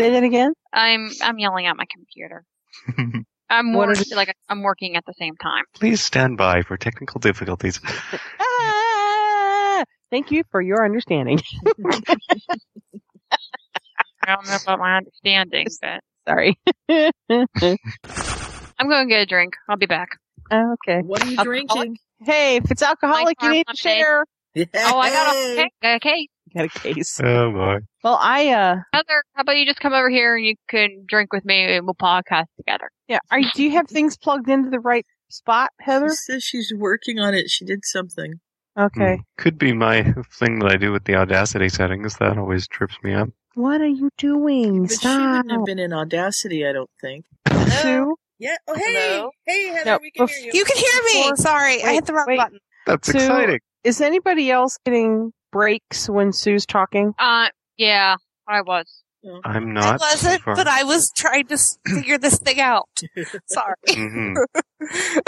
Say that again. I'm I'm yelling at my computer. I'm What wor- is- like I'm working at the same time. Please stand by for technical difficulties. Ah! Thank you for your understanding. I don't know about my understanding, but Sorry. I'm going to get a drink. I'll be back. Oh, okay. What are you Alcoholic? drinking? Hey, if it's alcoholic, you farm need to lemonade. share. Oh, I got a cake. Got a cake. Got a case. Oh boy. Well, I uh, Heather, how about you just come over here and you can drink with me and we'll podcast together. yeah. Are, do you have things plugged into the right spot, Heather? She says she's working on it. She did something. Okay. Hmm. Could be my thing that I do with the Audacity settings. That always trips me up. What are you doing? But she Stop. wouldn't have been in Audacity, I don't think. Sue, Yeah. Oh, Hello? Hey, Heather, No, bef- You can hear me. Before- Sorry, I wait, hit the wrong wait. button. That's Sue- exciting. is anybody else getting breaks when Sue's talking? Uh, yeah, I was. I'm I not. wasn't, so far. but I was trying to s- figure this thing out. Sorry. Mhm.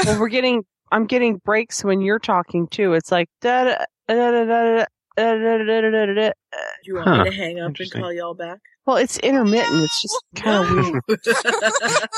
well, we're getting. I'm getting breaks when you're talking too. It's like da da da da da. da, da, da, da, da, da. Do you want Huh. me to hang up and Interesting. call y'all back? Well, it's intermittent. It's just kind of weird.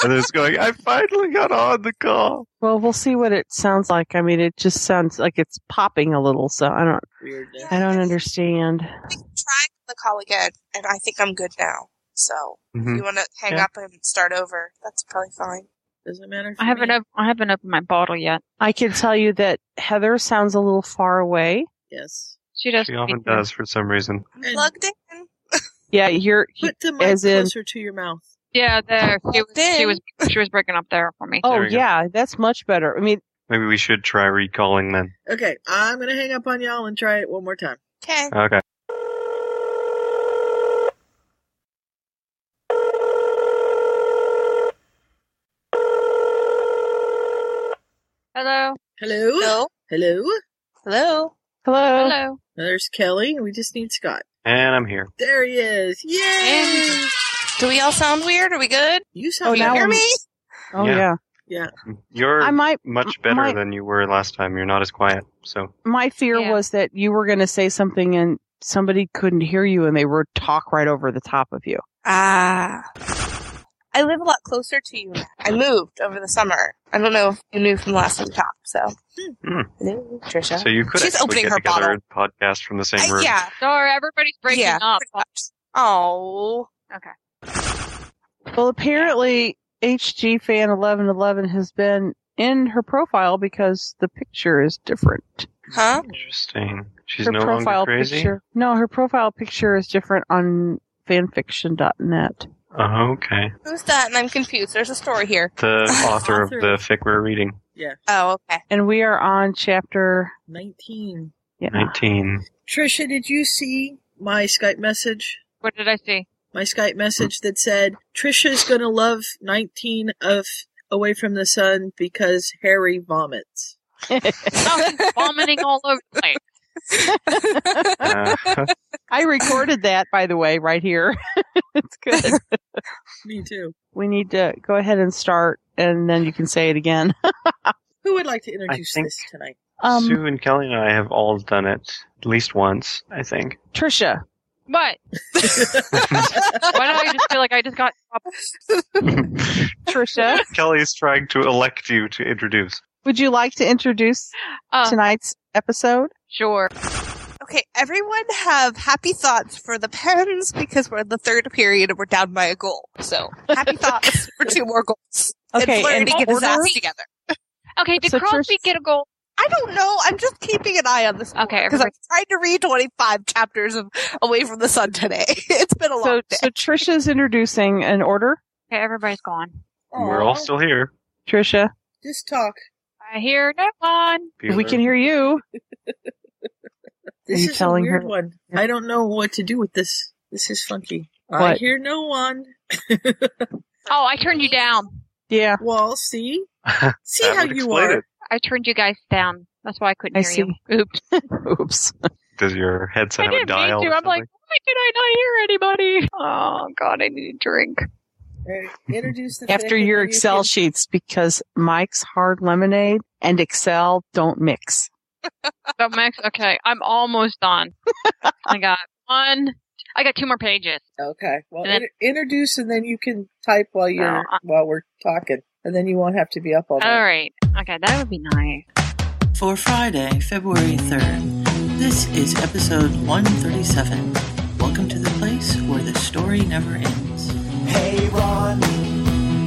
Heather's going, I finally got on the call. Well, we'll see what it sounds like. I mean, it just sounds like it's popping a little. So I don't. Weirdness. I don't understand. We tried the call again, and I think I'm good now. So if Mhm. you want to hang Yeah. up and start over, that's probably fine. Doesn't matter. For I haven't me. op- I haven't opened my bottle yet. I can tell you that Heather sounds a little far away. Yes. She does. She often speak to me. does for some reason. And- Plugged in. Yeah, you're. Put the mic As in- closer to your mouth. Yeah, there. She was, she Then- was she was breaking up there for me. Oh There we go. yeah, that's much better. I mean, Maybe we should try recalling then. Okay, I'm gonna hang up on y'all and try it one more time. Okay. Okay. Hello, Hello. Hello. Hello. Hello. hello. hello. There's Kelly. We just need Scott. And I'm here. There he is. Yay! Do we all sound weird? Are we good? You Oh, sound Can you now hear I'm- me? Oh Yeah. yeah. yeah. You're I might. much better my- than you were last time. You're not as quiet. So My fear Yeah. was that you were going to say something and somebody couldn't hear you and they were talk right over the top of you. Ah. I live a lot closer to you. now. I moved over the summer. I don't know if you knew from the last time we talked. So, Hmm. hello, Trisha. so you could She's actually opening get her together and podcast from the same Uh, room. yeah. Sorry, everybody's breaking yeah. up. pretty much. Oh. Well, apparently HG fan 1111 has been in her profile because the picture is different. Huh? Interesting. She's her no longer crazy. picture. No, her profile picture is different on fanfiction.net. Oh, okay. Who's that? And I'm confused. There's a story here. The author of Author. the fic we're reading. Oh, okay. And we are on chapter Nineteen. yeah. Nineteen. Trisha, did you see my Skype message? What did I see? My Skype message that said Trisha's gonna love nineteen of Away from the Sun because Harry vomits. Oh, she's vomiting all over the place. Uh, I recorded that by the way right here. it's good. Me too. we need to go ahead and start and then you can say it again. Who would like to introduce think- this tonight? Um Sue and Kelly and I have all done it at least once, I think. Trisha, What? Why do I just feel like I just got? Trisha, Kelly's trying to elect you to introduce. would you like to introduce Uh, tonight's episode? sure. Okay, everyone have happy thoughts for the pens because we're in the third period and we're down by a goal. So happy thoughts for two more goals. Okay, and Fleur in to get his order? ass together. Okay, did So Crosby Trish- get a goal? I don't know. I'm just keeping an eye on this Okay, because I'm trying to read 25 chapters of Away from the Sun today. It's been a long So, day. so Trisha's introducing an order. Okay, everybody's gone. And We're all still here. Trisha, just talk. I hear no one. we can hear you. This you is telling a weird her- one. I don't know what to do with this. This is funky. I What? hear no one. Oh, I turned you down. Yeah, Well, see, That see how would you explain are. it. I turned you guys down. That's why I couldn't I hear you. Oops. oops. Does your headset I have a didn't dial? mean to. or I'm like, why did I not hear anybody? Oh God, I need a drink. Alright, Introduce the After fake your and then you Excel can- sheets, because Mike's hard lemonade and Excel don't mix. So Max, okay, I'm almost done. I got one. I got two more pages. Okay. Well, And then- in- introduce and then you can type while you're No, I- while we're talking, and then you won't have to be up all All night. right. Okay, that would be nice. For Friday, February 3rd, this is episode 137. Welcome to the place where the story never ends. Hey Ron,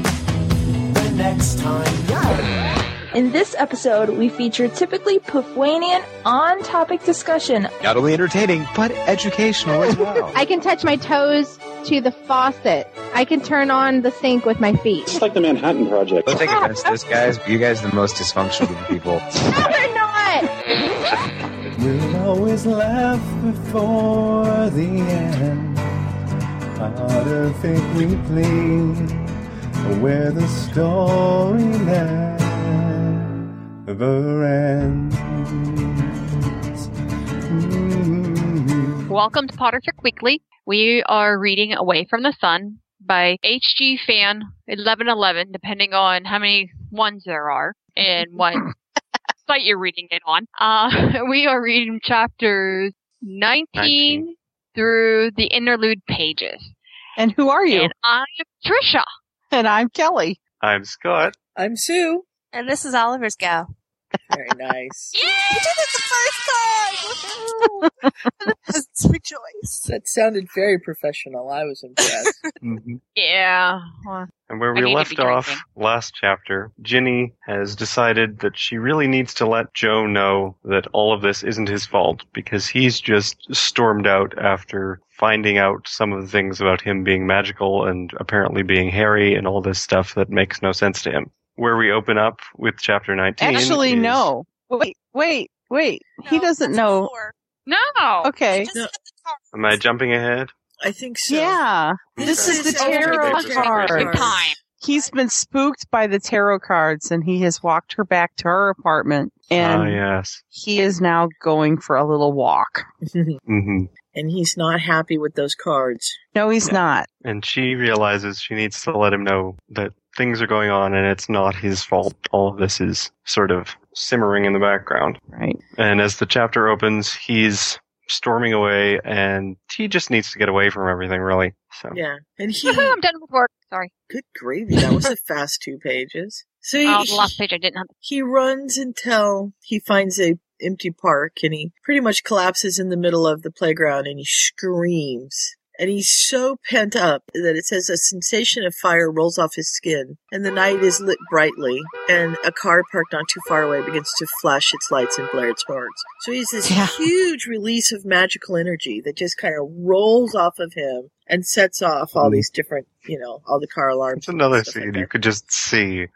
the next time. Yeah. In this episode, we feature typically Pufwanian on topic discussion. Not only entertaining, but educational as well. I can touch my toes to the faucet. I can turn on the sink with my feet. It's like the Manhattan Project. Don't take offense to this, guys. but You guys are the most dysfunctional of people. No, they're not! We'll always laugh before the end. Out of it we play where the story never ends. Mm. Welcome to Potter Trick Weekly. We are reading Away from the Sun by HG Fan 1111, depending on how many ones there are and what site you're reading it on. Uh, we are reading chapters 19, 19. through the interlude pages. And who are you? And I am Trisha. And I'm Kelly. I'm Scott. I'm Sue. And this is Oliver's gal. Very nice. We did it the first time! Woohoo! Let's rejoice. that sounded very professional. I was impressed. Yeah. Well, And where I we need to left be off drinking. last chapter, Ginny has decided that she really needs to let Joe know that all of this isn't his fault because he's just stormed out after finding out some of the things about him being magical and apparently being hairy and all this stuff that makes no sense to him. Where we open up with chapter 19. Actually, is- no. Wait, wait, wait. he No, doesn't that's know. before. no. He Okay. just No. hit the car. Am I jumping ahead? I think so. Yeah. This is the after tarot the card. tarot Time. He's been spooked by the tarot cards and he has walked her back to her apartment and ah, yes. he is now going for a little walk. hmm and he's not happy with those cards. No, he's Yeah. not. And she realizes she needs to let him know that things are going on and it's not his fault. All of this is sort of simmering in the background. Right. And as the chapter opens, he's storming away and he just needs to get away from everything, really. So, Yeah, and he. Woohoo, I'm done with work. Sorry. Good gravy, that was a fast two pages. So he, Oh, the last page I didn't have. he runs until he finds a empty park and he pretty much collapses in the middle of the playground and he screams and he's so pent up that it says a sensation of fire rolls off his skin and the night is lit brightly and a car parked not too far away begins to flash its lights and blare its horns so he's this Yeah. huge release of magical energy that just kind of rolls off of him and sets off all Mhm. these different you know all the car alarms it's another and stuff like scene that. you could just see.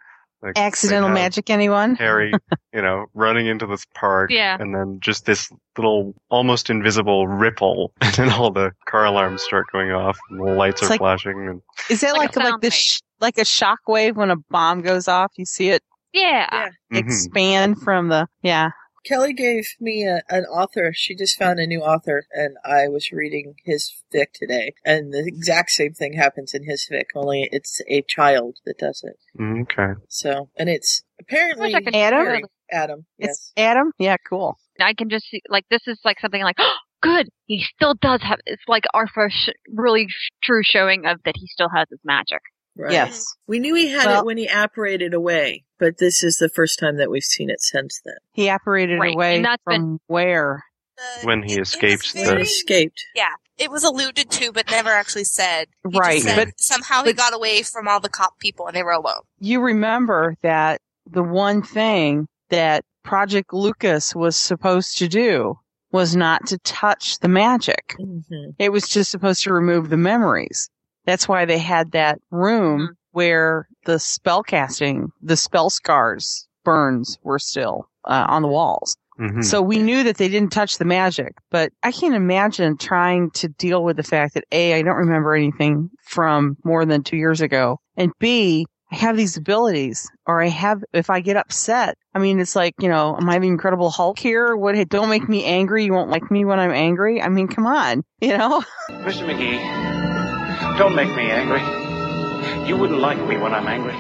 Like, Accidental they have magic, anyone? Harry, you know, running into this park. Yeah. And then just this little, almost invisible ripple. And then all the car alarms start going off and the lights It's are like- flashing. And Is that like Like a like, sound the sh- like a shock wave when a bomb goes off? You see it Yeah. Yeah. Mm-hmm. Mhm. expand from the yeah. Kelly gave me a, an author. She just found a new author, and I was reading his fic today. And the exact same thing happens in his fic, only it's a child that does it. Mm-hmm. Okay. So, and it's I wish apparently I could Adam? hear this. Adam. It's Yes. Adam. Yeah, cool. I can just see, like, this is like something like, good, he still does have, it's like our first really sh- true showing of that he still has his magic. Right. Yes. We knew he had it Well- when he apparated away, but this is the first time that we've seen it since then. He operated Right, away and that's from where? The- When he it- it was escapes the- It very- escaped. It was alluded to, but never actually said. He just Right, said but somehow he but- got away from all the cop people, and they were alone. you remember that the one thing that Project Lucas was supposed to do was not to touch the magic. hmm It was just supposed to remove the memories. That's why they had that room Mhm. where the spell casting, the spell scars, burns were still uh, on the walls. hmm So we knew that they didn't touch the magic, but I can't imagine trying to deal with the fact that A, I don't remember anything from more than two years ago, and B, I have these abilities, or I have, if I get upset, I mean, it's like, you know, am I the Incredible Hulk here? What, hey, don't make me angry. You won't like me when I'm angry. I mean, come on, you know? Mr. McGee, don't make me angry. You wouldn't like me when I'm angry.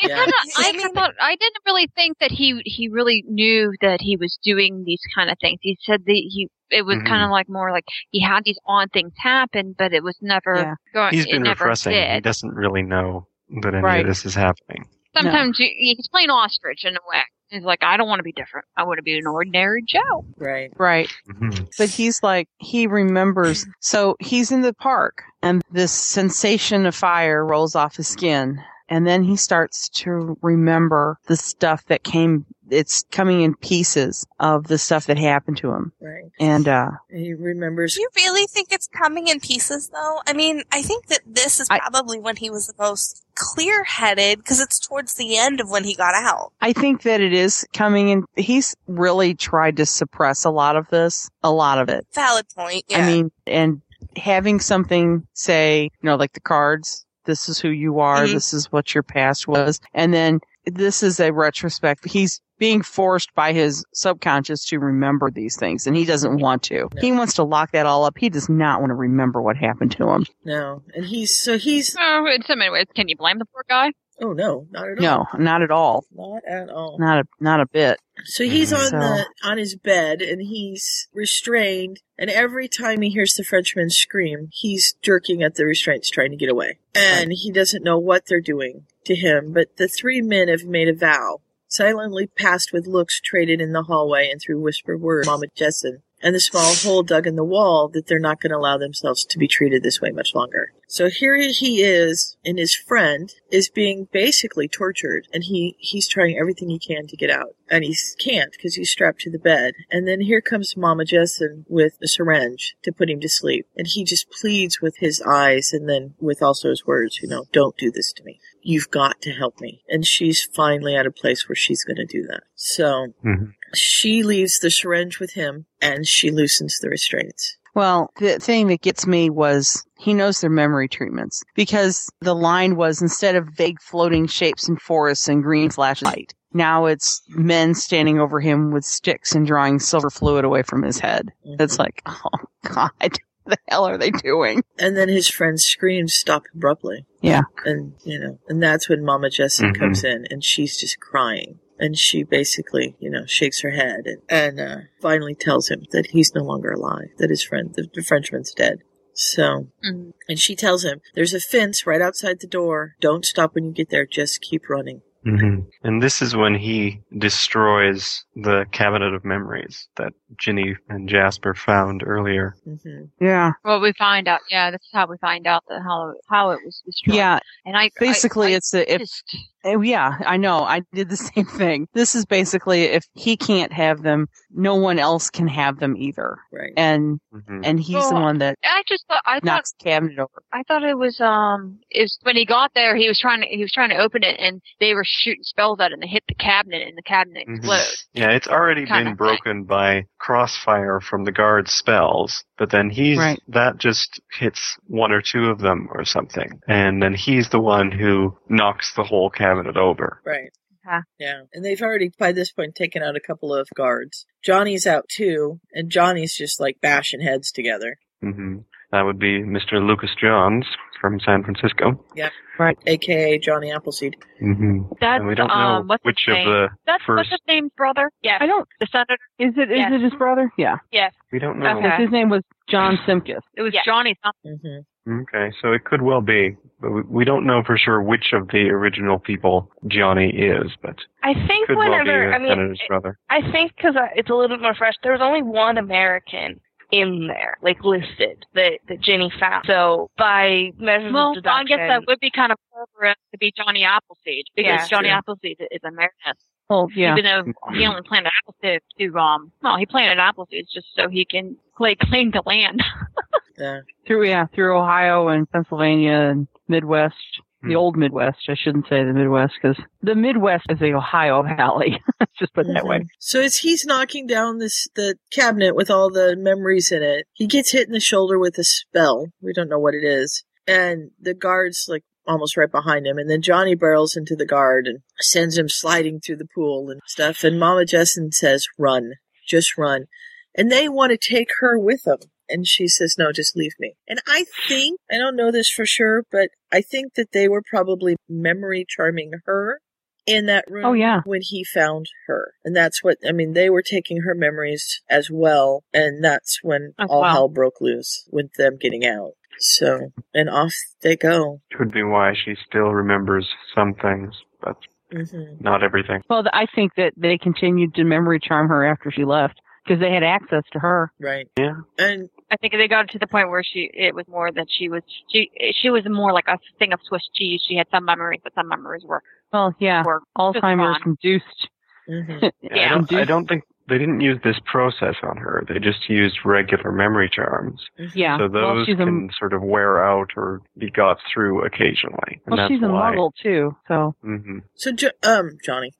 It's Yeah. not- I, I mean- thought, I didn't really think that he he really knew that he was doing these kind of things. He said that he it was Mhm. kind of like more like he had these odd things happen, but it was never Yeah. going. He's it been never repressing. He Did. doesn't really know that any Right. of this is happening. Sometimes you, he's playing ostrich in a way. He's like, I don't want to be different. I want to be an ordinary Joe. Right. Right. Mhm. But he's like, he remembers. So he's in the park and this sensation of fire rolls off his skin. And then he starts to remember the stuff that came, it's coming in pieces of the stuff that happened to him. Right. And, uh, And he remembers. Do you really think it's coming in pieces, though? I mean, I think that this is I- probably when he was the most clear headed because it's towards the end of when he got out. I think that it is coming in. He's really tried to suppress a lot of this, a lot of it. Valid point. Yeah. I mean, and having something say, you know, like the cards, this is who you are, Mm-hmm. Mhm. this is what your past was. And then this is a retrospect. He's being forced by his subconscious to remember these things, and he doesn't want to. He wants to lock that all up. He does not want to remember what happened to him. No. And he's, so he's, So in so many ways, can you blame the poor guy? oh no, not at all. No, not at all. Not at all. Not a, not a bit. So he's on So- the on his bed and he's restrained and every time he hears the Frenchman scream, he's jerking at the restraints trying to get away. And he doesn't know what they're doing to him, but the three men have made a vow. Silently passed with looks traded in the hallway and through whispered words, Mama Jessen and the small hole dug in the wall that they're not going to allow themselves to be treated this way much longer. So here he is, and his friend is being basically tortured, and he, he's trying everything he can to get out, and he can't because he's strapped to the bed. And then here comes Mama Jessen with a syringe to put him to sleep, and he just pleads with his eyes and then with also his words, you know, don't do this to me. You've got to help me. And she's finally at a place where she's going to do that. So Mhm. she leaves the syringe with him and she loosens the restraints. Well, the thing that gets me was he knows their memory treatments because the line was instead of vague floating shapes in forests and green flashes of light, now it's men standing over him with sticks and drawing silver fluid away from his head. It's like, oh God, what the hell are they doing? Mm-hmm. And then his friend's screams stop abruptly. Yeah. And, you know, and that's when Mama Jessie Mhm. comes in and she's just crying. And she basically, you know, shakes her head and, and uh, finally tells him that he's no longer alive, that his friend, the, the Frenchman's dead. So, Mhm. and she tells him, there's a fence right outside the door. Don't stop when you get there. Just keep running. Mhm. And this is when he destroys the cabinet of memories that Ginny and Jasper found earlier. hmm Yeah. Well, we find out. Yeah, that's how we find out that how how it was destroyed. Yeah. and I Basically, I, I it's a, if just- Oh, yeah, I know. I did the same thing. This is basically if he can't have them, no one else can have them either. Right. And Mhm. and he's the Well, one that I just thought I thought knocks the cabinet over. I thought it was um it was when he got there he was trying to he was trying to open it and they were shooting spells at it and they hit the cabinet and the cabinet Mhm. exploded. Yeah, it's already Kinda. been broken by crossfire from the guard's spells, but then he's Right. that just hits one or two of them or something, and then he's the one who knocks the whole cabinet over. Right. Okay. Yeah. And they've already, by this point, taken out a couple of guards. Johnny's out too, and Johnny's just like bashing heads together. hmm That would be Mr. Lucas Johns from San Francisco. aka Johnny Appleseed. hmm That's And we don't know um what's which his of name? the That's first. what's his name's brother? Yeah, I don't the senator. Is it is Yes. it his brother? Yeah. Yes, We don't know. Okay. Because His name was John Simkus. it was Yes. Johnny. Something. hmm Okay, so it could well be, but we, we don't know for sure which of the original people Johnny is, but I think could well be whenever the I mean, senator's brother. I think because it's a little bit more fresh. There was only one American in there, like listed that that Jenny found. So by measures Well, of I deduction, guess that would be kind of perverse to be Johnny Appleseed because Yeah. Johnny True. Appleseed is American. Well, yeah. Even though he only planted Appleseed to um well he planted Appleseed just so he can play claim to land. Yeah. Through yeah, through Ohio and Pennsylvania and Midwest. The Hmm. old Midwest. I shouldn't say the Midwest because the Midwest is the Ohio Valley. Let's just put it that Mm-hmm. way. Mhm. So as he's knocking down this the cabinet with all the memories in it, he gets hit in the shoulder with a spell. We don't know what it is, and the guards like almost right behind him, and then Johnny barrels into the guard and sends him sliding through the pool and stuff. And Mama Jessen says, "Run, just run," and they want to take her with them. And she says, no, just leave me. And I think, I don't know this for sure, but I think that they were probably memory charming her in that room Oh, yeah. when he found her. And that's what, I mean, they were taking her memories as well. And that's when As all well. hell broke loose with them getting out. So, and off they go. Could be why she still remembers some things, but hmm not everything. Well, th- I think that they continued to memory charm her after she left because they had access to her. Right. Yeah. And I think they got to the point where she it was more that she was she she was more like a thing of Swiss cheese. She had some memories, but some memories were Well, yeah, were Alzheimer's just gone. induced. hmm I, Yeah. don't, I don't think they didn't use this process on her. They just used regular memory charms. Yeah. So well, those she's a can sort of wear out or be got through occasionally. And well, that's she's a why. muggle too. So hmm So, jo- um, Johnny.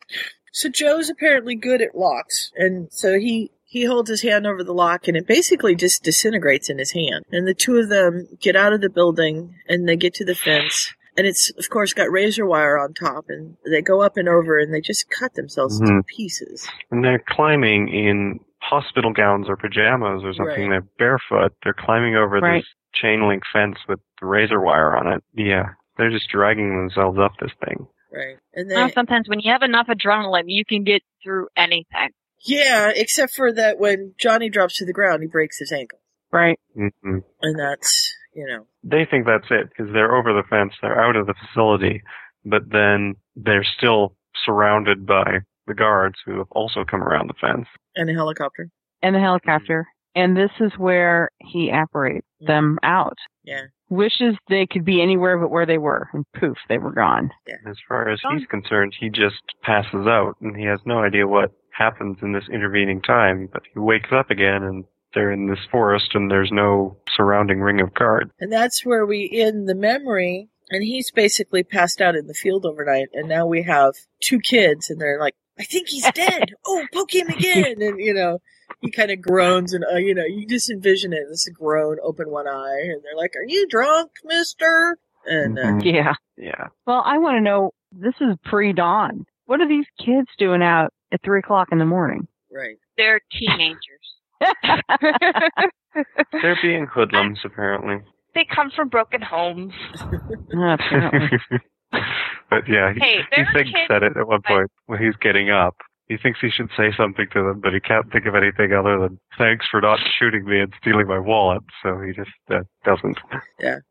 So Joe's apparently good at locks, and so he he holds his hand over the lock, and it basically just disintegrates in his hand. And the two of them get out of the building, and they get to the fence, and it's of course got razor wire on top, and they go up and over, and they just cut themselves to Mhm. pieces. And they're climbing in hospital gowns or pajamas or something. Right. They're barefoot. They're climbing over Right. this chain link fence with the razor wire on it. Yeah. They're just dragging themselves up this thing. Right, and Well, then sometimes when you have enough adrenaline, you can get through anything. yeah, except for that when Johnny drops to the ground, he breaks his ankle, right. hmm and that's you know they think that's it because they're over the fence, they're out of the facility, but then they're still surrounded by the guards who have also come around the fence. and a helicopter. And the helicopter. And this is where he apparates them out. Yeah. Wishes they could be anywhere but where they were, and poof, they were gone. As far as he's concerned, he just passes out and he has no idea what happens in this intervening time, but he wakes up again and they're in this forest and there's no surrounding ring of guards. And that's where we end the memory. And he's basically passed out in the field overnight. And now we have two kids, and they're like, I think he's dead. oh, poke him again. And, you know, he kind of groans, and, uh, you know, you just envision it this groan, open one eye. And they're like, Are you drunk, mister? And, uh, Mm-hmm. Mhm. Yeah. Yeah. Well, I want to know. This is pre-dawn. What are these kids doing out at three o'clock in the morning? right. They're teenagers. Oh, They're being hoodlums, apparently. They come from broken homes. Uh, apparently. but yeah, he, Hey, he there are thinks kids- said it at one point when he's getting up. He thinks he should say something to them, but he can't think of anything other than "thanks for not shooting me and stealing my wallet." So he just uh, doesn't. And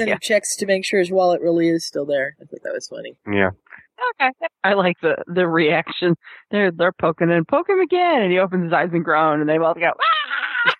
then Yeah. he checks to make sure his wallet really is still there. I thought that was funny. Yeah, okay. I like the the reaction. They're they're poking and poke him again, and he opens his eyes and groan, and they both go, ah!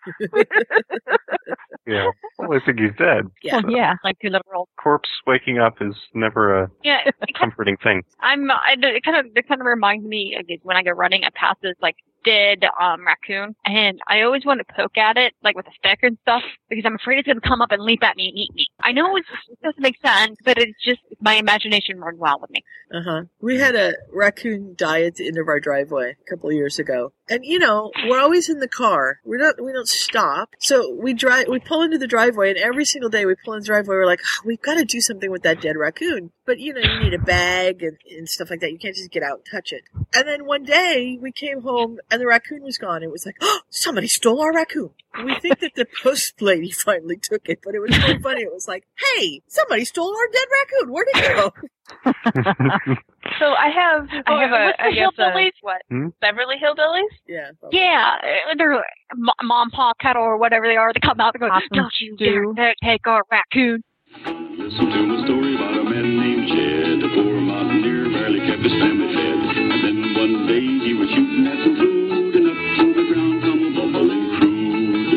yeah. Well, I think he's dead. Yeah. Well, yeah. Like two liberal. Corpse waking up is never a Yeah. It kind comforting thing. I'm. I, it kind of. It kind of reminds me again, when I go running. I pass this like dead um raccoon, and I always want to poke at it like with a stick and stuff because I'm afraid it's going to come up and leap at me and eat me. I know it's, it doesn't make sense, but it's just my imagination runs wild with me. Uh huh. We had a raccoon die at the end of our driveway a couple of years ago, and you know we're always in the car. We're not. We don't stop. So we drive. We pull into the driveway, and every single day we pull in the driveway. We're like, "Ah, we've got to do something with that dead raccoon. But you know, you need a bag and, and stuff like that. You can't just get out and touch it. And then one day we came home, and the raccoon was gone. It was like, oh, somebody stole our raccoon. And we think that the post lady finally took it, but it was so funny. It was like, hey, somebody stole our dead raccoon. Where'd it go? So I have Oh, I have what's a the I guess a, hillbillies? what Hmm? Beverly Hillbillies. Yeah. Yeah, uh, they're mo- mom, pa, kettle, or whatever they are. They come out. They go, Possum "Don't you stew." dare ta- take our raccoon!" Listen to a story about a man named Jed. A poor mountaineer barely kept his family fed. And then one day he was shooting at some food, and up from the ground come a bubbling crude.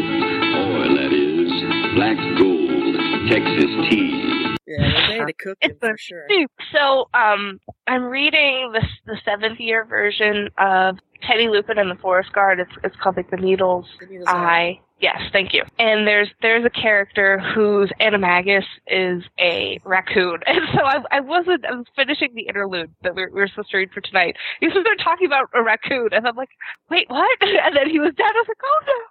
Oil, that is, black gold, Texas tea. Yeah, well, they had to cook him It's for a- sure. Hmm. So um, I'm reading the the seventh year version of Teddy Lupin and the Forest Guard. It's it's called like the Needles The needle's out. I yes, thank you. And there's there's a character whose animagus is a raccoon, and so I, I wasn't I was finishing the interlude that we were, we were supposed to read for tonight. He was they're talking about a raccoon, and I'm like, wait, what? And then he was dead. I was like, oh no.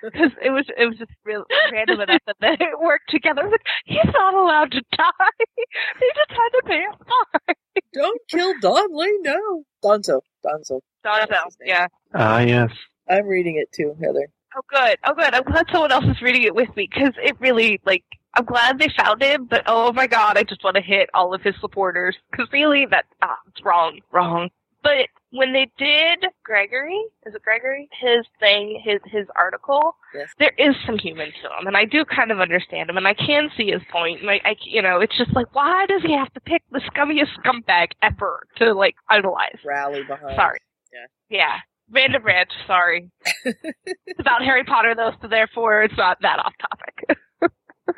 Because it was it was just real random enough that they worked together. I was like, he's not allowed to die. They just had to pay him off. Don't kill Don Lee, no. Donzo. Donzo. Donzel, yeah. Ah, yes. I'm reading it too, Heather. Oh, good. Oh, good. I'm glad someone else is reading it with me because it really, like, I'm glad they found him, but oh my god, I just want to hit all of his supporters because really, that ah, it's wrong, wrong. But when they did Gregory, is it Gregory? His thing, his his article. Yes. There is some human to him, and I do kind of understand him, and I can see his point. Like I, you know, it's just like, why does he have to pick the scummiest scumbag ever to like idolize? Rally behind. Sorry. Yeah. Yeah. Random ranch. Sorry. it's about Harry Potter though, so therefore it's not that off topic.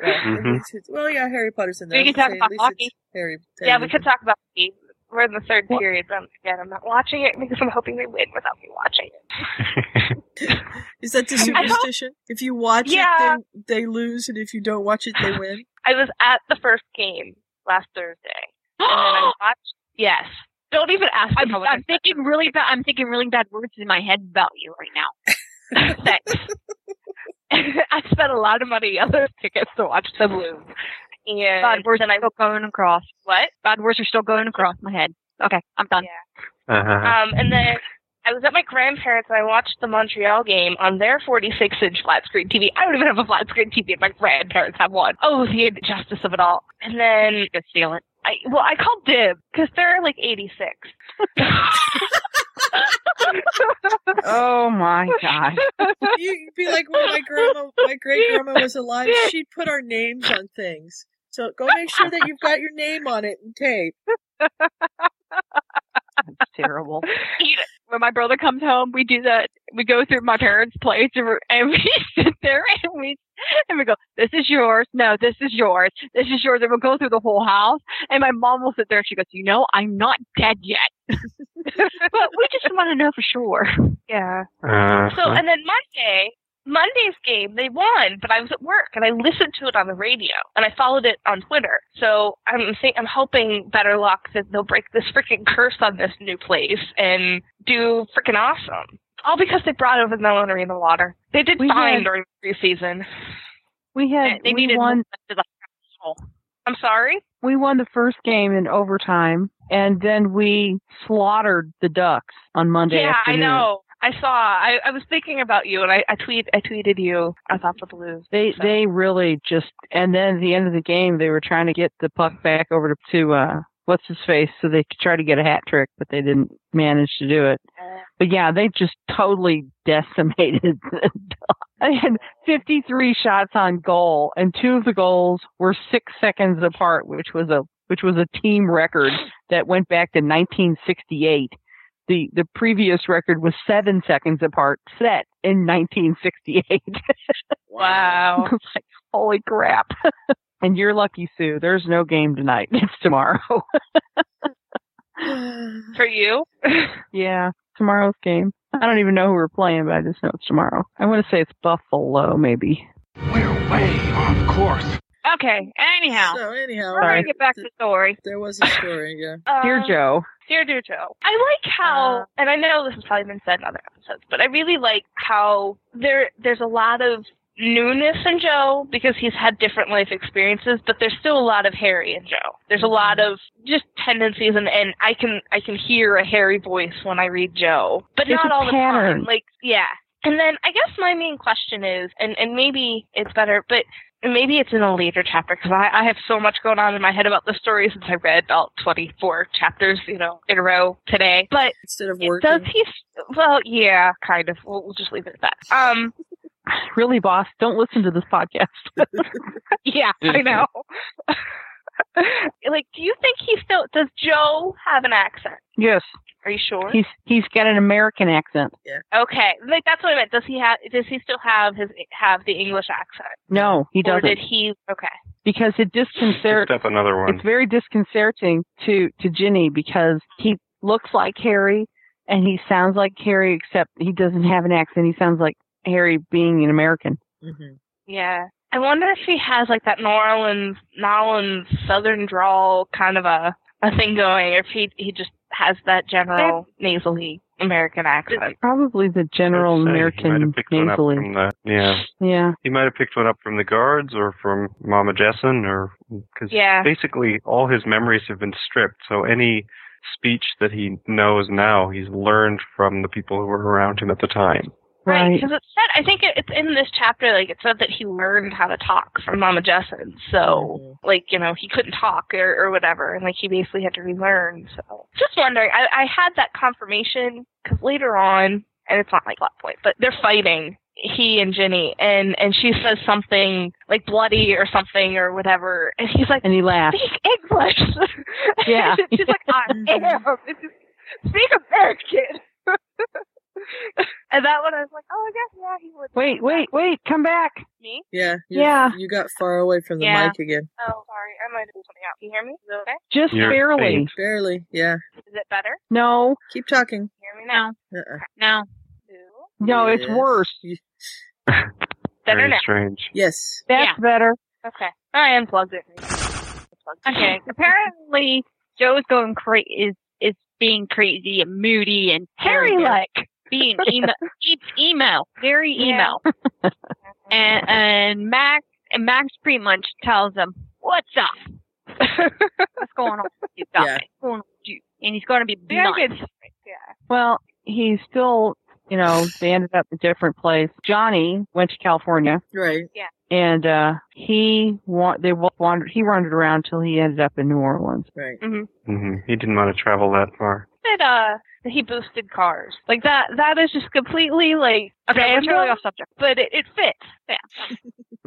At least it's- Well, yeah, Harry Potter's in there. We I can was talk gonna say, about at least hockey. it's Harry. Yeah, we could talk about hockey. We're in the third period, but again, I'm not watching it because I'm hoping they win without me watching it. Is that the I hope- superstition? If you watch Yeah. it, they, they lose, and if you don't watch it, they win. I was at the first game last Thursday, and then I watched. Yes. Don't even ask. I'm, I'm thinking really bad. I'm thinking really bad words in my head about you right now. Thanks. I spent a lot of money on those tickets to watch them lose, and Bad words then are I still going across. what? Bad words are still going across my head. Okay, I'm done. Uh-huh. Um, and then I was at my grandparents and I watched the Montreal game on their 46 inch flat screen TV. I don't even have a flat screen TV. My grandparents have one. Oh, the injustice of it all. And then Go steal it. I well, I called dib because they're like 86. Oh my god. You'd be like, well, my grandma, my great grandma was alive. She'd put our names on things. So go make sure that you've got your name on it in tape. terrible. You know, when my brother comes home, we do that. We go through my parents' place and, we're, and we sit there and we and we go, "This is yours. No, this is yours. This is yours." And we'll go through the whole house. And my mom will sit there and she goes, "You know, I'm not dead yet, but we just want to know for sure." yeah. Uh-huh. Uh, So and then Monday, Monday's game they won, but I was at work and I listened to it on the radio and I followed it on Twitter. So I'm think I'm hoping better luck that they'll break this freaking curse on this new place and do freaking awesome. All because they brought over the Melon Arena water. They did We fine had- during the preseason. We had They we needed won more to the household. I'm sorry. we won the first game in overtime and then we slaughtered the ducks on Monday yeah, afternoon. I know. I saw. I, I was thinking about you, and I, I tweet. I tweeted you. I thought the Blues. They So- they really just and then at the end of the game they were trying to get the puck back over to, to uh what's his face so they could try to get a hat trick but they didn't manage to do it. But yeah, they just totally decimated. The, I had 53 shots on goal and two of the goals were 6 seconds apart which was a which was a team record that went back to 1968. The the previous record was 7 seconds apart set in 1968. Wow. I was like, holy crap. and you're lucky, Sue. There's no game tonight. It's tomorrow. For you? yeah, tomorrow's game. I don't even know who we're playing, but I just know it's tomorrow. I want to say it's Buffalo, maybe. We're way off course. Okay. Anyhow, So anyhow, we're gonna get back to the story. there was a story. Yeah. Dear Uh, Joe. Dear Dear Joe, Uh, I like how, and I know this has probably been said in other episodes, but I really like how there there's a lot of newness in Joe because he's had different life experiences, but there's still a lot of Harry in Joe. There's a lot of just tendencies, and and I can I can hear a Harry voice when I read Joe, but It's not a all the pattern. time. Like yeah. And then I guess my main question is, and, and maybe it's better, but and maybe it's in a later chapter because I, I have so much going on in my head about the story since I read all 24 chapters, you know, in a row today. But Instead of does working, he? Well, yeah, kind of. We'll, we'll just leave it at that. Um, Really, boss, don't listen to this podcast. yeah, I know. like, do you think he still does? Joe have an accent? yes, Are you sure? he's he's got an American accent. okay, like that's what I meant. Does he have? Does he still have his have the English accent? No, he or doesn't. did he? Okay. because it disconcerts Picked up another one. It's very disconcerting to to Ginny because he looks like Harry and he sounds like Harry, except he doesn't have an accent. He sounds like Harry being an American. Mhm. Yeah. I wonder if he has like that New Orleans, New Orleans southern drawl kind of a, a thing going, or if he he just has that general nasally American accent. Probably the general I'd say He might American have picked one up nasally. from the, yeah. Yeah, He might have picked one up from the guards or from Mama Jessen or because Yeah. basically all his memories have been stripped. So any speech that he knows now, he's learned from the people who were around him at the time. Right, because it said I think it, it's in this chapter. Like it said that he learned how to talk from Mama Jessen. So like you know he couldn't talk or, or whatever, and like he basically had to relearn. So just wondering, I, I had that confirmation because later on, and it's not my plot point, but they're fighting he and Ginny, and and she says something like bloody or something or whatever, and he's like, and he laughs. speak English. Yeah. she's like, I am. Speak American. and that one, I was like, oh, I guess yeah, he would. Wait, wait, wait! Come back. Me? Yeah. you- Yeah. You got far away from the Yeah. mic again. Oh, sorry, I might have done something out. Can you hear me? Is it okay? Just You're barely. faint. Barely. Yeah. Is it better? No. Keep talking. Hear me now? Uh-uh. No. No, it's Yes. worse. Better Very now. strange. Yes. That's better. Okay. I unplugged it. Okay. Apparently, Joe is going cra- is is being crazy and moody and Harry like. being email, e- email, very email. and and Max and Max pretty much tells him what's up, what's going on, with you guys? Yeah. What's going on with you? and he's going to be Yeah, nuts. Well, He's still, you know, they ended up in a different place. Johnny went to California. Right. Yeah. And uh he wa- they both wandered he wandered around till he ended up in New Orleans. Right. Mm-hmm. hmm He didn't want to travel that far. That uh, that he boosted cars like that. That is just completely like okay, it's really off subject, but it, it fits. Yeah.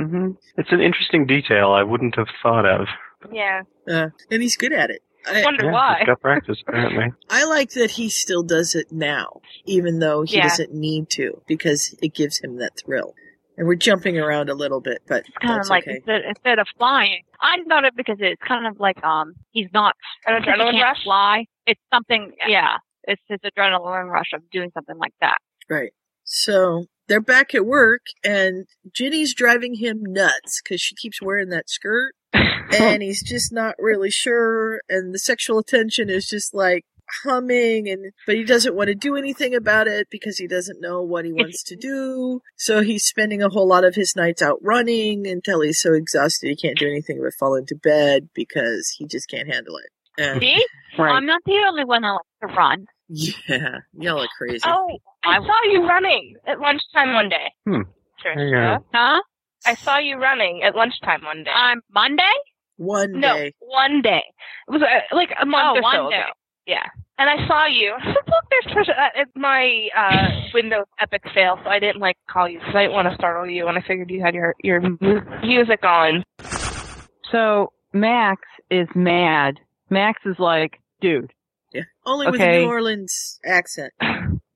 Mm-hmm. hmm It's an interesting detail I wouldn't have thought of. Yeah. Uh, and he's good at it. I Wonder Yeah, He's got practice apparently. I like that he still does it now, even though he Yeah. doesn't need to, because it gives him that thrill. And we're jumping around a little bit, but Kind that's of like okay. instead, instead of flying, I thought it because it's kind of like um he's not An because he adrenaline can't rush? Fly. It's something. Yeah. It's his adrenaline rush of doing something like that. Right. So they're back at work, and Ginny's driving him nuts because she keeps wearing that skirt, and he's just not really sure. And the sexual attention is just like humming, and but he doesn't want to do anything about it because he doesn't know what he wants to do. So he's spending a whole lot of his nights out running until he's so exhausted he can't do anything but fall into bed because he just can't handle it. And See, I'm not the only one that likes to run. yeah, y'all are crazy. Oh, I saw you running at lunchtime one day. Hmm. There you Tricia. go. Huh? I saw you running at lunchtime one day. On Monday? One no, day. one day. It was uh, like a month Oh, or one so day. ago. Yeah. And I saw you. I said, Look, there's Trisha. Uh, it- my uh, Windows Epic fail, so I didn't like call you because I didn't want to startle you, and I figured you had your your mu- music on. So Max is mad. Max is like, dude, Yeah. Only with Okay. a New Orleans accent.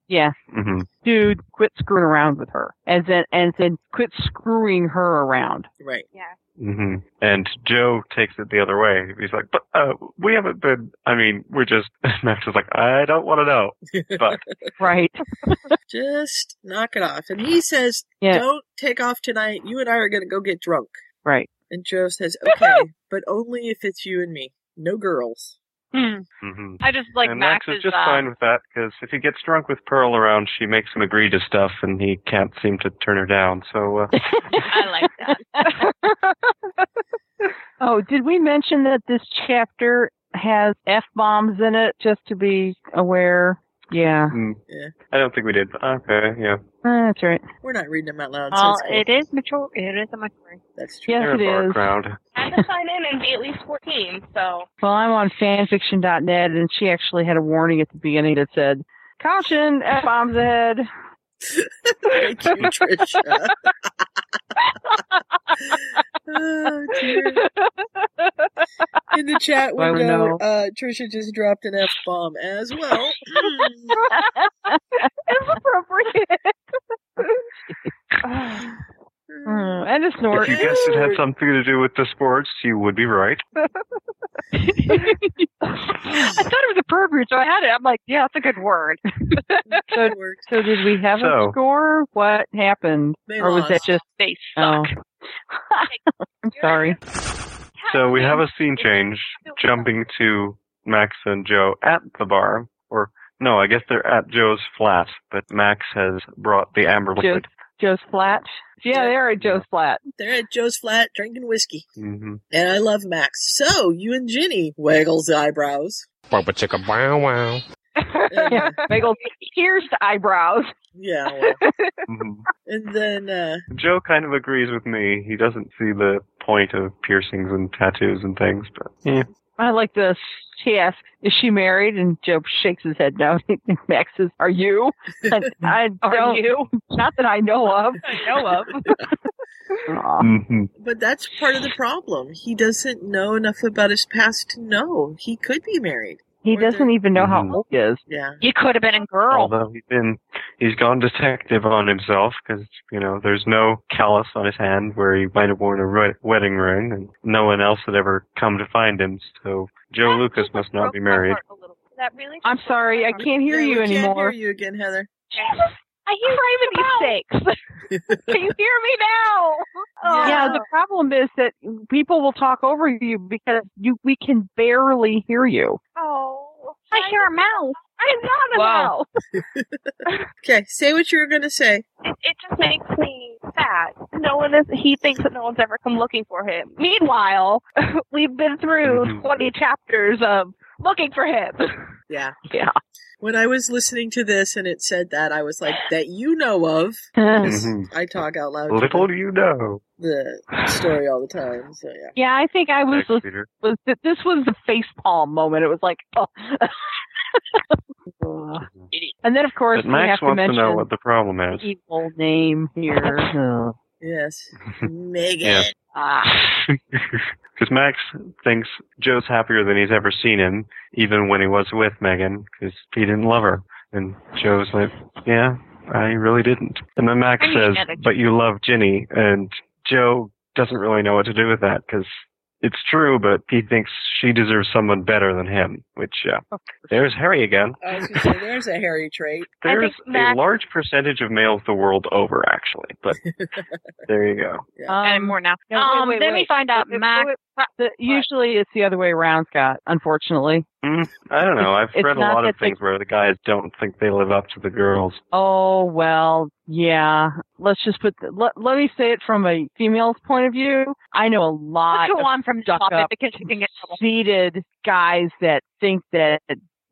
yeah, hmm dude, quit screwing around with her. And then and then quit screwing her around. Right. Yeah. hmm And Joe takes it the other way. He's like, but uh, we haven't been. I mean, we're just. Max is like, I don't want to know. But Right. Just knock it off. And he says, Yeah. Don't take off tonight. You and I are going to go get drunk. Right. And Joe says, Okay, but only if it's you and me. No girls. hmm I just like and Max, Max is uh, just fine with that because if he gets drunk with Pearl around, she makes him agree to stuff, and he can't seem to turn her down. So uh, I like that. Oh, did we mention that this chapter has F bombs in it just to be aware? Yeah. mm, Yeah. I don't think we did. but Okay, yeah. Uh, That's right. We're not reading them out loud. Well, so Uh, it is mature. It is a mature. That's true. Yes, They're it a bar is. crowd. Had to sign in and be at least 14, so. Well, I'm on fanfiction.net, and she actually had a warning at the beginning that said, "Caution, F bombs ahead." Thank you, Trisha. oh, dear. In the chat I window, know. uh, Trisha just dropped an F bomb as well. Hmm. it's appropriate. Hmm. Mm, and a snort. If you guessed it had something to do with the sports, you would be right. I thought it was appropriate, so I had it. I'm like, yeah, that's a good word. so, so did we have So- a score? What happened? They or was that lost. just they Oh. I'm sorry. So we have a scene change, jumping to Max and Joe at the bar, or no, I guess they're at Joe's flat, but Max has brought the amber liquid. Joe's flat. Yeah, they are at Joe's flat. They're at Joe's flat drinking whiskey. Mm-hmm. And I love Max. So, you and Ginny waggles eyebrows. Bubba chicka wow wow. Bagel, here's the eyebrows. Yeah. well. Mhm. and then uh Joe kind of agrees with me. He doesn't see the point of piercings and tattoos and things, but eh. I like this. She asks, "Is she married?" And Joe shakes his head no. Max says, "Are you?" And I don't. Are you? Not that I know of. I know of. Mm-hmm. But that's part of the problem. He doesn't know enough about his past to know he could be married. He doesn't even know how old he is. Yeah. He could have been a girl. although he's been he's gone detective on himself because you know there's no callus on his hand where he might have worn a re- wedding ring, and no one else had ever come to find him. So Joe Lucas must not be married. That really I'm sorry, I can't hear Yeah, you we can't anymore. hear you again, Heather. Jesus, I hear for heaven's sakes. Can you hear me now? Oh. Yeah, the problem is that people will talk over you because you we can barely hear you. Oh, I hear a mouse. I'm not a mouse. Okay, say what you were going to say. It, it just makes me sad. No one is. He thinks that no one's ever come looking for him. Meanwhile, we've been through 20 chapters of looking for him. Yeah. Yeah. When I was listening to this and it said that, I was like, that you know of. 'Cause Mhm. I talk out loud. to Little the- do you know. The story all the time, so yeah. Yeah, I think I was. Thanks, lis- Peter. was th- this was the face palm moment. It was like, oh. and then of course But we have Max to wants to mention know what the problem is. the evil name here. Ugh. Yes. Megan. Yeah. Ah. Because Max thinks Joe's happier than he's ever seen him, even when he was with Megan, because he didn't love her. And Joe's like, yeah, I really didn't. And then Max I mean, says, attitude. but you love Ginny. And Joe doesn't really know what to do with that, because it's true, but he thinks she deserves someone better than him, which, yeah. There's Harry again. I was going to say, there's a hairy trait. There's a Max- large percentage of males the world over, actually. But there you go. and more now. no, wait, um, wait, then wait. we find out Wait, wait, Max. wait. The- usually it's the other way around, Scott. Unfortunately. Mm, I don't know. I've It's read a not lot of that they- things where the guys don't think they live up to the girls. Oh well, yeah. Let's just put. The, let, let me say it from a female's point of view. I know a lot Let's go of on from this stuck topic up, because you can get in trouble. conceited guys that think that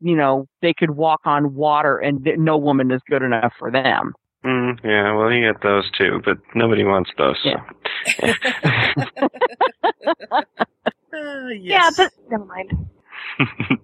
you know they could walk on water and that no woman is good enough for them. Mm, yeah, well, you get those too, but nobody wants those. so. Yeah. Uh, Yeah, yes. but never mind.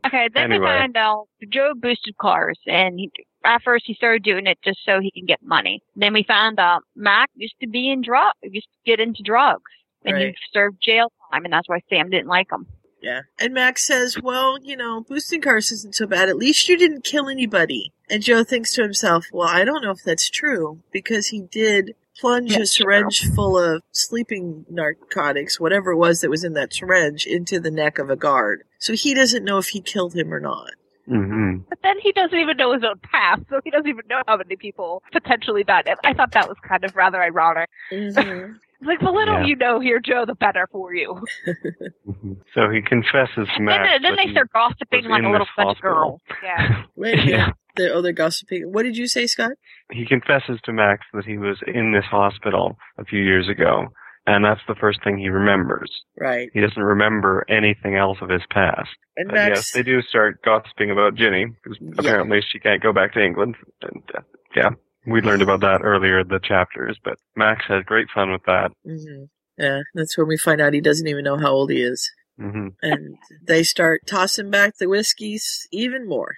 Okay, then we Anyway. find out Joe boosted cars, and he, at first he started doing it just so he can get money. Then we found out Mac used to be in drug, used to get into drugs, and he Right. served jail time, and that's why Sam didn't like him. Yeah. And Max says, Well, you know, boosting cars isn't so bad. At least you didn't kill anybody. And Joe thinks to himself, Well, I don't know if that's true because he did plunge a syringe full of sleeping narcotics, whatever it was that was in that syringe, into the neck of a guard. So he doesn't know if he killed him or not. hmm But then he doesn't even know his own past, so he doesn't even know how many people potentially died. And I thought that was kind of rather ironic. Mhm. It's like the little Yeah. you know here, Joe, the better for you. Mm-hmm. So he confesses to Max. then then that they he start gossiping was like in a little this French girl. hospital. Yeah. Wait a minute. Yeah. The other gossiping. What did you say, Scott? He confesses to Max that he was in this hospital a few years ago, and that's the first thing he remembers. Right. He doesn't remember anything else of his past. And And Max. yes, they do start gossiping about Ginny, because apparently she can't go back to England. And uh, yeah, we learned about that earlier in the chapters, but Max had great fun with that. Mhm. Yeah, that's when we find out he doesn't even know how old he is. hmm And they start tossing back the whiskeys even more.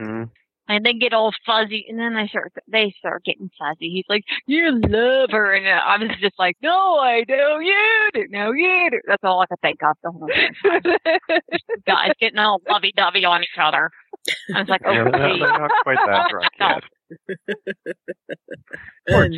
hmm And they get all fuzzy, and then they start they start getting fuzzy. He's like, "You love her," and I was just like, "No, I don't. You do. No, you do." That's all I could think of the whole time. guys getting all lovey dovey on each other. I was like, "Oh, Yeah, they're please." not, they're not quite that drunk yet. And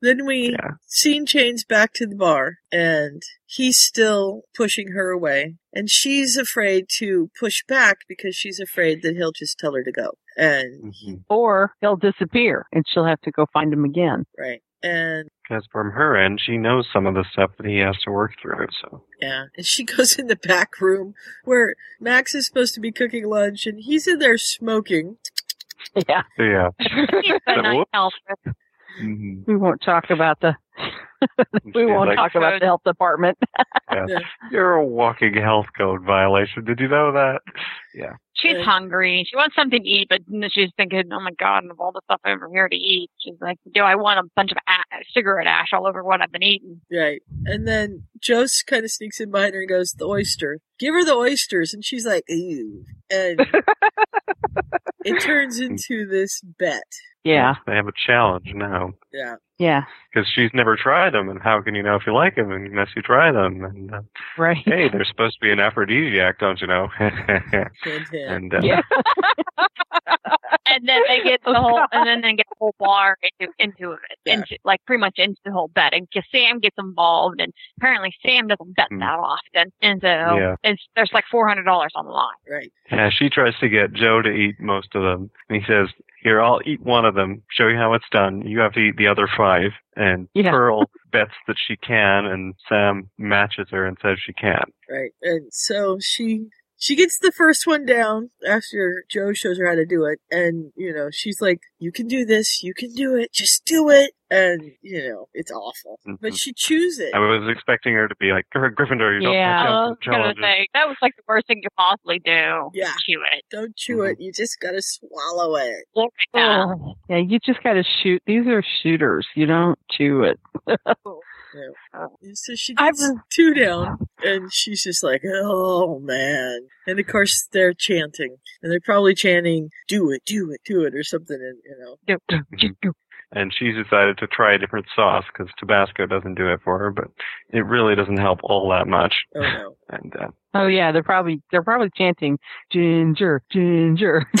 Then we Yeah. scene change back to the bar, and he's still pushing her away, and she's afraid to push back because she's afraid that he'll just tell her to go. And Because Or he'll disappear and she'll have to go find him again. right, and from her end, she knows some of the stuff that he has to work through. So yeah, and she goes in the back room where Max is supposed to be cooking lunch, and he's in there smoking. Yeah. yeah, He's so nice, Alfred. Mm-hmm. We won't talk about the. we won't like- talk about the health department. Yeah. You're a walking health code violation. Did you know that? Yeah. She's hungry. She wants something to eat, but n- she's thinking, "Oh my god, of all the stuff I'm here to eat." She's like, "Do I want a bunch of a- cigarette ash all over what I've been eating?" Right. And then Joe kind of sneaks in behind her and goes, The oyster. Give her the oysters. And she's like, Ew. And it turns into this bet. Yeah. They have a challenge now Yeah. Yeah. because she's never tried them, and how can you know if you like them unless you try them? And uh, Right. hey, they're supposed to be an aphrodisiac, don't you know? and uh, and then they get the whole, and then they get the whole bar into into it, into, like pretty much into the whole bet. And Sam gets involved, and apparently Sam doesn't bet that often, and so Yeah. it's there's like four hundred dollars on the line. Right. yeah, she tries to get Joe to eat most of them, and he says, "Here, I'll eat one of them. Show you how it's done. You have to eat the other five. And Pearl bets that she can, and Sam matches her and says she can. Right. And so she she gets the first one down after Joe shows her how to do it and you know, she's like, You can do this, you can do it, just do it and you know, it's awful. But she chews it. I was expecting her to be like "Gry- Gryffindor. You I don't was touch gonna challenges. say that was like the worst thing you could possibly do. Yeah. chew it. Don't chew it, you just gotta swallow it. Oh, yeah, you just got to shoot. These are shooters. You don't chew it. Yeah. And so she gets two down, and she's just like, "Oh man!" And of course they're chanting, and they're probably chanting, "Do it, do it, do it," or something, and you know. and she's decided to try a different sauce because Tabasco doesn't do it for her, but it really doesn't help all that much. Oh no! And uh, Oh yeah, they're probably they're probably chanting ginger, ginger.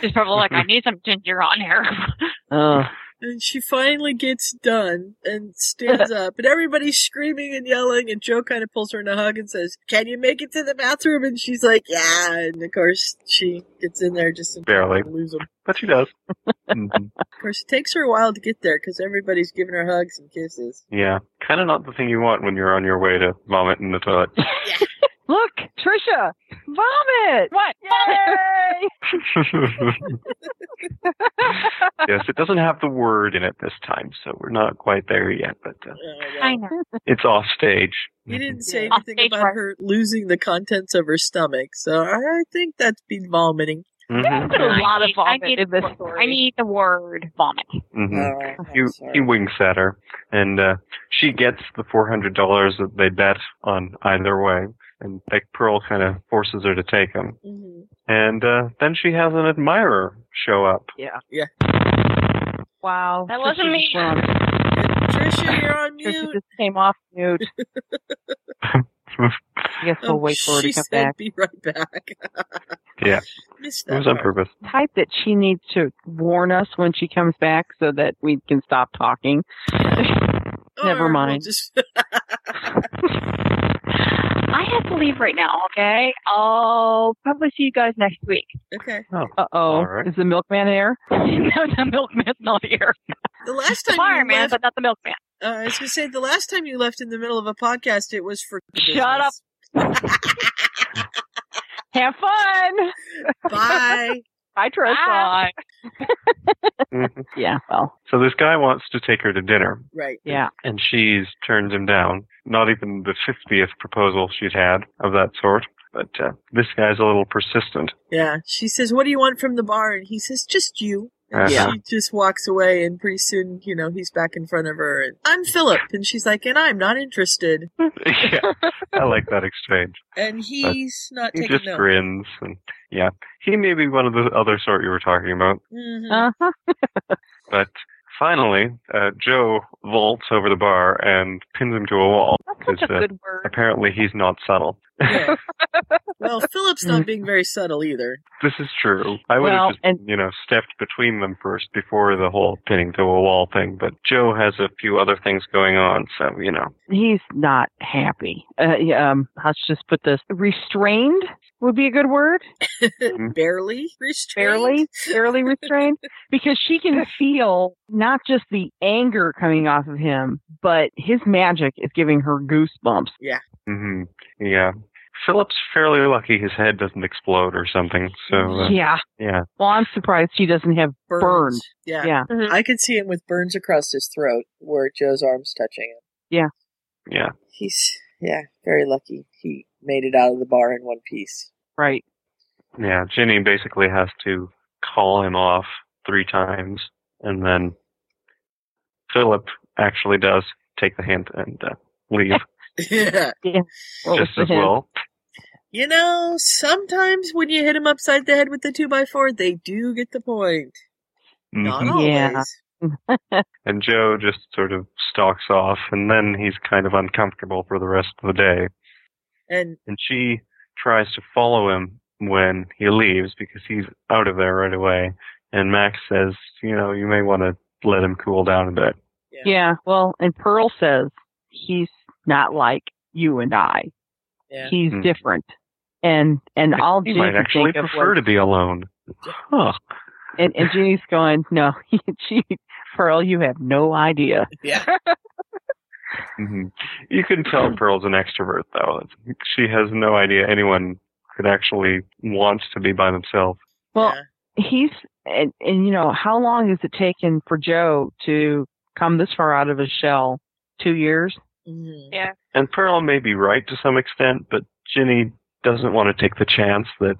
She's probably like, I need some ginger on here. oh, And she finally gets done and stands up, and everybody's screaming and yelling. And Joe kind of pulls her in a hug and says, "Can you make it to the bathroom?" And she's like, "Yeah." And of course she gets in there just in time Barely. to lose 'em. but she does. Mhm. Of course, it takes her a while to get there because everybody's giving her hugs and kisses. Yeah, kind of not the thing you want when you're on your way to vomit in the toilet. look, Trisha, vomit. What? Yay! yes, it doesn't have the word in it this time, so we're not quite there yet. But uh, I know. it's off stage. You Oh, didn't say anything about her losing the contents of her stomach, so I I think that's been vomiting. Mhm. There's a lot of vomit in this I need the word vomit. Oh, Mhm. he, he winks at her, and uh, she gets the four hundred dollars that they bet on either way, and like Pearl kind of forces her to take them, Mm-hmm. and uh, then she has an admirer show up. Yeah. Yeah. Wow. That wasn't Trisha me. just went Trisha, you're on Trisha just came off mute. I guess Oh, we'll wait for her to Oh, she come said, back. "Be right back." Yeah. Missed It that was on part. purpose. Type that she needs to warn us when she comes back so that we can stop talking. Or Never Oh, we'll mind. just- I have to leave right now, okay? I'll probably see you guys next week. Okay. Oh. Uh oh. Is the milkman there? no, the milkman's not here. The last time fireman, you left, but not the milkman. uh, I was gonna say the last time you left in the middle of a podcast, it was for Shut up. Have fun. Bye. Bye, Trisha. Bye. yeah. Well. Mm-hmm. So this guy wants to take her to dinner, Right. Yeah. and she's turns him down. Not even the fiftieth proposal she's had of that sort. But uh, this guy's a little persistent. Yeah. She says, "What do you want from the bar?" And he says, "Just you." And Uh-huh. she just walks away, and pretty soon, you know, he's back in front of her, and I'm Philip, and she's like, "And I'm not interested." yeah, I like that exchange. And he's not He taking just no. grins and yeah, he may be one of the other sort you were talking about. Mhm. Uh-huh. But finally, uh, Joe vaults over the bar and pins him to a wall. That's such a uh, good word. Apparently, he's not subtle. Well, Philip's not being very subtle either. This is true. I would Well, have just, you know, stepped between them first before the whole pinning to a wall thing. But Joe has a few other things going on, so you know. He's not happy. Uh, yeah, um, let's just put this. Restrained would be a good word. barely restrained. Barely, barely restrained. because she can feel not just the anger coming off of him, but his magic is giving her goosebumps. Yeah. hmm Yeah. Philip's fairly lucky his head doesn't explode or something. So uh, Yeah. yeah. Well, I'm surprised he doesn't have burns. Yeah. Yeah. I could see him with burns across his throat where Joe's arm's touching him. Yeah. Yeah. He's, yeah, very lucky. He made it out of the bar in one piece. Right. Yeah, Ginny basically has to call him off three times, and then Philip actually does take the hint and uh, leave yeah. just as well. You know, sometimes when you hit him upside the head with the 2 by 4 they do get the point. Not Mhm. always. And Joe just sort of stalks off, and then he's kind of uncomfortable for the rest of the day. And And she tries to follow him when he leaves because he's out of there right away. And Max says, you know, you may want to let him cool down a bit. Yeah. Well, and Pearl says he's not like you and I. Yeah. He's Hmm. different. And and all He Ginny might could actually think of prefer was- to be alone. Huh. and and Ginny's going, no, she, Pearl, you have no idea. Yeah. hmm You can tell Pearl's an extrovert, though. She has no idea anyone could actually want to be by themselves. Well, he's and and you know how long has it taken for Joe to come this far out of his shell? Two years. Mm-hmm. Yeah. And Pearl may be right to some extent, but Ginny doesn't want to take the chance that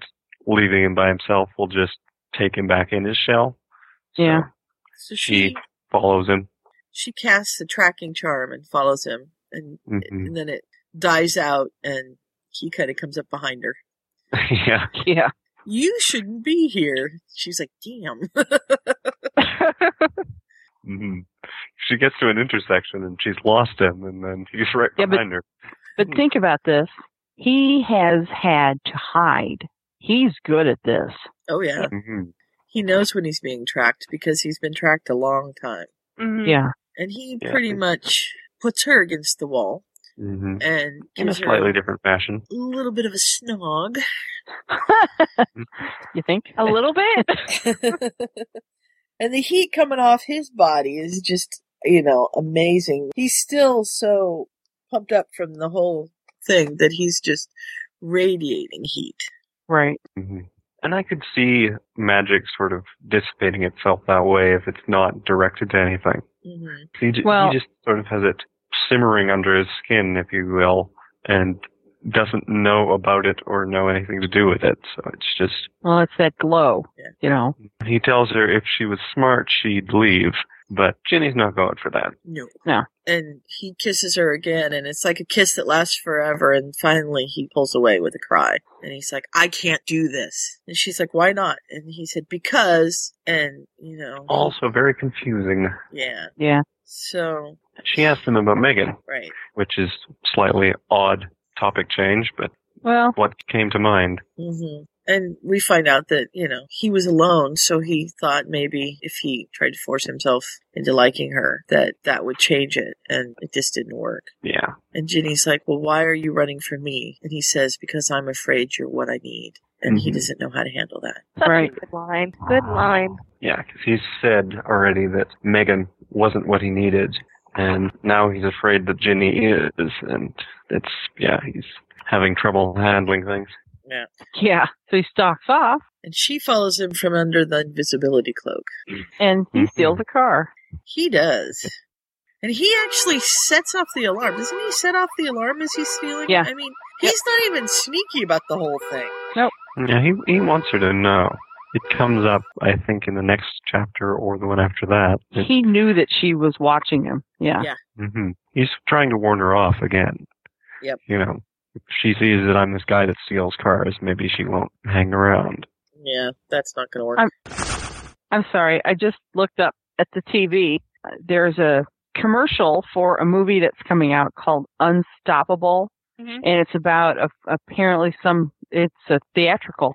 leaving him by himself will just take him back in his shell. Yeah. So She follows him. she casts the tracking charm and follows him and Mhm. and then it dies out and he kind of comes up behind her yeah. Yeah. you shouldn't be here she's like damn hmm She gets to an intersection and she's lost him, and then he's right Yeah, but- behind her. But think about this. He has had to hide. He's good at this. oh yeah Mhm. he knows when he's being tracked because he's been tracked a long time Yeah. and he Yeah. pretty much puts her against the wall hmm and In a gives her slightly a different fashion. little bit of a snog You think? A little bit. and the heat coming off his body is just you know amazing he's still so pumped up from the whole thing that he's just radiating heat Right. hmm And I could see magic sort of dissipating itself that way if it's not directed to anything. mm-hmm. He, ju- Well- he just sort of has it simmering under his skin, if you will, and doesn't know about it or know anything to do with it. So it's just Well, it's that glow. You know. he tells her if she was smart, she'd leave, but Ginny's not going for that. no No. and he kisses her again and it's like a kiss that lasts forever and finally he pulls away with a cry and he's like i can't do this and she's like why not and he said because and you know Also very confusing. yeah Oh. Yeah. so She asked him about Megan, right which is slightly odd topic change, but Well, what came to mind. hmm And we find out that, you know, he was alone, so he thought maybe if he tried to force himself into liking her, that that would change it. And it just didn't work. Yeah. And Ginny's like, Well, why are you running from me? And he says, Because I'm afraid you're what I need. And Mm-hmm. he Mhm. doesn't know how to handle that. Such Right. a good line. Good line. Yeah, because he's said already that Megan wasn't what he needed, and now he's afraid that Ginny is, and it's, yeah, he's having trouble handling things. Yeah. yeah. So he stalks off And she follows him from under the invisibility cloak. and he steals a car. He does. And he actually sets off the alarm. Doesn't he set off the alarm as he's stealing? Yeah. I mean, he's not even sneaky about the whole thing. Yeah, he, he wants her to know. It comes up, I think, in the next chapter or the one after that. He knew that she was watching him. Yeah. Yeah. hmm He's trying to warn her off again. Yep. You know, if she sees that I'm this guy that steals cars, maybe she won't hang around. Yeah, that's not going to work. I'm- I'm sorry. I just looked up at the TV. Uh, There's a commercial for a movie that's coming out called Unstoppable. Mhm. and it's about a, apparently some it's a theatrical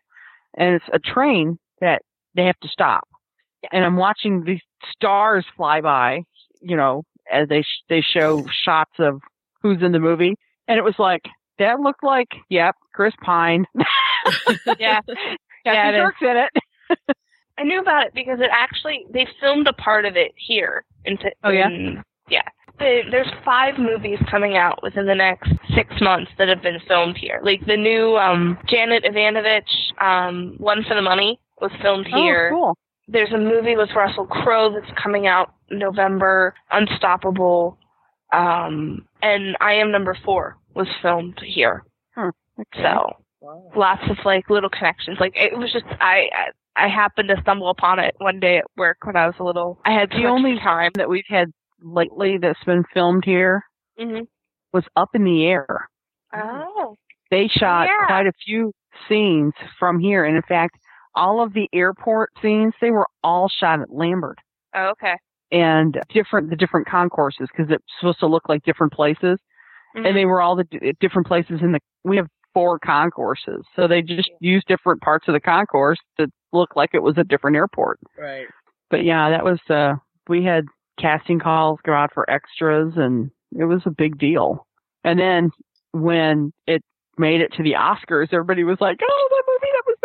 and it's a train that they have to stop and i'm watching these stars fly by you know as they sh- they show shots of who's in the movie and it was like that looked like yep chris pine Yeah. Yeah, Captain it is. Kirk's in it I knew about it because it actually they filmed a part of it here in, T- Oh, yeah? in yeah the, there's five movies coming out within the next six months that have been filmed here. Like the new um, Janet Ivanovich, um, One for the Money, was filmed Oh, here. cool. There's a movie with Russell Crowe that's coming out November, Unstoppable, um, and I Am Number Four was filmed here. So lots of like little connections. Like it was just I. I I happened to stumble upon it one day at work when I was little. I had so the much only time that we've had lately that's been filmed here hmm was Up in the Air. Oh. They shot Yeah. quite a few scenes from here, and in fact, all of the airport scenes they were all shot at Lambert Oh, okay. and different the different concourses because it's supposed to look like different places, and they were all the d- different places in the. We have four concourses, so they just used different parts of the concourse to look like it was a different airport. Right. but yeah, that was uh we had casting calls go out for extras and it was a big deal. And then when it made it to the Oscars, everybody was like, "Oh, that movie that was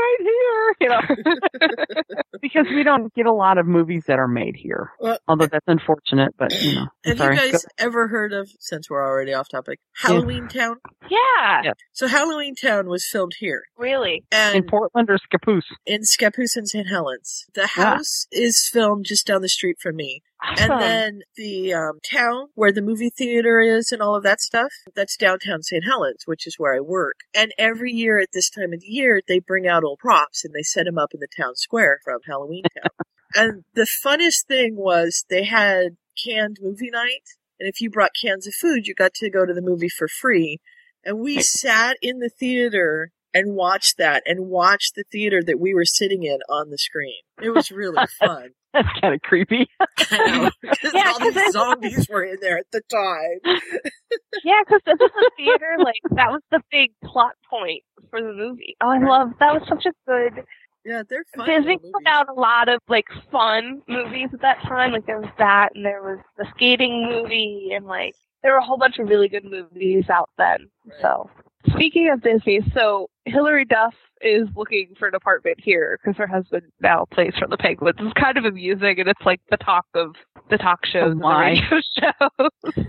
made here," you know, because we don't get a lot of movies that are made here. Well- Although that's unfortunate, but you know, I'm Have sorry. you guys Go- ever heard of, since we're already off topic, Halloween Town? Yeah. Yeah. So Halloween Town was filmed here. Really? And in Portland or Scappoose? in Scappoose and St. Helens. The house is filmed just down the street from me. Awesome. And then the um, town where the movie theater is and all of that stuff, that's downtown St. Helens, which is where I work. And every year at this time of the year, they bring out old props and they set them up in the town square from Halloween Town. and the funnest thing was they had canned movie night. And if you brought cans of food, you got to go to the movie for free. And we sat in the theater and watched that and watched the theater that we were sitting in on the screen. It was really fun. That's kind of creepy. Because all these zombies were in there at the time. Yeah, because this is theater. Like that was the big plot point for the movie. Oh, I love that was such a good. Yeah, they're fun. Disney little put out a lot of like fun movies at that time. Like there was that, and there was the skating movie, and like there were a whole bunch of really good movies out then. So speaking of Disney, so Hillary Duff is looking for an apartment here because her husband now plays for the Penguins. It's kind of amusing, and it's like the talk of the talk shows, and the why? radio shows.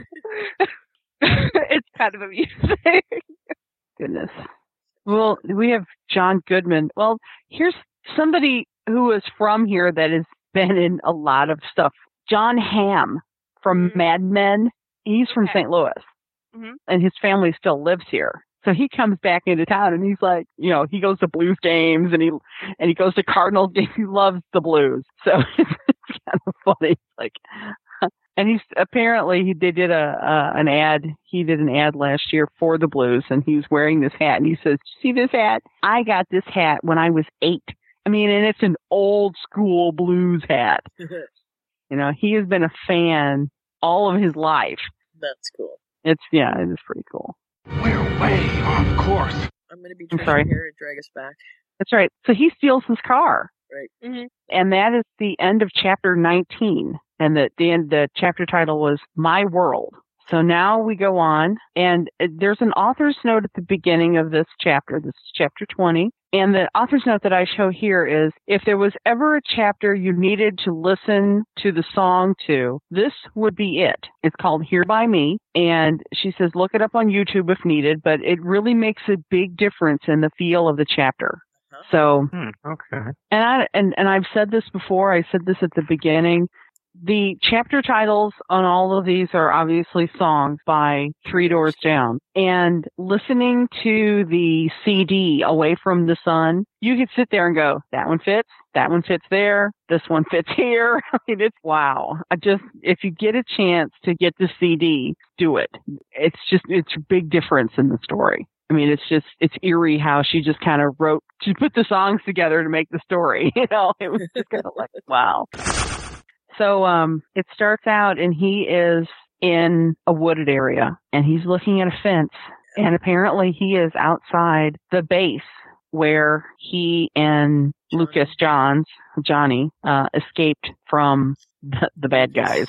it's kind of amusing. Goodness. Well, we have John Goodman. Well, here's somebody who is from here that has been in a lot of stuff. John Hamm from Mad Men. He's from St. Louis, Mhm. and his family still lives here. So he comes back into town, and he's like, you know, he goes to Blues games, and he and he goes to Cardinal games. He loves the Blues, so it's kind of funny. Like, and he's apparently he they did a uh, an ad. He did an ad last year for the Blues, and he was wearing this hat. And he says, "See this hat? I got this hat when I was eight. I mean, and it's an old school Blues hat. movies. You know, he has been a fan all of his life. That's cool. It's yeah, it is pretty cool. We're way on course. I'm going to be I'm drinking sorry. here and drag us back. That's right. So he steals his car. Right. and that is the end of chapter 19. And the the, end, the chapter title was My World. So now we go on, and uh, there's an author's note at the beginning of this chapter. This is chapter 20. And the author's note that I show here is if there was ever a chapter you needed to listen to the song to, this would be it. It's called Here by Me. And she says, look it up on YouTube if needed, but it really makes a big difference in the feel of the chapter. So okay. and I and and I've said this before. I said this at the beginning. The chapter titles on all of these are obviously songs by Three Doors Down. And listening to the CD Away from the Sun, you could sit there and go, that one fits, that one fits there, this one fits here. I mean, it's wow. I just, if you get a chance to get the CD, do it. It's just, it's a big difference in the story. I mean, it's just, it's eerie how she just kind of wrote, she put the songs together to make the story. You know, it was just kind of like, wow. So um, it starts out, and he is in a wooded area, and he's looking at a fence, and apparently he is outside the base where he and Lucas Johns, Johnny, uh, escaped from the, the bad guys.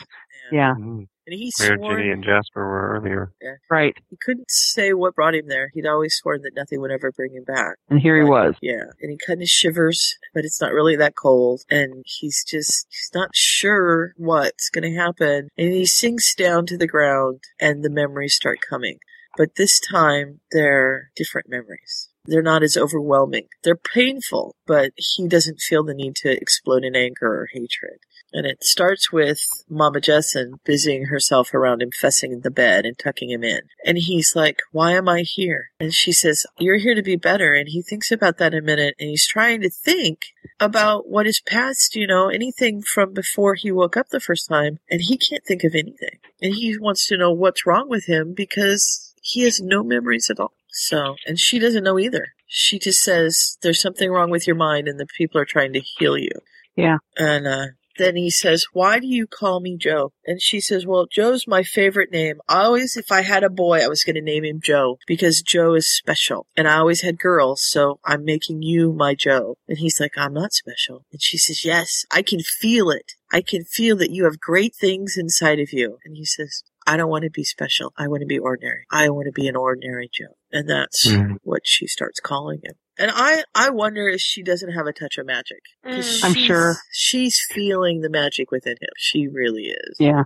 Yeah. And he Where swore Ginny and Jasper were earlier. Yeah. Right. He couldn't say what brought him there. He'd always sworn that nothing would ever bring him back. And here he was. Yeah. And he kind of shivers, but it's not really that cold. And he's just, he's not sure what's going to happen. And he sinks down to the ground and the memories start coming. But this time they're different memories. They're not as overwhelming. They're painful, but he doesn't feel the need to explode in anger or hatred. And it starts with Mama Jessen busying herself around him, fessing in the bed and tucking him in. And he's like, Why am I here? And she says, You're here to be better. And he thinks about that a minute and he's trying to think about what his past, you know, anything from before he woke up the first time. And he can't think of anything. And he wants to know what's wrong with him because he has no memories at all. So, and she doesn't know either. She just says, There's something wrong with your mind and the people are trying to heal you. Yeah. And uh, then he says, Why do you call me Joe? And she says, Well, Joe's my favorite name. I always, if I had a boy, I was going to name him Joe because Joe is special. And I always had girls, so I'm making you my Joe. And he's like, I'm not special. And she says, Yes, I can feel it. I can feel that you have great things inside of you. And he says, I don't want to be special. I want to be ordinary. I want to be an ordinary Joe. And that's Mhm. what she starts calling him. And I, I wonder if she doesn't have a touch of magic. 'Cause Mm. I'm she's- sure. She's feeling the magic within him. She really is. Yeah.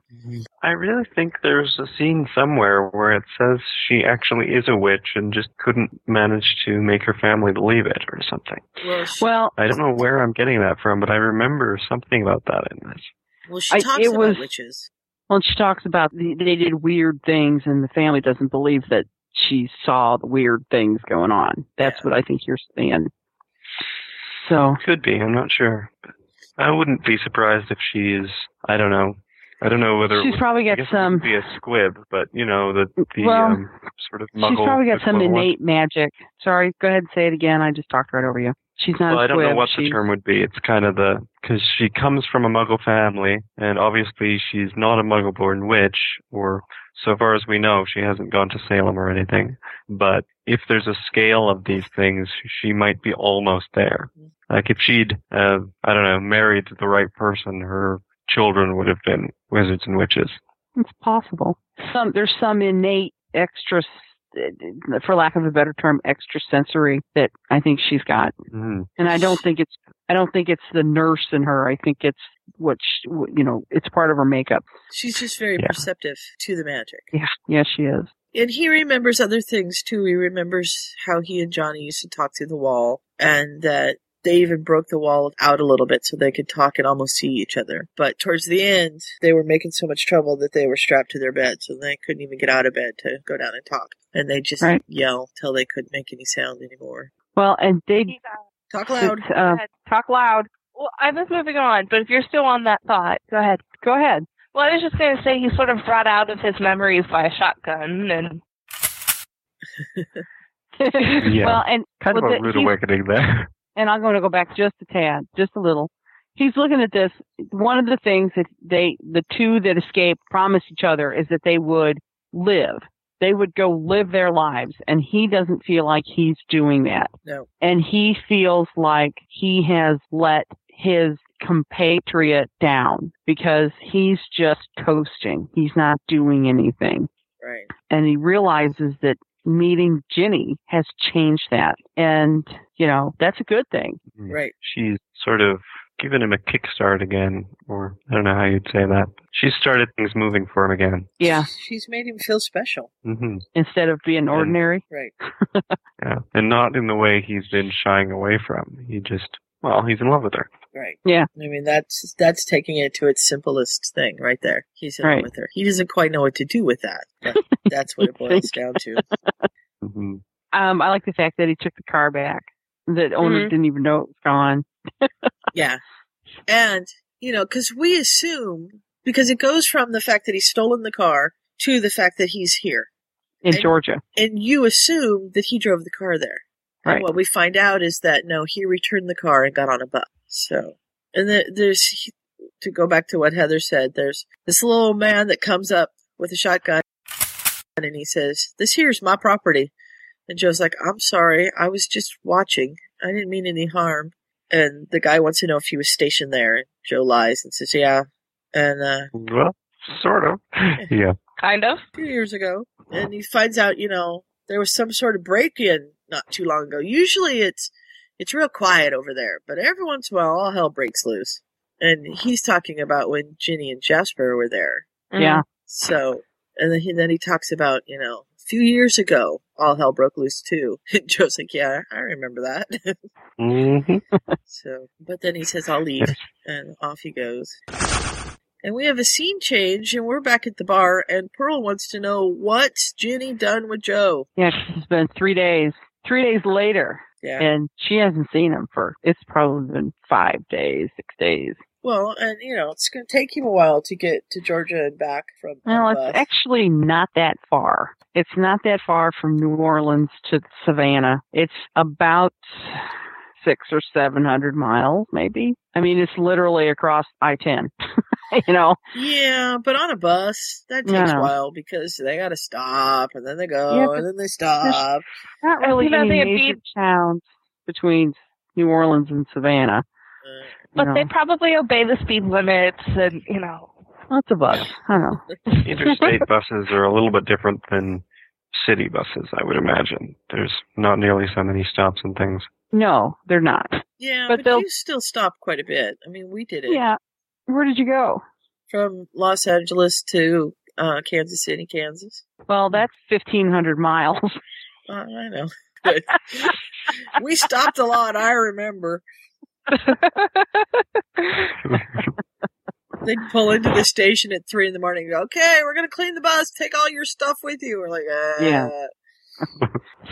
I really think there's a scene somewhere where it says she actually is a witch and just couldn't manage to make her family believe it or something. Well, Well, I don't know where I'm getting that from, but I remember something about that in this. Well, she I- talks it about was- witches. Well, she talks about the, they did weird things, and the family doesn't believe that she saw the weird things going on. That's what I think you're saying. So Could be, I'm not sure. I wouldn't be surprised if she is, I don't know. I don't know whether it She's would- probably I got guess it some- would be a squib, but you know the the Well, um, sort of muggle. she's probably got some equivalent. innate magic. Sorry, go ahead and say it again. I just talked right over you. She's not. Well, a I don't know squib. what the She's- term would be. It's kind of the because she comes from a Muggle family, and obviously she's not a Muggle-born witch, or so far as we know, she hasn't gone to Salem or anything. But if there's a scale of these things, she might be almost there. Like if she'd, uh, I don't know, married the right person, her children would have been wizards and witches. It's possible. Some there's some innate extra, s- for lack of a better term, extra sensory that I think she's got, Mm. and I don't think it's I don't think it's the nurse in her. I think it's what she, what- you know. It's part of her makeup. She's just very Yeah. perceptive to the magic. Yeah, yeah, she is. And he remembers other things too. He remembers how he and Johnny used to talk through the wall and that they even broke the wall out a little bit so they could talk and almost see each other. But towards the end, they were making so much trouble that they were strapped to their beds and they couldn't even get out of bed to go down and talk. And they just Right. yell till they couldn't make any sound anymore. Well, and they Talk loud. It's, uh, Go ahead. Talk loud. Well, I was moving on, but if you're still on that thought, go ahead. Go ahead. Well, I was just going to say he's sort of brought out of his memories by a shotgun, and Yeah. well, and Kind well, of a the- rude he's- awakening there. and I'm going to go back just a tad, just a little. He's looking at this. One of the things that they, the two that escaped, promised each other is that they would live. They would go live their lives, and he doesn't feel like he's doing that. No. And he feels like he has let his compatriot down because he's just coasting. He's not doing anything Right. and he realizes that meeting Ginny has changed that. And, you know, that's a good thing. Right. she's sort of given him a kickstart again, or I don't know how you'd say that. She started things moving for him again. Yeah. She's made him feel special. hmm Instead of being ordinary. Right. Yeah, and not in the way he's been shying away from. He just, well, he's in love with her. Right. Yeah. I mean, that's that's taking it to its simplest thing right there. He's in Right. love with her. He doesn't quite know what to do with that, but that's what it boils down to. hmm Um, I like the fact that he took the car back. That owner Mhm. didn't even know it was gone. Yeah. And, you know, because we assume, because it goes from the fact that he's stolen the car to the fact that he's here. In And- Georgia. And you assume that he drove the car there. Right. And what we find out is that, no, he returned the car and got on a bus. So, and the, there's, to go back to what Heather said, there's this little man that comes up with a shotgun and he says, This here's my property. And Joe's like, I'm sorry. I was just watching. I didn't mean any harm. And the guy wants to know if he was stationed there. Joe lies and says, Yeah. And uh, Well, Sort of. Yeah. Kind of. Two years ago. And he finds out, you know, there was some sort of break in not too long ago. Usually it's it's real quiet over there, but every once in a while all hell breaks loose. And he's talking about when Ginny and Jasper were there. Yeah. So and then he then he talks about, you know, a few years ago all hell broke loose too. And Joe's like, Yeah, I remember that. Mm-hmm. so but then he says, I'll leave and off he goes. And we have a scene change, and we're back at the bar, and Pearl wants to know what's Ginny done with Joe. Yeah, it's been three days. Three days later. Yeah. And she hasn't seen him for, it's probably been five days, six days. Well, and you know, it's going to take him a while to get to Georgia and back from. Well, Buff. it's actually not that far. It's not that far from New Orleans to Savannah. It's about six or seven hundred miles, maybe. I mean, it's literally across I ten. you know. yeah, but on a bus that No, takes no. a while because they got to stop, and then they go, Yeah, but and then they stop. Not really know, any they had major towns between New Orleans and Savannah. Uh, But you know, they probably obey the speed limits, and you know. lots of bus. I don't know. Interstate buses are a little bit different than city buses, I would imagine. There's not nearly so many stops and things. No, they're not. Yeah, But but, they'll- you still stop quite a bit. I mean, we did it. Yeah. Where did you go? From Los Angeles to uh, Kansas City, Kansas. Well, that's fifteen hundred miles. Uh, I know. But we stopped a lot. I remember. They'd pull into the station at three in the morning. And go, okay, we're gonna clean the bus. Take all your stuff with you. We're like, uh, Yeah.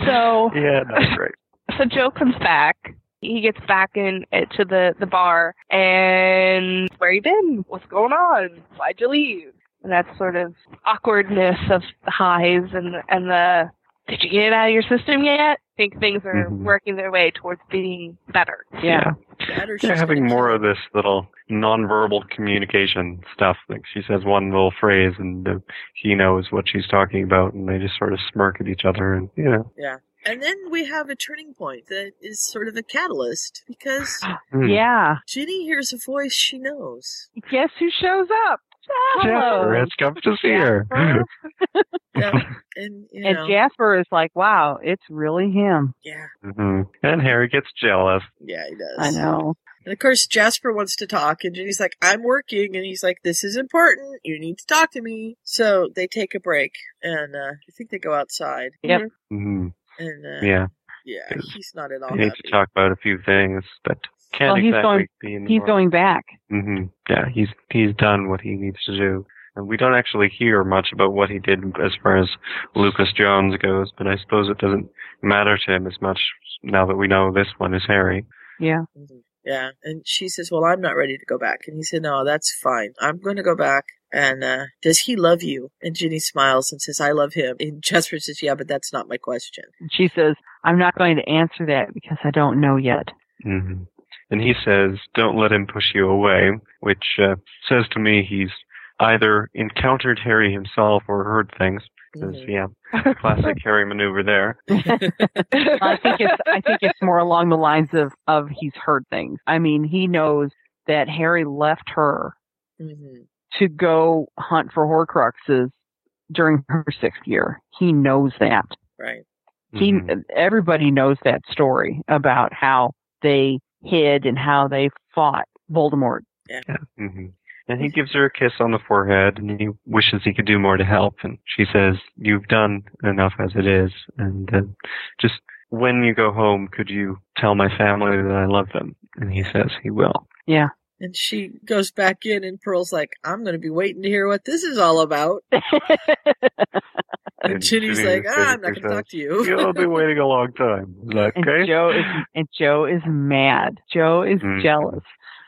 So yeah, that's right. So Joe comes back. He gets back in uh, to the the bar, and where you been? What's going on? Why'd you leave? And that sort of awkwardness of the highs and and the did you get it out of your system yet? I think things are working their way towards being better. They're having more of this little nonverbal communication stuff. Like she says one little phrase, and uh, he knows what she's talking about, and they just sort of smirk at each other, and you know. Yeah. And then we have a turning point that is sort of a catalyst because Hmm. Yeah. Ginny hears a voice she knows. Guess who shows up? Hello. Hello. Let's come to see her. And, you and know. Jasper is like, wow, it's really him. Yeah. hmm And Harry gets jealous. Yeah, he does. I know. And of course, Jasper wants to talk, and Ginny's like, I'm working. And he's like, This is important. You need to talk to me. So they take a break, and uh, I think they go outside. Yep. hmm And uh, Yeah. yeah, he's not at all They need happy. to talk about a few things, but can't well, he's exactly going. be in the He's going back. hmm Yeah, he's he's done what he needs to do, and we don't actually hear much about what he did as far as Lucas Jones goes. But I suppose it doesn't matter to him as much now that we know this one is Harry. Yeah. Yeah. And she says, Well, I'm not ready to go back. And he said, No, that's fine. I'm going to go back. And uh, does he love you? And Ginny smiles and says, I love him. And Jasper says, Yeah, but that's not my question. And she says, I'm not going to answer that because I don't know yet. hmm And he says, "Don't let him push you away," which uh, says to me he's either encountered Harry himself or heard things. 'cause, Mm-hmm. Mm-hmm. yeah, classic Harry maneuver there. I think it's I think it's more along the lines of of he's heard things. I mean, he knows that Harry left her Mm-hmm. to go hunt for Horcruxes during her sixth year. He knows that. Right. He Mm-hmm. everybody knows that story about how they hid and how they fought Voldemort. hmm And he gives her a kiss on the forehead, and he wishes he could do more to help. And she says, "You've done enough as it is, and uh, just when you go home, could you tell my family that I love them?" And he says he will. Yeah. And she goes back in, and Pearl's like, I'm going to be waiting to hear what this is all about. And Ginny's Ginny like, "Ah, I'm not basically gonna talk says, to you." You'll be waiting a long time. I'm Like, And okay. Joe is and Joe is mad. Joe is Mhm. jealous.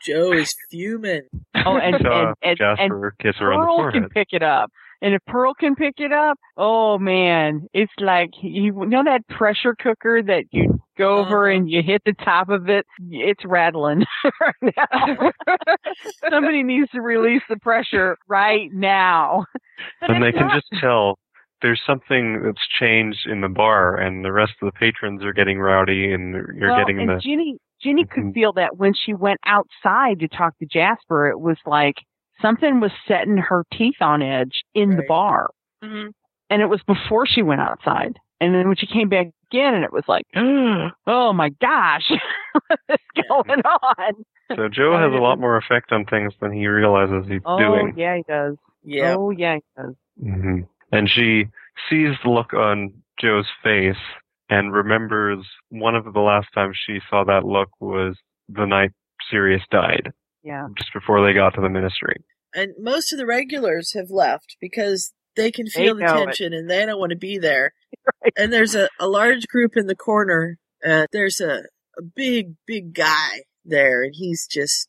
Joe is fuming. Oh, and, Saw and, and, and Jasper kiss her on the Pearl forehead. can pick it up. And if Pearl can pick it up, oh man, it's like you know that pressure cooker that you go Uh-huh. over and you hit the top of it, it's rattling right now. Somebody needs to release the pressure right now. But and they it's can not- just tell there's something that's changed in the bar, and the rest of the patrons are getting rowdy, and you're well, getting and the Mm-hmm. Ginny Ginny could feel that when she went outside to talk to Jasper, it was like something was setting her teeth on edge in the bar. Mm-hmm. And it was before she went outside. And then when she came back again, and it was like, oh my gosh, what's going on? So Joe has a lot more effect on things than he realizes he's Oh, doing. yeah, he does. Yeah. Oh, yeah, he does. hmm And she sees the look on Joe's face and remembers one of the last times she saw that look was the night Sirius died, Yeah. just before they got to the ministry. And most of the regulars have left because they can They feel the know it. tension and they don't want to be there. And there's a, a large group in the corner and there's a, a big, big guy there and he's just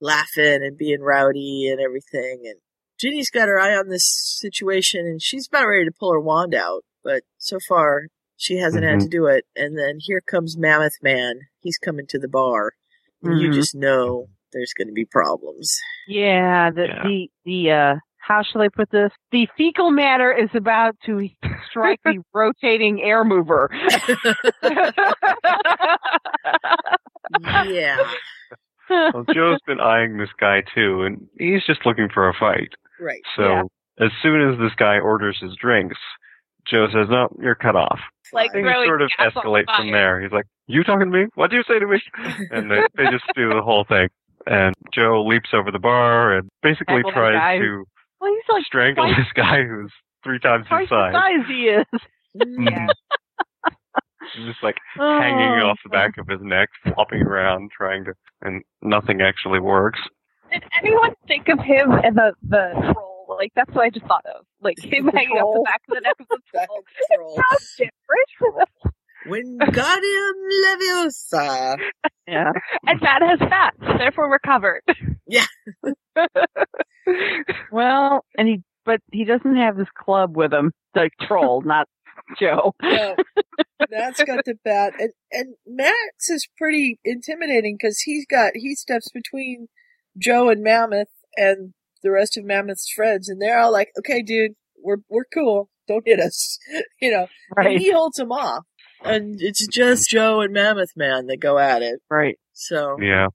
laughing and being rowdy and everything. And Ginny's got her eye on this situation and she's about ready to pull her wand out, but so far she hasn't had Mm-hmm. Mhm. to do it. And then here comes Mammoth Man. He's coming to the bar. And You Mm-hmm. Mhm. just know there's going to be problems. Yeah, the the the uh how shall I put this? The fecal matter is about to strike the rotating air mover. yeah. well, Joe's been eyeing this guy too, and he's just looking for a fight. Right. So as soon as this guy orders his drinks, Joe says, "No, you're cut off." Like Things throwing sort of gas on escalate fire. from there. He's like, "You talking to me? What do you say to me?" And they, they just do the whole thing. And Joe leaps over the bar and basically Tackle that guy tries who- to well, he's like strangle twice- this guy who's three times twice his the size. size he is. Mhm. He's just like hanging Oh. off the back of his neck, flopping around, trying to, and nothing actually works. Did anyone think of him and the the troll? Like that's what I just thought of. Like him The hanging off the troll. back of the neck of the troll. troll. Sounds different. When Wingardium Leviosa. Yeah. and fat has fat, so therefore we're covered. Yeah. Well, and he but he doesn't have his club with him. The troll, not Joe. No, Matt's got the bat, and and Max is pretty intimidating because he's got he steps between Joe and Mammoth and the rest of Mammoth's friends, and they're all like, "Okay, dude, we're we're cool. Don't hit us," you know. Right. And he holds them off, and it's just Joe and Mammoth Man that go at it. Right. So Yeah.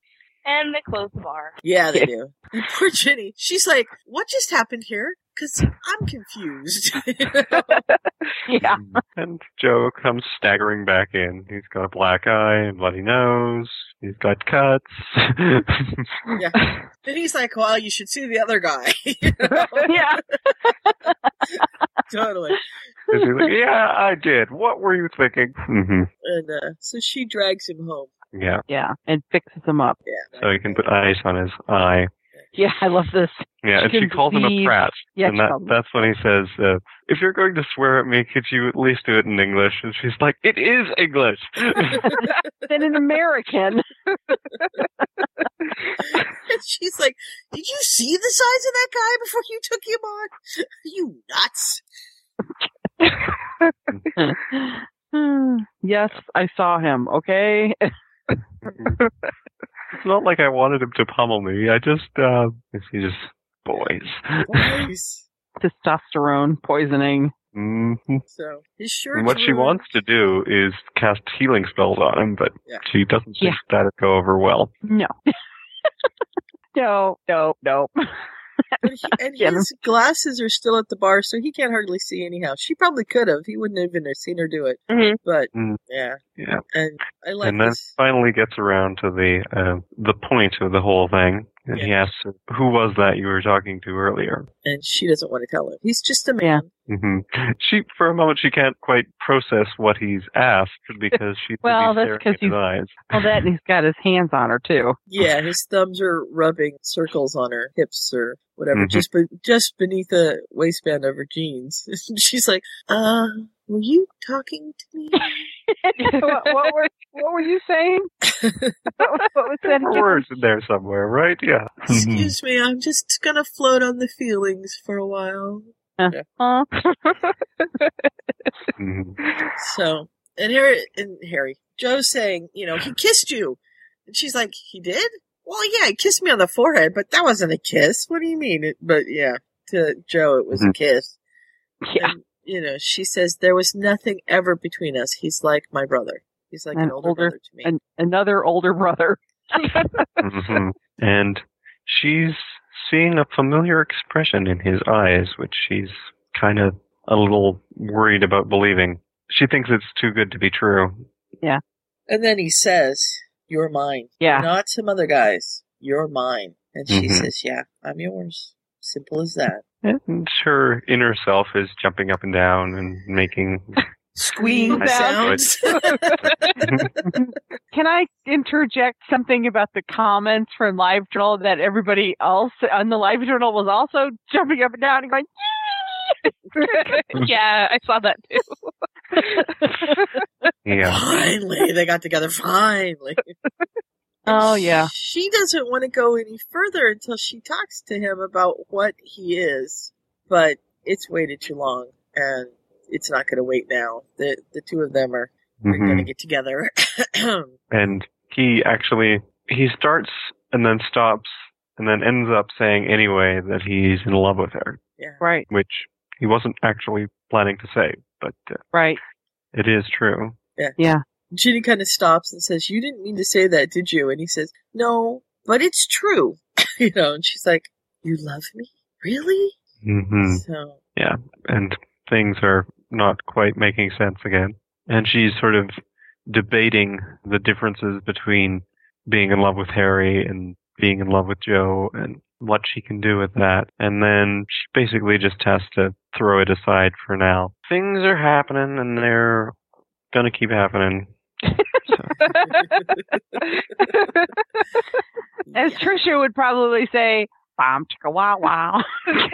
And they close the bar. yeah, they do. And poor Ginny, she's like, "What just happened here?" Because I'm confused. yeah. And Joe comes staggering back in. He's got a black eye and bloody nose. He's got cuts. Yeah. Then he's like, well, you should see the other guy. yeah. totally. He's like, yeah, I did. What were you thinking? hmm And uh, so she drags him home. Yeah. Yeah. And fixes him up. Yeah. So he can put ice on his eye. Yeah, I love this. Yeah, and she couldn't calls him a believe- prat. Yeah, and she that, called him- that's when he says, uh, if you're going to swear at me, could you at least do it in English? And she's like, it is English. than an American. And she's like, did you see the size of that guy before you took him on? Are you nuts? yes, I saw him. Okay. it's not like I wanted him to pummel me. I just, uh, he just, boys. Boys. Testosterone poisoning. Mm-hmm. So his shirt's And what she Mm-hmm. ruined. wants to do is cast healing spells on him, but Yeah. she doesn't think Yeah. that'll go over well. No. no, no, no. And, he, and Yeah. his glasses are still at the bar, so he can't hardly see anyhow. She probably could have. He wouldn't even have seen her do it. But Mm. yeah, Yeah. and I like and then this. finally gets around to the uh, the point of the whole thing. And he asks her, who was that you were talking to earlier? And she doesn't want to tell him. He's just a man. hmm She, for a moment, she can't quite process what he's asked because she's Well, that's busy staring 'cause in his eyes. Well, that and he's got his hands on her too. Yeah, his thumbs are rubbing circles on her hips or whatever, Mm-hmm. Mhm. just be- just beneath the waistband of her jeans. She's like, "Uh, were you talking to me?" Mm-hmm. what, what were what were you saying? what, what was that? Her words in there somewhere, right? Yeah. Excuse me, I'm just gonna float on the feelings for a while. Huh? Mhm. So, and Harry and Harry Joe's saying, you know, he kissed you, and she's like, "He did? Well, yeah, he kissed me on the forehead, but that wasn't a kiss. What do you mean?" It, but yeah, to Joe, it was a Mhm. kiss. Yeah. And, you know, she says there was nothing ever between us. He's like my brother. He's like an, An older, older- brother to me. An, another older brother. Mhm. And Mm-hmm. she's seeing a familiar expression in his eyes, which she's kind of a little worried about believing. She thinks it's too good to be true. Yeah. And then he says, You're mine. Yeah. Not some other guy's. You're mine. And she Mhm. says, Yeah, I'm yours. Simple as that. And her inner self is jumping up and down and making. Squeam I sounds. Can I interject something about the comments from Live Journal that everybody else on the Live Journal was also jumping up and down and going, yeah, I saw that too. Yeah. Finally, they got together. Finally. Oh, yeah. She doesn't want to go any further until she talks to him about what he is, but it's waited too long and it's not going to wait now. The, the two of them are Mm-hmm. going to Mhm. get together. And he actually he starts and then stops and then ends up saying anyway that he's in love with her, Right, which he wasn't actually planning to say, but uh, right. it is true. Yeah. Yeah. Ginny kind of stops and says, You didn't mean to say that, did you? And he says, No, but it's true. you know, and she's like, You love me? Really? hmm Mm. So, Yeah, and things are not quite making sense again. And she's sort of debating the differences between being in love with Harry and being in love with Joe and what she can do with that. And then she basically just has to throw it aside for now. Things are happening and they're going to keep happening. As Trisha would probably say, bomb chicka wow wow.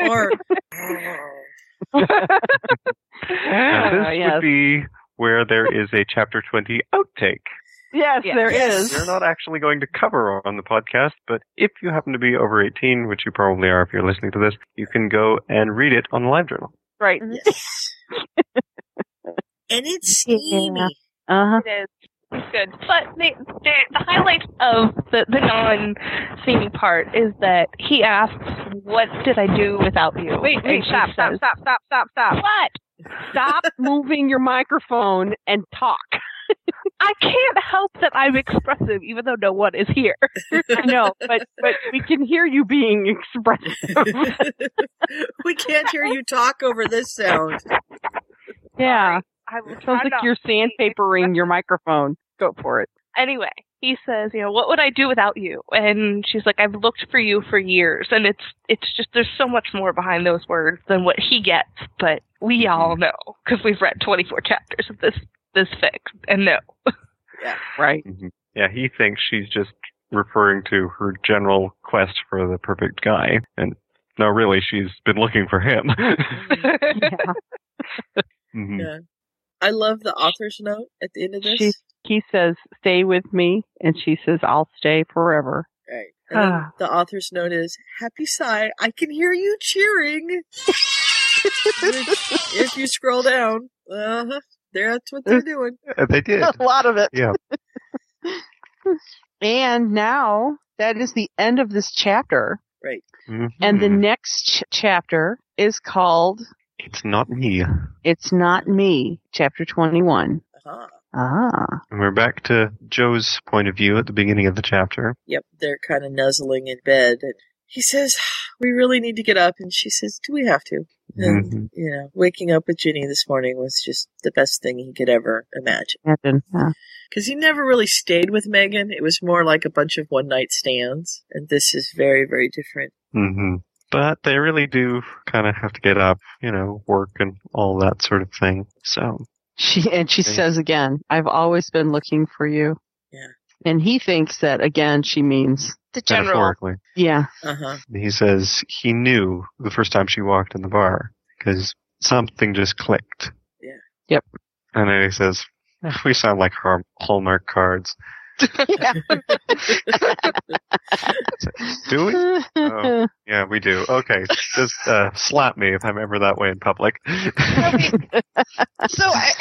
or Ah, And this yes. would be where there is a chapter 20 outtake. yes, there is. We're not actually going to cover on the podcast, but if you happen to be over 18, which you probably are if you're listening to this, you can go and read it on the live journal. Right. and it's steamy. Uh-huh. It is. It's good. But the, the, the highlight of the, the non seamy part is that he asks, What did I do without you? Wait, wait, And she stop, stop, says, stop, stop, stop, stop. What? Stop moving your microphone and talk. I can't help that I'm expressive, even though no one is here. I know, but but we can hear you being expressive. we can't hear you talk over this sound. yeah. I will try Sounds like not- you're sandpapering your microphone. Go for it. Anyway, he says, you know, what would I do without you? And she's like, I've looked for you for years, and it's it's just there's so much more behind those words than what he gets, but we all know because we've read 24 chapters of this this fic and know. Right. Yeah, he thinks she's just referring to her general quest for the perfect guy. And no, really, she's been looking for him. Mhm. Yeah. I love the author's note at the end of this. She he says, "Stay with me," and she says, "I'll stay forever." Right. And then um, the author's note is Happy Sigh, I can hear you cheering. Which, if you scroll down, uh, that's what they're doing. Uh, they did. A lot of it. Yeah. And now that is the end of this chapter. Right. Mm-hmm. And the next ch- chapter is called It's not me. It's Not Me, chapter 21. Uh-huh. Ah. And we're back to Joe's point of view at the beginning of the chapter. Yep, they're kind of nuzzling in bed. And he says, "Ah, We really need to get up. And she says, Do we have to? And, Mhm. you know, waking up with Ginny this morning was just the best thing he could ever imagine. Captain. Yeah. Because he never really stayed with Megan. It was more like a bunch of one night stands. And this is very, very different. hmm But they really do kind of have to get up, you know, work and all that sort of thing. So, She and she Okay. says again, I've always been looking for you. Yeah. And he thinks that again she means The metaphorically. Yeah. Uh huh. He says he knew the first time she walked in the bar because something just clicked. Yeah. Yep. And then he says, "We sound like Har- Hallmark cards, do we? oh, yeah, we do. Okay, just uh, slap me if I'm ever that way in public." so I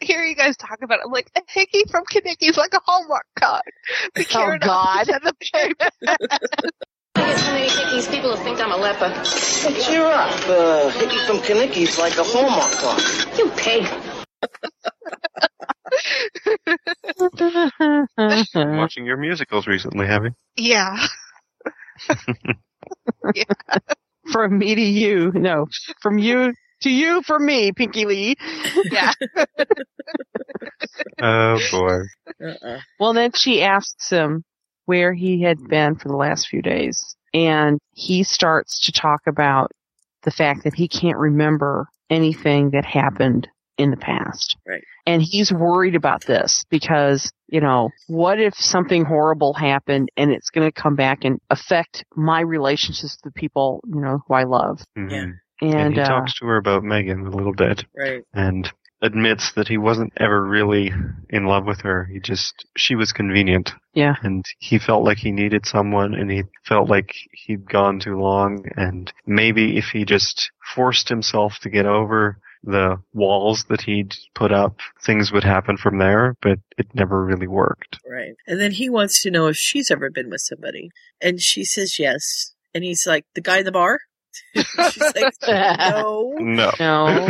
hear you guys talk about it. I'm like, a hickey from Kanicki's like a Hallmark card. The oh, God. I get so many hickeys, people will think I'm a leper. Cheer up. Uh, Hickey from Kanicki's like a Hallmark clock. You pig. Uh-huh. Watching your musicals recently, have you? yeah. From me to you, no, from you to you, from me, Pinky Lee. Yeah. Oh boy. Uh-uh. Well, then she asks him where he Hmm. had been for the last few days, and he starts to talk about the fact that he can't remember anything that happened in the past. Right. And he's worried about this because, you know, what if something horrible happened and it's going to come back and affect my relationships with the people, you know, who I love? Mhm. And, And, he uh, talks to her about Megan a little bit. Right. And admits that he wasn't ever really in love with her. He just she was convenient. Yeah. And he felt like he needed someone and he felt like he'd gone too long and maybe if he just forced himself to get over the walls that he'd put up, things would happen from there, but it never really worked. Right. And then he wants to know if she's ever been with somebody. And she says yes. And he's like, the guy in the bar? she's like, no. No.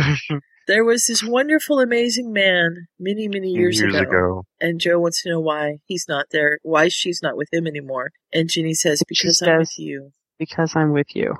There was this wonderful, amazing man many, many years, Years ago. ago. And Joe wants to know why he's not there, why she's not with him anymore. And Ginny says, because I'm with you. Because I'm with you.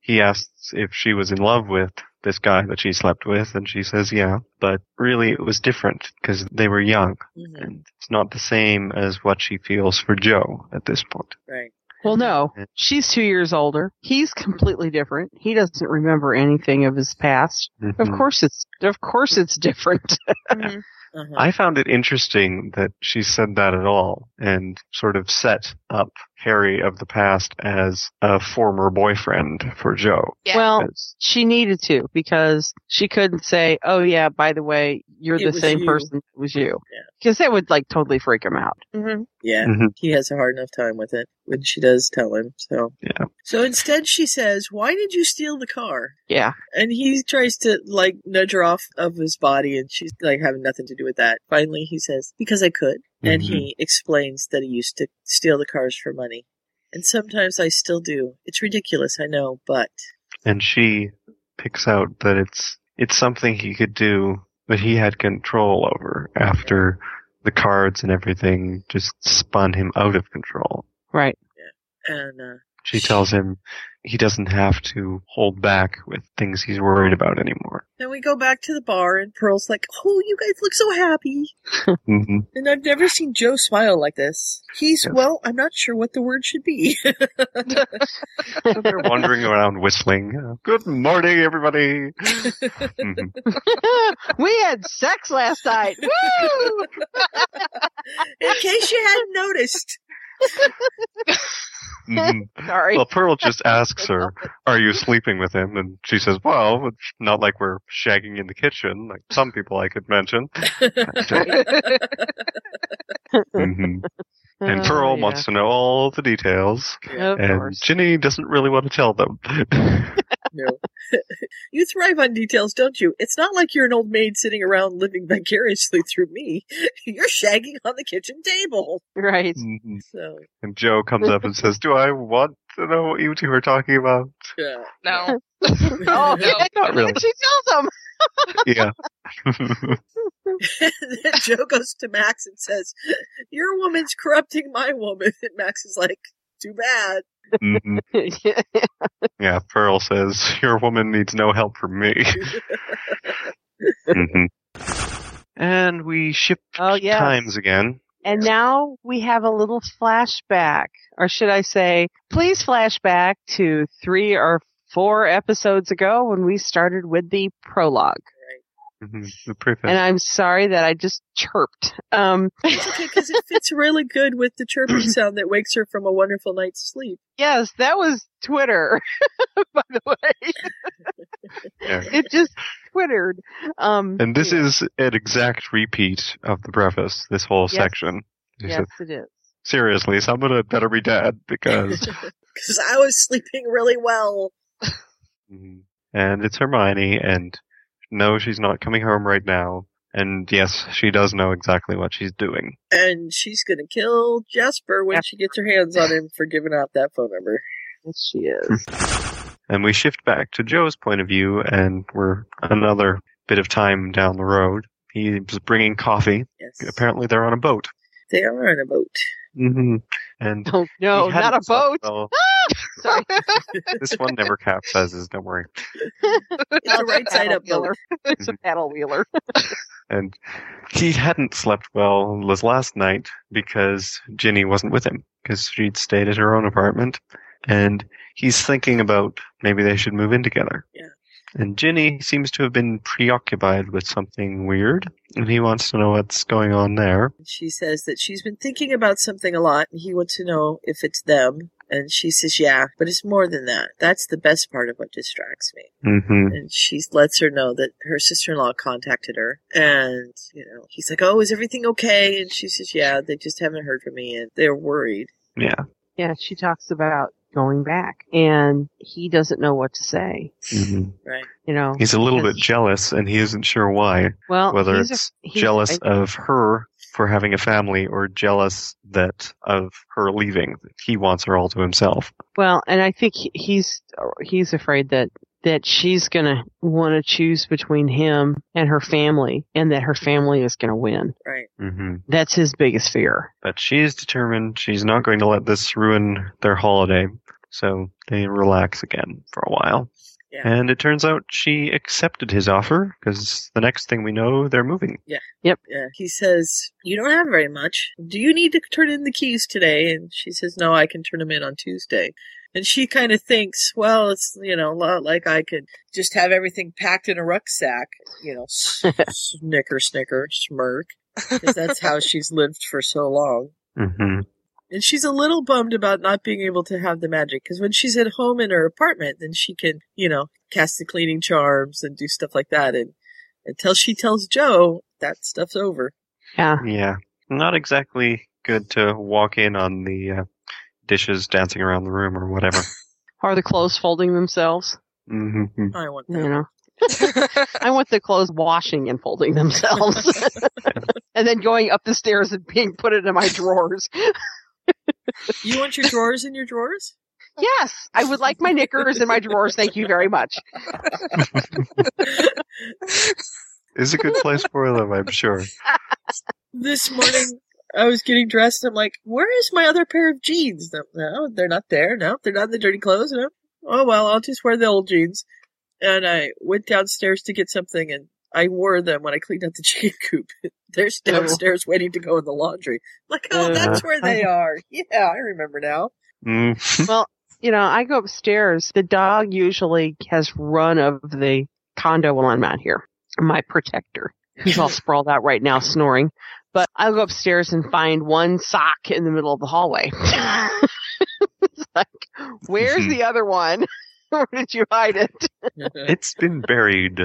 he asks if she was in love with this guy that she slept with, and she says, yeah. But really, it was different because they were young. Mm-hmm. And it's not the same as what she feels for Joe at this point. Right. Well, no, she's two years older. He's completely different. He doesn't remember anything of his past. Of Mhm. course, it's of course it's different. Uh-huh. I found it interesting that she said that at all and sort of set up Harry of the past as a former boyfriend for Joe. Well, she needed to because she couldn't say, "Oh yeah, by the way, you're It the was same you." person that was you," because that would like totally freak him out. Mm-hmm. Yeah. Mhm. He has a hard enough time with it when she does tell him. So, yeah. So instead, she says, why did you steal the car? Yeah. And he tries to like nudge her off of his body, and she's like having nothing to do with that. Finally, he says, "Because I could," and he explains that he used to steal the cars for money, and sometimes I still do. It's ridiculous, I know, but and she picks out that it's it's something he could do that he had control over after the cards and everything just spun him out of control. Right. and uh, She tells him he doesn't have to hold back with things he's worried about anymore. then we go back to the bar, and Pearl's like, "Oh, you guys look so happy," Mhm. and I've never seen Joe smile like this. He's well, I'm not sure what the word should be. They're wandering around whistling. uh, Good morning, everybody. Mhm. we had sex last night. Woo! In case you hadn't noticed. Mhm. Sorry. Well, Pearl just asks her, "Are you sleeping with him?" And she says, "Well, it's not like we're shagging in the kitchen, like some people I could mention." Mhm. And Oh, Pearl yeah. wants to know all the details, Yeah. Of and course. Ginny doesn't really want to tell them. No. you thrive on details, don't you? It's not like you're an old maid sitting around living vicariously through me. You're shagging on the kitchen table. Right. So, Mm-hmm. and Joe comes up and says, "Do I want to know what you two are talking about?" yeah. No. oh, yeah, Not really. She tells him. Yeah. then Joe goes to Max and says, Your woman's corrupting my woman. And Max is like, Too bad. Mhm. yeah. Pearl says, "Your woman needs no help from me." Mhm. Mm-hmm. And we shift Oh yeah. times again. And now we have a little flashback, or should I say, please flashback to three or four episodes ago when we started with the prologue. Mhm. The preface. And I'm sorry that I just chirped. Um, It's okay because it fits really good with the chirping sound that wakes her from a wonderful night's sleep. yes, that was Twitter, by the way. Yeah. It just twittered. Um, And this is an exact repeat of the preface, this whole Yes. section. He yes, says, it is. Seriously, someone had better be dead because. Because I was sleeping really well. Mm-hmm. and it's Hermione, and no, she's not coming home right now. And yes, she does know exactly what she's doing. And she's going to kill Jasper when she gets her hands on him for giving out that phone number. Yes, she is. And we shift back to Joe's point of view, and we're another bit of time down the road. He's bringing coffee. Yes. Apparently, they're on a boat. They are on a boat. hmm And Oh, no, he hadn't not a slept boat. well. Sorry. This one never capsizes, don't worry. it's a right side up wheeler. It's a paddle wheeler. And he hadn't slept well was last night because Ginny wasn't with him because she'd stayed at her own apartment. And he's thinking about maybe they should move in together. Yeah. And Ginny seems to have been preoccupied with something weird, and he wants to know what's going on there. She says that she's been thinking about something a lot and he wants to know if it's them. And she says, yeah, but it's more than that. That's the best part of what distracts me. Mm-hmm. And she lets her know that her sister in law contacted her. And, you know, he's like, oh, is everything okay? And she says, yeah, they just haven't heard from me and they're worried. Yeah. Yeah, she talks about going back, and he doesn't know what to say. Mm-hmm. Right. You know, He's a little because- bit jealous, and he isn't sure why. Well, whether he's a- it's he's- jealous I- of her for having a family or jealous that of her leaving. He wants her all to himself. Well, and I think he- he's he's afraid that that she's gonna want to choose between him and her family, and that her family is gonna win. Right. hmm That's his biggest fear. But she's determined she's not going to let this ruin their holiday, so they relax again for a while. Yeah. And it turns out she accepted his offer because the next thing we know, they're moving. Yeah. Yep. Yeah. He says, You don't have very much. Do you need to turn in the keys today? And she says, No, I can turn them in on Tuesday. And she kind of thinks, Well, it's, you know, a lot like I could just have everything packed in a rucksack, you know, snicker, snicker, smirk, because that's how she's lived for so long. hmm And she's a little bummed about not being able to have the magic because when she's at home in her apartment, then she can, you know, cast the cleaning charms and do stuff like that. And until she tells Joe, that stuff's over. Yeah. Yeah. Not exactly good to walk in on the uh, dishes dancing around the room or whatever. Are the clothes folding themselves? hmm I want You know. I want the clothes washing and folding themselves, and then going up the stairs and being put into my drawers. You want your drawers in your drawers? Yes, I would like my knickers in my drawers. Thank you very much. It's a good place for them, I'm sure. This morning, I was getting dressed. I'm like, where is my other pair of jeans? No, no, they're not there. No, they're not in the dirty clothes. No. Oh, well, I'll just wear the old jeans. And I went downstairs to get something and I wore them when I cleaned out the chicken coop. They're Oh. downstairs waiting to go in the laundry. I'm like, oh, Uh, that's where they are. Yeah, I remember now. Mm-hmm. well, you know, I go upstairs. The dog usually has run of the condo while I'm out here. My protector, who's all sprawled out right now snoring. But I'll go upstairs and find one sock in the middle of the hallway. it's like, where's the other one? Where did you hide it? It's been buried.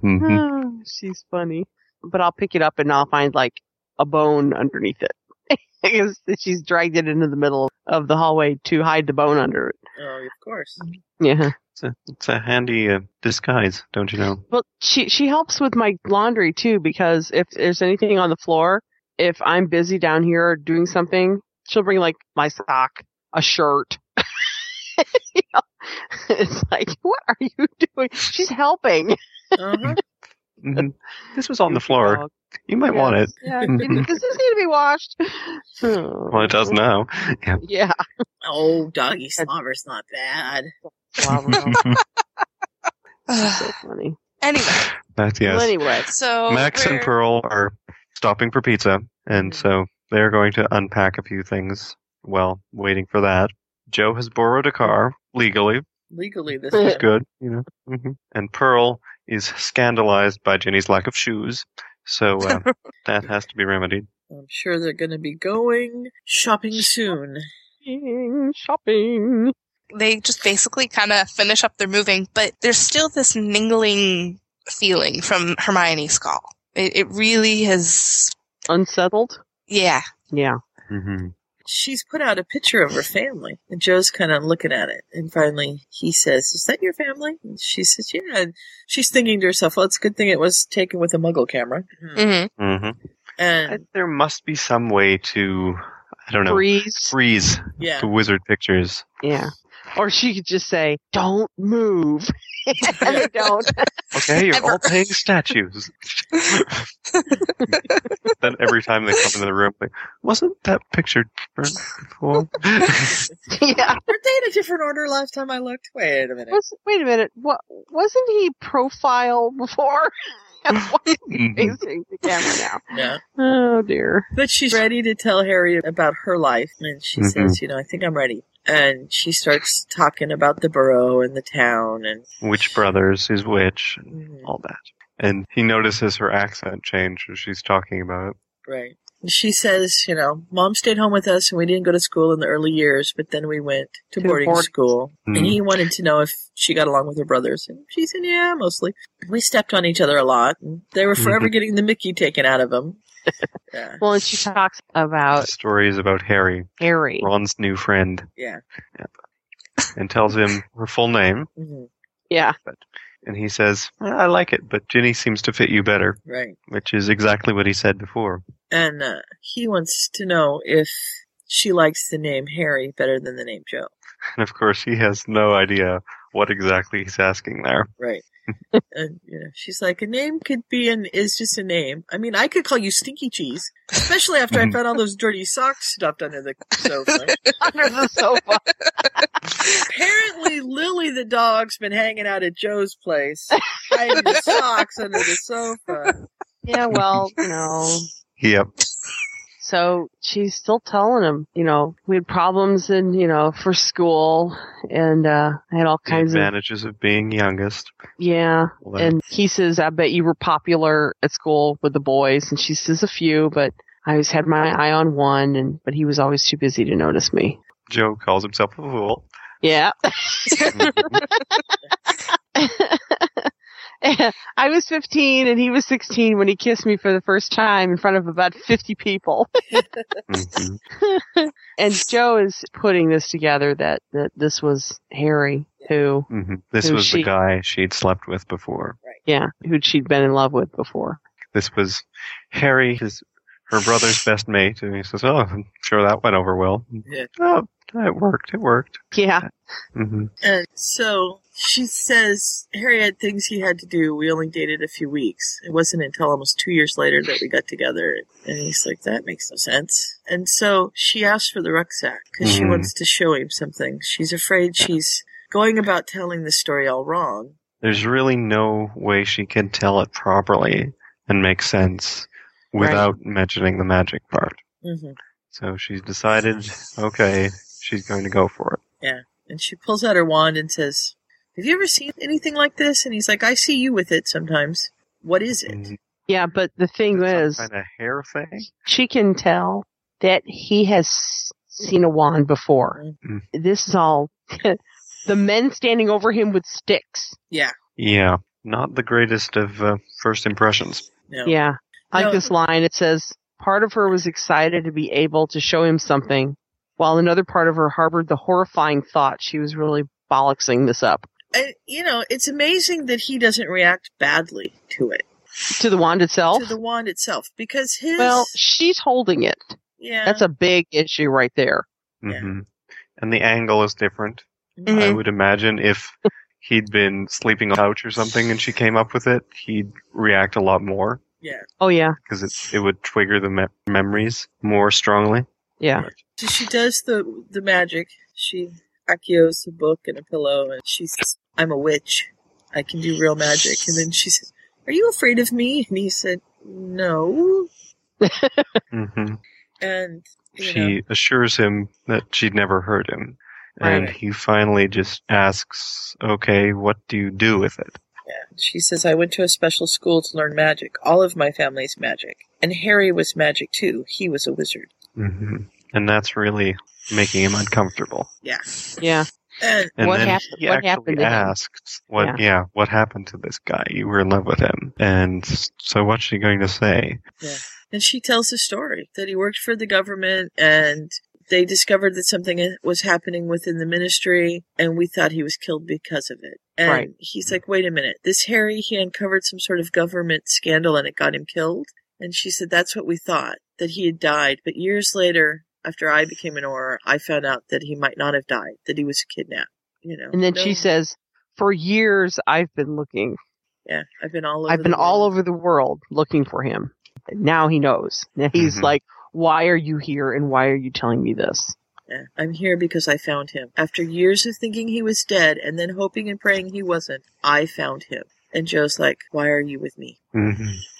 hmm Ah, She's funny. But I'll pick it up and I'll find like a bone underneath it. Because she's dragged it into the middle of the hallway to hide the bone under it. Oh, of course. Yeah. It's a, it's a handy uh, disguise, don't you know? Well, she she helps with my laundry too because if there's anything on the floor, if I'm busy down here doing something, she'll bring like my sock, a shirt. You know? It's like, what are you doing? She's helping. Uh-huh. hmm This was on the floor. You might want it. Yeah, it- does this need to be washed? Well, it does now. Yeah. Yeah. Oh, doggy slobber's not bad. so funny. Anyway, That, yes. Well, anyway, so Max and we're- Pearl are stopping for pizza, and so they're going to unpack a few things while waiting for that. Joe has borrowed a car legally, Legally, this which is is good, you know. hmm And Pearl is scandalized by Jenny's lack of shoes, so uh, that has to be remedied. I'm sure they're going to be going shopping soon. Shopping, shopping. they just basically kind of finish up their moving, but there's still this mingling feeling from Hermione's call. It, it really has, Unsettled? yeah. Yeah. Mm-hmm. She's put out a picture of her family, and Joe's kind of looking at it. And finally, he says, "Is that your family?" And she says, "Yeah." And she's thinking to herself, "Well, it's a good thing it was taken with a Muggle camera." Mm-hmm. hmm And There must be some way to, I don't know, Freeze. freeze Yeah. the wizard pictures. Yeah. Or she could just say, don't move. and they don't. Well, Okay, you're all Ever. paying statues. then every time they come into the room, like, wasn't that picture different before? yeah. Were they in a different order last time I looked? Wait a minute. Was, wait a minute. What wasn't he profile before? Why is he Mm-hmm. Mhm. facing the camera now? Yeah. Oh dear. But she's ready to tell Harry about her life, and she Mhm. says, "You know, I think I'm ready." And she starts talking about the borough and the town, and hmm, which brothers is which, and all that. And he notices her accent change as she's talking about it. right. And she says, "You know, mom stayed home with us, and we didn't go to school in the early years, but then we went to, To boarding board- school." Mm-hmm. Mhm. And he wanted to know if she got along with her brothers, and she said, "Yeah, mostly. We stepped on each other a lot. And they were forever Mhm. getting the Mickey taken out of them." Well, and she talks about Story is about Harry, Harry. Ron's new friend, Yeah. and tells him her full name. Mm-hmm. Yeah. And he says, "Well, I like it, but Ginny seems to fit you better, Right. which is exactly what he said before. and uh, he wants to know if she likes the name Harry better than the name Joe. And of course, he has no idea what exactly he's asking there. Right. and you know, she's like, a name could be an is just a name. I mean, I could call you Stinky Cheese, especially after I found all those dirty socks stuffed under the sofa. under the sofa. Apparently, Lily the dog's been hanging out at Joe's place, hiding the socks under the sofa. Yeah, well, you know. Yep. So she's still telling him, you know, we had problems in, you know, for school and uh I had all The kinds of advantages of being youngest. Yeah. Well, then- And he says, I bet you were popular at school with the boys. And she says, a few, but I always had my eye on one. And, but he was always too busy to notice me. Joe calls himself a fool. Mm-hmm, Yeah. I was 15 and he was 16 when he kissed me for the first time in front of about 50 people. mm-hmm, and Joe is putting this together that, that this was Harry who, Mhm. This who was she, the guy she'd slept with before. yeah, who she'd been in love with before. This was Harry, his her brother's best mate, and he says, "Oh, I'm sure that went over well." Yeah. Oh, it worked. It worked. Yeah. hmm And so she says Harry had things he had to do. We only dated a few weeks. It wasn't until almost two years later that we got together. And he's like, that makes no sense. And so she asks for the rucksack because she Mhm. wants to show him something. She's afraid she's going about telling the story all wrong. There's really no way she can tell it properly and make sense without mentioning the magic part. Mm-hmm. So she's decided, okay, she's going to go for it. Yeah. And she pulls out her wand and says, Have you ever seen anything like this? And he's like, I see you with it sometimes. What is it? Yeah, but the thing is, Kind of Mm-hmm. hair thing. she can tell that he has seen a wand before. This is all the men standing over him with sticks. Yeah. Yeah, not the greatest of uh, first impressions. Yeah. I like No. this line. It says, Part of her was excited to be able to show him something, while another part of her harbored the horrifying thought she was really bollocksing this up. And, you know, it's amazing that he doesn't react badly to it. To the wand itself? to the wand itself because his well, she's holding it. yeah That's a big issue right there. hmm And the angle is different. I would imagine if he'd been sleeping on a couch or something and she came up with it, he'd react a lot more yeah Oh, yeah. because it, it would trigger the me- memories more strongly. Yeah. So she does the the magic she accios a book and a pillow and she says I'm a witch I can do real magic and then she says are you afraid of me and he said no hmm and you She know assures him that she'd never hurt him. And Right. he finally just asks, okay, what do you do with it? yeah. she says I went to a special school to learn magic all of my family's magic and Harry was magic too he was a wizard hmm And that's really making him uncomfortable. yeah Yeah. and, And what then happened? he what actually happened to him? asks, "What? Yeah. Yeah. what happened to this guy? You were in love with him, and s- so what's she going to say?" Yeah. And she tells the story that he worked for the government and they discovered that something was happening within the ministry and we thought he was killed because of it. And Right. he's like, wait a minute, this Harry, he uncovered some sort of government scandal and it got him killed. And she said, that's what we thought, that he had died. But years later, after I became an auror, I found out that he might not have died, that he was kidnapped. You know, And then No- she says, For years I've been looking. Yeah, I've been all over. I've been the all over the world looking for him. Now he knows. Now he's Mhm. like, why are you here and why are you telling me this? Yeah, I'm here because I found him. After years of thinking he was dead and then hoping and praying he wasn't, I found him. And Joe's like, Why are you with me?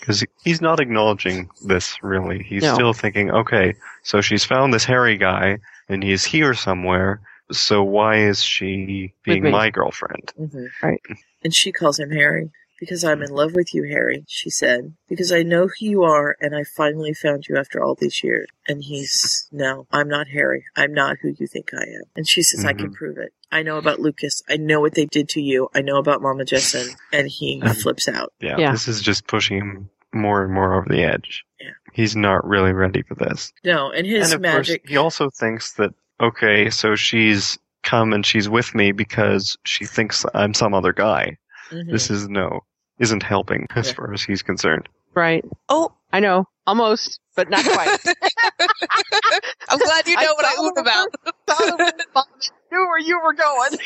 Because he's not acknowledging this, really. He's No. still thinking, okay, so she's found this hairy guy, and he's here somewhere, so why is she With being me. my girlfriend? hmm Right. And she calls him Harry. Because I'm in love with you, Harry, she said. Because I know who you are and I finally found you after all these years. And he's, No, I'm not Harry. I'm not who you think I am. And she says, I can Mm-hmm. Mhm. prove it. I know about Lucas. I know what they did to you. I know about Mama Jessen. And he Mm-hmm. flips out. Yeah, this is just pushing him more and more over the edge. Yeah. He's not really ready for this. No, and his and of magic. course, he also thinks that okay, so she's come and she's with me because she thinks I'm some other guy. Mhm. This is no isn't helping as far as he's concerned. Right. Oh, I know. Almost, but not quite. I'm glad you know what I own about. knew where you were going.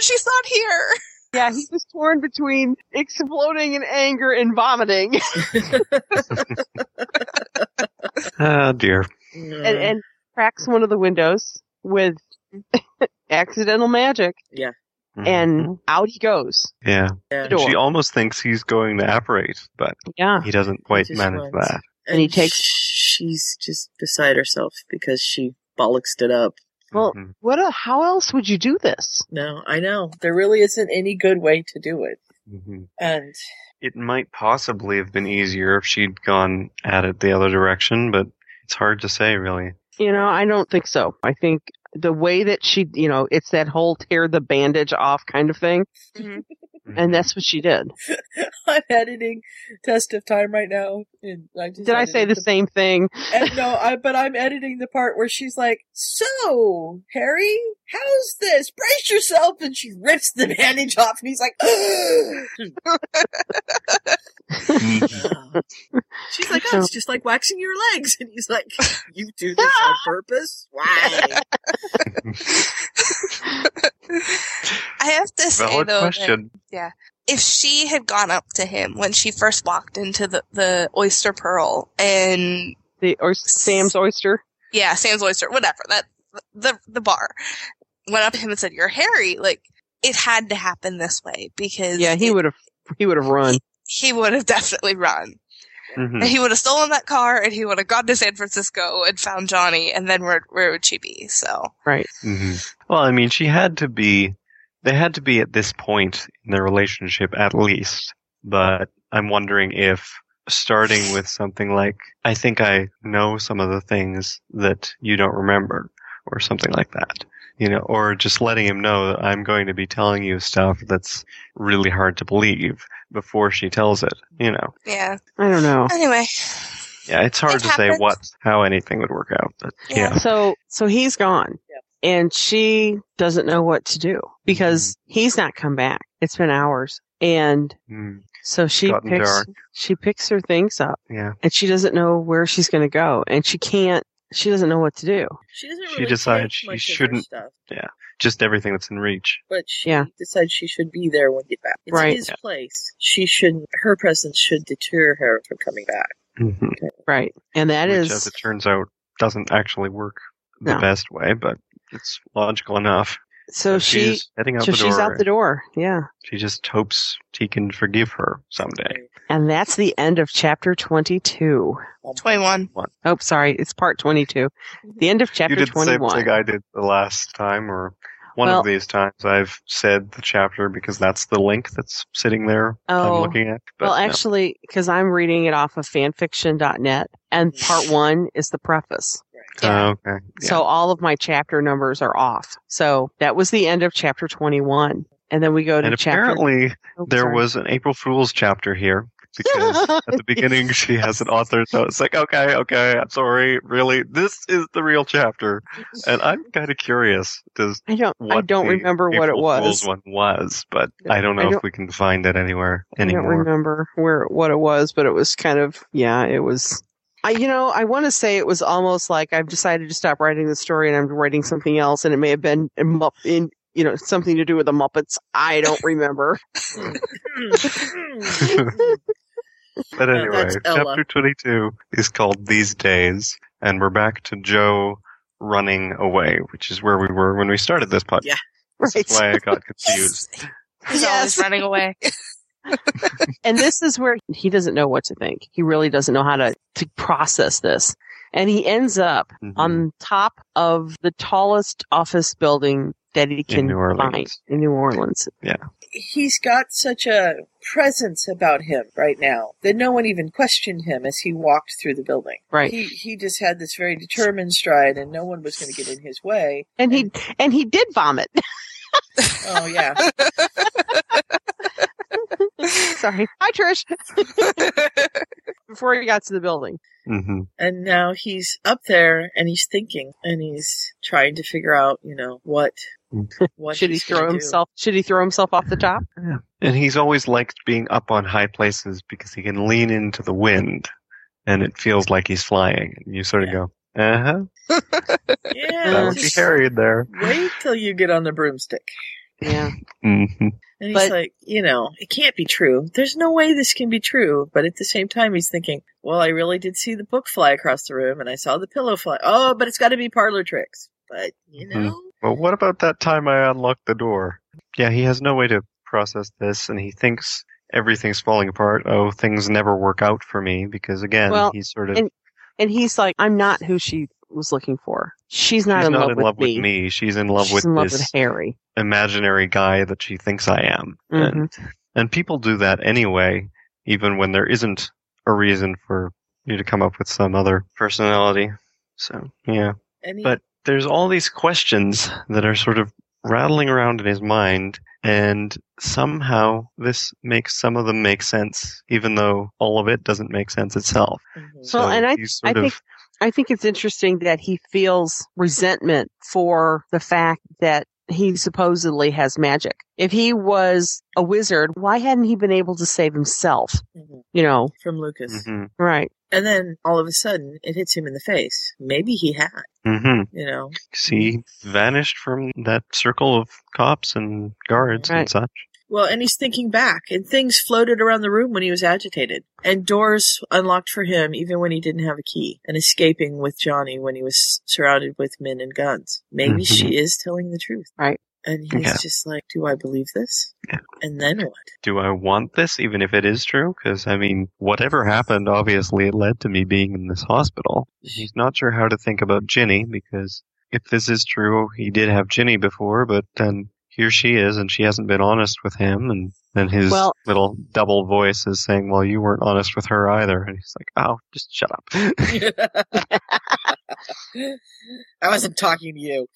She's not here. Yeah, he was torn between exploding in anger and vomiting. Ah, dear. Mm-hmm. and, Mm. and cracks one of the windows with accidental magic. Yeah. And out he goes. Mm-hmm. Yeah. Yeah. And she almost thinks he's going to apparate, but Yeah. he doesn't quite just manage wants- that. And, he takes. She's just beside herself because she bollocks it up. Well, Mm-hmm. what? A, how else would you do this? No, I know there really isn't any good way to do it. And Mm-hmm. It might possibly have been easier if she'd gone at it the other direction, but it's hard to say really. You know, I don't think so. I think the way that she, you know, it's that whole tear the bandage off kind of thing. Mm-hmm. And that's what she did. I'm editing Test of Time right now, and I just Did I say the same thing? and no, I but I'm editing the part where she's like, "So, Harry, how's this? Brace yourself!" And she rips the bandage off, and he's like, Mm-hmm. "She's like, oh, it's just like waxing your legs," and he's like, "You do this on purpose? Why?" I have to say Valid though, that- question. yeah, if she had gone up to him when she first walked into the the oyster pearl and The or Sam's oyster. yeah, Sam's oyster, whatever that the the bar went up to him and said, "You're Harry." Like it had to happen this way because Yeah, he would have. He would have run. he would have definitely run. Mm-hmm. Hmm. And he would have stolen that car, and he would have gone to San Francisco and found Johnny, and then where where would she be? So Right. hmm Well, I mean, she had to be. They had to be at this point in their relationship, at least. But I'm wondering if starting with something like, "I think I know some of the things that you don't remember," or something like that, you know, or just letting him know that I'm going to be telling you stuff that's really hard to believe before she tells it, you know. yeah. I don't know. Anyway, Yeah, it's hard It to say happens. what, how anything would work out, but yeah. So so he's gone, and she doesn't know what to do because Mm-hmm. he's not come back. It's been hours, and Mm. so she gotten picks dark. she picks her things up, Yeah. and she doesn't know where she's going to go, and she can't. She doesn't know what to do. She doesn't really she decides take much she of her shouldn't. stuff. Yeah, just everything that's in reach. but she Yeah. decides she should be there when we get back. It's Right. his place. She shouldn't. Her presence should deter her from coming back. Right, and that Which, is as it turns out, doesn't actually work the No. best way, but it's logical enough. so she. she's heading out so the she's door. out the door. Yeah, She just hopes he can forgive her someday. and that's the end of chapter twenty-two. Twenty-one. Oh, sorry, it's part twenty-two. The end of chapter you did the same twenty-one. thing I did the last time, or one Well- of these times. I've said the chapter because that's the link that's sitting there. Oh. I'm looking at. But well, no. actually, because I'm reading it off of fanfiction.net, and part one is the preface. Oh, okay. So all of my chapter numbers are off. So that was the end of chapter 21. And then we go to and chapter. apparently Oh, there sorry. was an April Fool's chapter here because at the beginning she has an author, so it's like, okay, okay, I'm sorry, really, this is the real chapter, and I'm kind of curious. Does I don't. I don't the remember what it April was. Fool's one was, but I don't I know don't- if we can find it anywhere I don't anymore. remember where what it was, but it was kind of yeah. It was. I you know I want to say it was almost like I've decided to stop writing the story and I'm writing something else, and it may have been in, in you know, something to do with the Muppets. I don't remember. Hmm. But Oh, anyway, that's Ella. chapter 22 is called These Days, and we're back to Joe running away, which is where we were when we started this podcast. Yeah. That's why I got confused. He's always running away. and this is where he doesn't know what to think. He really doesn't know how to, to process this. And he ends up Mm-hmm. Hmm. on top of the tallest office building that he can New Orleans. find in New Orleans. Yeah. he's got such a presence about him right now that no one even questioned him as he walked through the building. Right. He he just had this very determined stride and no one was going to get in his way. And he and he did vomit. Oh yeah. Sorry. Hi, Trish. Before he got to the building. Mm-hmm. And now he's up there and he's thinking and he's trying to figure out, you know, what what should he he's gonna throw do. himself? Should he throw himself off the top? And he's always liked being up on high places because he can lean into the wind and it feels like he's flying. And you sort of go, uh huh. Yeah. That would be just Harry there. Wait till you get on the broomstick. Yeah. Mm-hmm. And he's But- like, you know, it can't be true. There's no way this can be true. But at the same time, he's thinking, well, I really did see the book fly across the room and I saw the pillow fly. Oh, but it's got to be parlor tricks. But, you Mm-hmm. know, Well, what about that time I unlocked the door? Yeah, he has no way to process this, and he thinks everything's falling apart. Oh, things never work out for me because again, well, he's sort of and, and he's like, I'm not who she was looking for. She's not she's in not love in with love me. with me. She's in love She's with in love this with Harry. imaginary guy that she thinks I am, and Mm-hmm. and people do that anyway, even when there isn't a reason for you to come up with some other personality. So yeah. and he, But there's all these questions that are sort of rattling around in his mind, and somehow this makes some of them make sense, even though all of it doesn't make sense itself. Mm-hmm. well, and I, he's I sort of- think I think it's interesting that he feels resentment for the fact that he supposedly has magic. If he was a wizard, why hadn't he been able to save himself? You know, Mm-hmm. from Lucas. Mm-hmm. right? And then all of a sudden, it hits him in the face. Maybe he had, Mm-hmm. you know. See, vanished from that circle of cops and guards and Right. such. Well, and he's thinking back, and things floated around the room when he was agitated, and doors unlocked for him even when he didn't have a key, and escaping with Johnny when he was surrounded with men and guns. Maybe Mhm. she is telling the truth. Right. And he's Yeah. just like, do I believe this? And then what? Do I want this, even if it is true? Because, I mean, whatever happened, obviously, it led to me being in this hospital. He's not sure how to think about Ginny, because if this is true, he did have Ginny before, but then here she is, and she hasn't been honest with him, and then his Well- little double voice is saying, Well, you weren't honest with her either. And he's like, Oh, just shut up. I wasn't talking to you.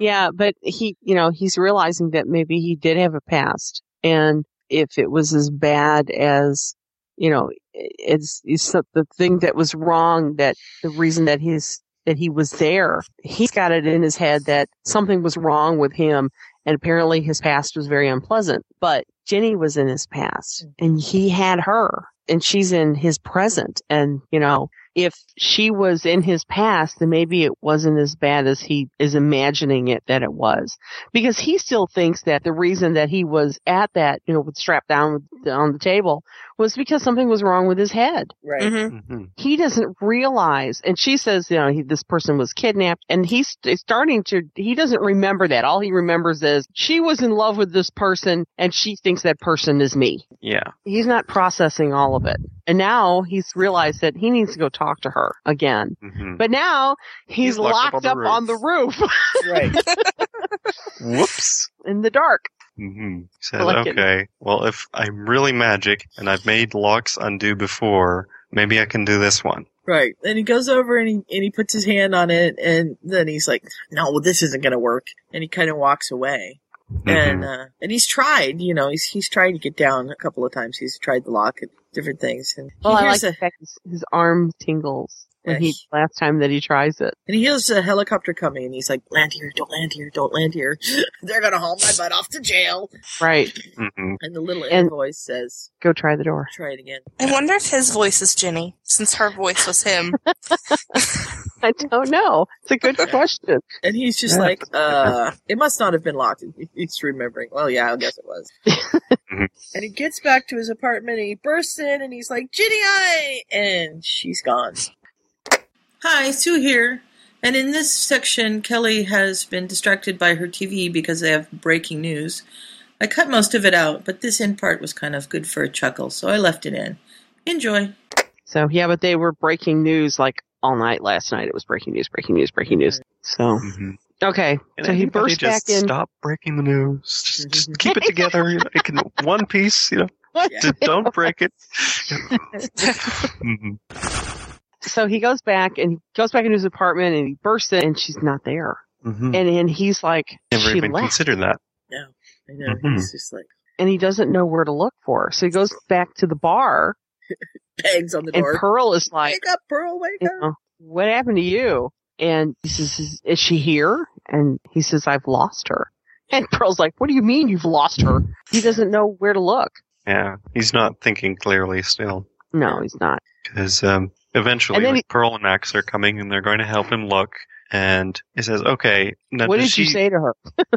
Yeah, but he, you know, he's realizing that maybe he did have a past, and if it was as bad as, you know, it's, it's the the thing that was wrong that the reason that his that he was there, he's got it in his head that something was wrong with him, and apparently his past was very unpleasant. But Jenny was in his past, and he had her, and she's in his present, and you know, if she was in his past, then maybe it wasn't as bad as he is imagining it that it was. Because he still thinks that the reason that he was at that, you know, with strapped down with, on the table was because something was wrong with his head. Right. Mm-hmm. Mm-hmm. He doesn't realize, and she says, you know, he, this person was kidnapped, and he's st- starting to, he doesn't remember that. All he remembers is she was in love with this person, and she thinks that person is me yeah. he's not processing all of it. And now he's realized that he needs to go talk to her again. Mhm. But now he's, He's locked, up, on the roof. right. Whoops. In the dark. hmm Says, like it. okay, well, if I'm really magic and I've made locks undo before, maybe I can do this one. Right. And he goes over and he, and he puts his hand on it, and then he's like, no, this isn't going to work. And he kind of walks away. Mm-hmm. And uh, and he's tried, you know, he's he's tried to get down a couple of times. He's tried the lock and different things. And he Well, I like hears the fact his, his arm tingles. when he last time that he tries it. And he hears a helicopter coming, and he's like, "Land here! Don't land here! Don't land here! They're gonna haul my butt off to jail." Right. And the little And- voice says, Go try the door. "Try it again." I wonder if his voice is Ginny, since her voice was him. I don't know. It's a good question. And he's just like, "Uh, it must not have been locked." He's remembering. Well, yeah, I guess it was. and he gets back to his apartment, and he bursts in, and he's like, "Ginny, I!" And she's gone. Hi, Sue here. And in this section, Kelly has been distracted by her TV because they have breaking news. I cut most of it out, but this end part was kind of good for a chuckle, so I left it in. Enjoy. So yeah, but they were breaking news like all night last night. It was breaking news, breaking news, breaking news. So okay, And so he anybody burst back just in. Mm-hmm. Stop breaking the news. Just, just keep it together. you know, It can one piece. You know, just don't break it. Mhm. So he goes back and he goes back into his apartment and he bursts in and she's not there. Mhm. And and he's like, Never she even left. considered that. No, I know. Mhm. He's just like and he doesn't know where to look for her. So he goes back to the bar pegs on the and door. Pearl is like, wake up, Pearl, wake you know, what happened to you? And he says, is- is she here? And he says, I've lost her. And Pearl's like, what do you mean you've lost her? He doesn't know where to look. Yeah, he's not thinking clearly still No, he's not. because um, eventually And then like, he- Pearl and Max are coming and they're going to help him look. And he says, "Okay, now what does did you she- say to her?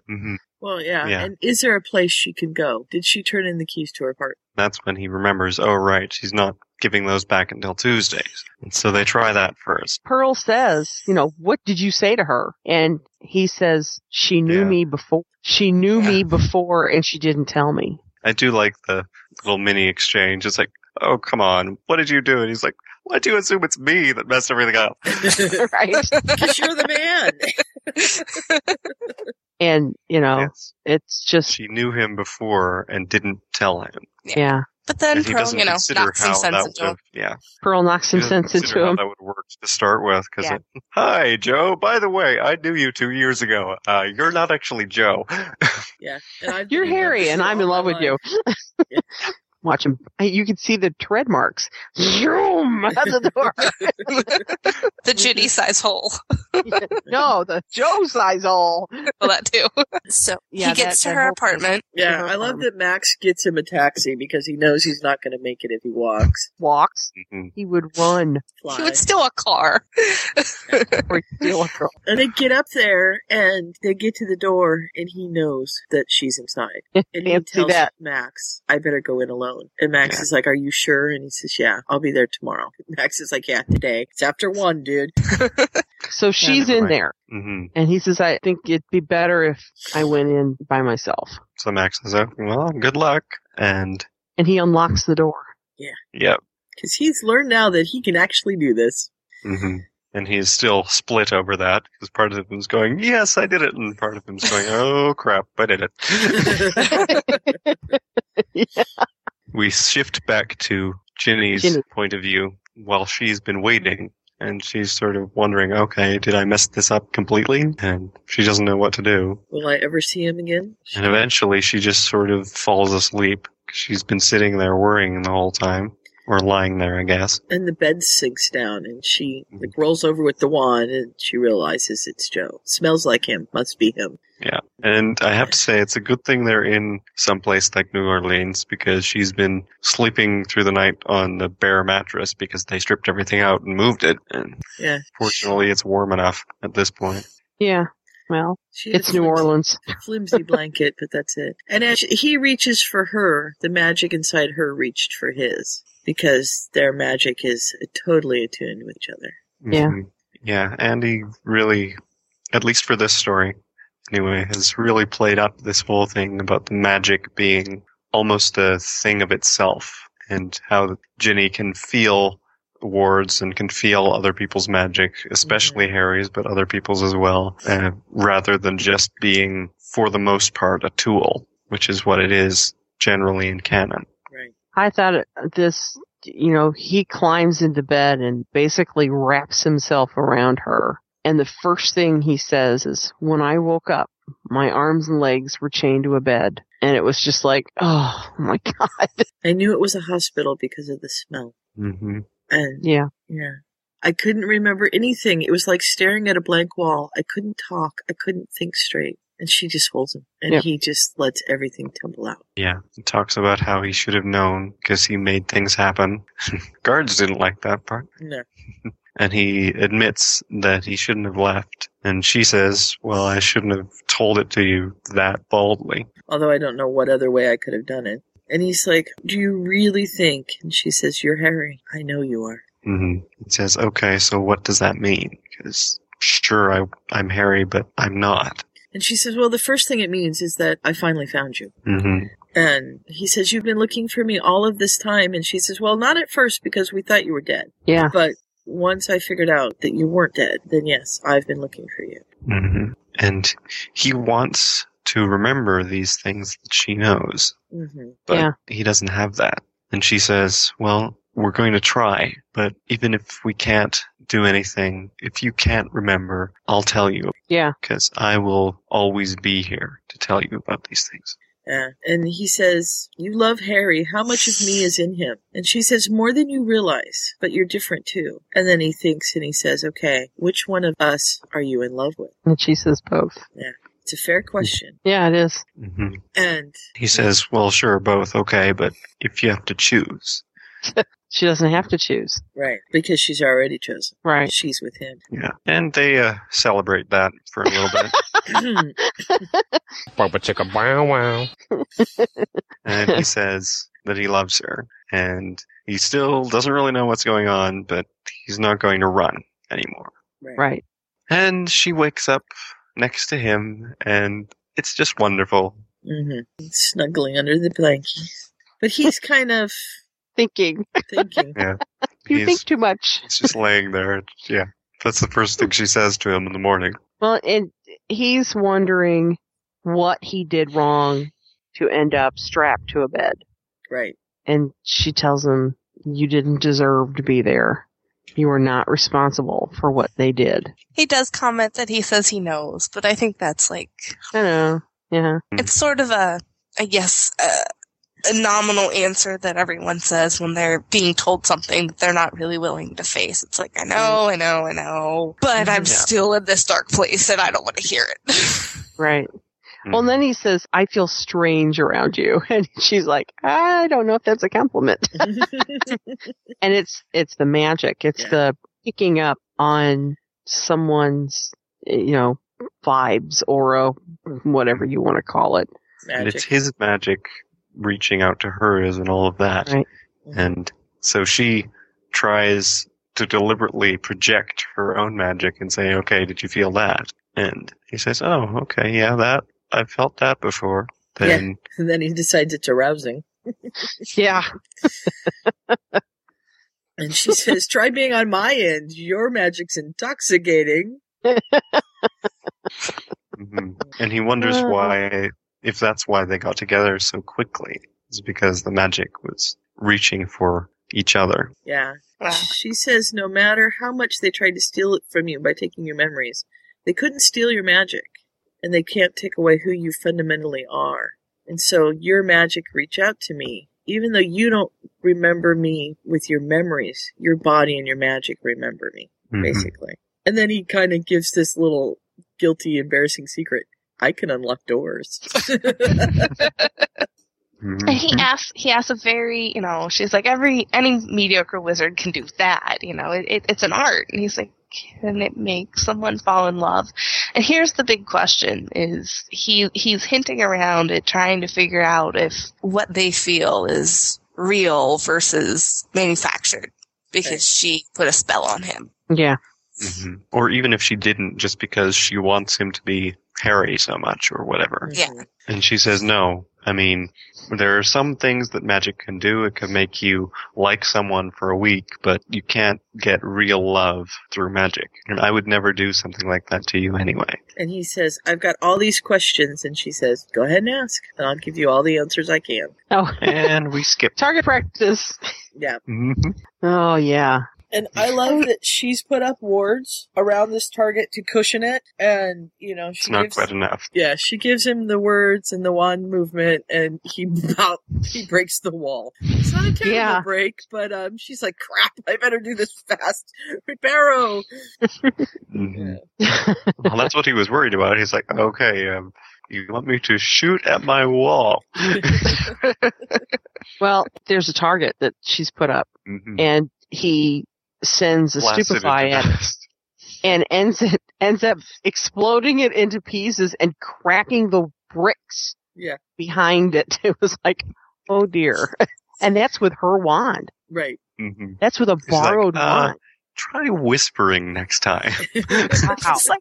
Mhm. Well, yeah. Yeah. And is there a place she can go? Did she turn in the keys to her part? That's when he remembers. Oh, right, she's not giving those back until Tuesdays. And so they try that first. Pearl says, you know, what did you say to her? And he says, she knew me before. She knew me before and she didn't tell me. I do like the little mini exchange. It's like, oh, come on. What did you do? And he's like, why do you assume it's me that messed everything up? right. Because you're the man. And, you know, it's just. She knew him before and didn't tell him. yeah. But then And he Pearl, doesn't you know, consider knocks some how sense that into him. would've- Yeah. Pearl knocks some He doesn't sense into consider how him. that would work to start with. Because, Yeah. hi, Joe. By the way, I knew you two years ago. Uh, you're not actually Joe. Yeah. And I've You're Harry, and I'm in love with you. Watch him. You can see the tread marks. Zoom out the door. the Mm-hmm. Ginny size hole. no, the Joe size hole. Well, that too. So Yeah, he gets that- to that her whole thing. apartment. Yeah, I love that Max gets him a taxi because he knows he's not going to make it if he walks. Walks. He would run. Fly. He would steal a car. Or steal a girl. And they get up there and they get to the door and he knows that she's inside. And he Fancy tells that. Max, I better go in alone. And Max is like, Are you sure? And he says, Yeah, I'll be there tomorrow. Max is like, Yeah, today. It's after one, dude. So she's in there. hmm And he says, I think it'd be better if I went in by myself. So Max says, oh, well, good luck. And, And he unlocks the door. yep. Because he's learned now that he can actually do this. hmm And he's still split over that because part of him's going, yes, I did it. And part of him's going, oh, crap, I did it. We shift back to Ginny's Ginny. point of view while she's been waiting. And she's sort of wondering, okay, did I mess this up completely? And she doesn't know what to do. Will I ever see him again? And eventually she just sort of falls asleep. She's been sitting there worrying the whole time. Or lying there, I guess. And the bed sinks down, and she like rolls over with the wand, and she realizes it's Joe. Smells like him. Must be him. Yeah. And I have to say, it's a good thing they're in some place like New Orleans because she's been sleeping through the night on the bare mattress because they stripped everything out and moved it. And Yeah. fortunately, it's warm enough at this point. Yeah. Well, She it's is- New Orleans. Flimsy blanket, but that's it. And as he reaches for her, the magic inside her reached for his because their magic is totally attuned with each other. Yeah. Mhm. Yeah, Andy really, at least for this story, anyway, has really played up this whole thing about the magic being almost a thing of itself and how Ginny can feel wards and can feel other people's magic, especially Harry's, but other people's as well, uh, rather than just being, for the most part, a tool, which is what it is generally in canon. I thought it- this, you know, he climbs into bed and basically wraps himself around her. And the first thing he says is, When I woke up, my arms and legs were chained to a bed. And it was just like, Oh my God. I knew it was a hospital because of the smell. Mm-hmm. And Yeah. yeah, I couldn't remember anything. It was like staring at a blank wall. I couldn't talk. I couldn't think straight. And she just holds him, and Yep. he just lets everything tumble out. Yeah, he talks about how he should have known because he made things happen. Guards didn't like that part. No. And he admits that he shouldn't have left. And she says, Well, I shouldn't have told it to you that boldly. although I don't know what other way I could have done it. And he's like, Do you really think? And she says, You're Harry. I know you are. hmm He says, Okay, so what does that mean? Because sure, I, I'm Harry, but I'm not. And she says, Well, the first thing it means is that I finally found you. hmm And he says, You've been looking for me all of this time. And she says, Well, not at first because we thought you were dead. Yeah. But once I figured out that you weren't dead, then yes, I've been looking for you. hmm And he wants to remember these things that she knows. hmm but he doesn't have that. And she says, Well, we're going to try, but even if we can't do anything, if you can't remember, I'll tell you. Yeah. Because I will always be here to tell you about these things. Yeah. And he says, You love Harry. How much of me is in him? And she says, More than you realize, but you're different too. And then he thinks and he says, Okay, which one of us are you in love with? And she says both. Yeah. It's a fair question. Yeah, it is. hmm And He says, Well, sure, both, okay, but if you have to choose. she doesn't have to choose. Right. Because she's already chosen. Right. She's with him. Yeah. And they uh, celebrate that for a little bit. Bubba chicka wow wow. and he says that he loves her. And he still doesn't really know what's going on, but he's not going to run anymore. Right. And she wakes up next to him, and it's just wonderful. hmm Snuggling under the blanket. But he's kind of thinking. Thinking. Yeah. You He's- think too much. He's just laying there. Yeah. That's the first thing she says to him in the morning. Well, and he's wondering what he did wrong to end up strapped to a bed. Right. And she tells him, You didn't deserve to be there. You were not responsible for what they did. He does comment that he says he knows, but I think that's like I know. Yeah. it's sort of a I guess a, a nominal answer that everyone says when they're being told something that they're not really willing to face. It's like I know, I know, I know, but I'm Yeah. still in this dark place and I don't want to hear it. Right. Hmm. Well, and then he says, I feel strange around you. And she's like, I don't know if that's a compliment. and it's, it's the magic. It's the picking up on someone's, you know, vibes, aura, whatever you want to call it. And it's his magic reaching out to hers and all of that. And so she tries to deliberately project her own magic and say, okay, did you feel that? And he says, oh, okay, yeah, that, I felt that before. Then, yeah. And then he decides it's arousing. yeah. and she says, Try being on my end. Your magic's intoxicating. Mhm. and he wonders Uh. why, if that's why they got together so quickly, it's because the magic was reaching for each other. Yeah. She says no matter how much they tried to steal it from you by taking your memories, they couldn't steal your magic, and they can't take away who you fundamentally are. And so your magic reach out to me. Even though you don't remember me with your memories, your body and your magic remember me, Mhm. basically. And then he kind of gives this little guilty, embarrassing secret. I can unlock doors. Mm-hmm. And Mm-hmm. he asks, he asks a very, you know, she's like, every, any mediocre wizard can do that, you know, it, it, it's an art. And he's like, can it make someone fall in love? And here's the big question is he, he's hinting around at trying to figure out if what they feel is real versus manufactured because she put a spell on him. Yeah. hmm Or even if she didn't, just because she wants him to be Harry so much or whatever. Yeah. And she says, no. I mean, there are some things that magic can do. It can make you like someone for a week, but you can't get real love through magic. And I would never do something like that to you anyway. And he says, I've got all these questions. And she says, Go ahead and ask, and I'll give you all the answers I can. Oh. And we skip. Target practice. Yeah. Mm-hmm. Oh, yeah. And I love that she's put up wards around this target to cushion it, and you know she It's not gives, quite enough. Yeah, she gives him the words and the wand movement, and he about he breaks the wall. It's not a terrible Yeah. break, but um, she's like, "Crap, I better do this fast." Reparo. well, that's what he was worried about. He's like, okay, um, you want me to shoot at my wall? Well, there's a target that she's put up, Mhm. and he sends a Blasted it stupefy to at it and ends it ends up exploding it into pieces and cracking the bricks Yeah, behind it. It was like, oh dear, and that's with her wand. right. Mm-hmm. That's with a He's like, borrowed "Uh, wand. Try whispering next time. It's like-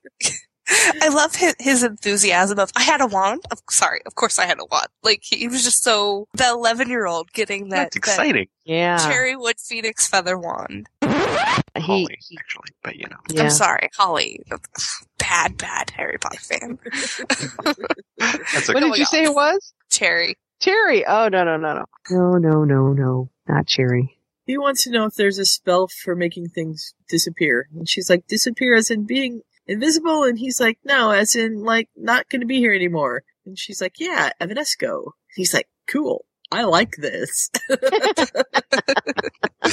I love his, his enthusiasm of I had a wand. Of, sorry, of course I had a wand. Like he, he was just so the eleven year old getting that That's exciting. That Yeah. cherry wood phoenix feather wand. Holly, actually, but you know. I'm sorry, Holly. Bad, bad Harry Potter fan. That's Oh What did you say it was? Cherry. Terry. Oh no no no no. No no no no. Not cherry. He wants to know if there's a spell for making things disappear. And she's like, disappear as in being invisible? And he's like, no, as in, like, not going to be here anymore. And she's like, yeah, Evanesco. He's like, cool. I like this. Does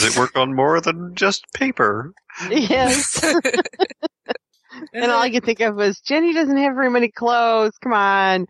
it work on more than just paper? Yes. and all I could think of was Jenny doesn't have very many clothes. Come on.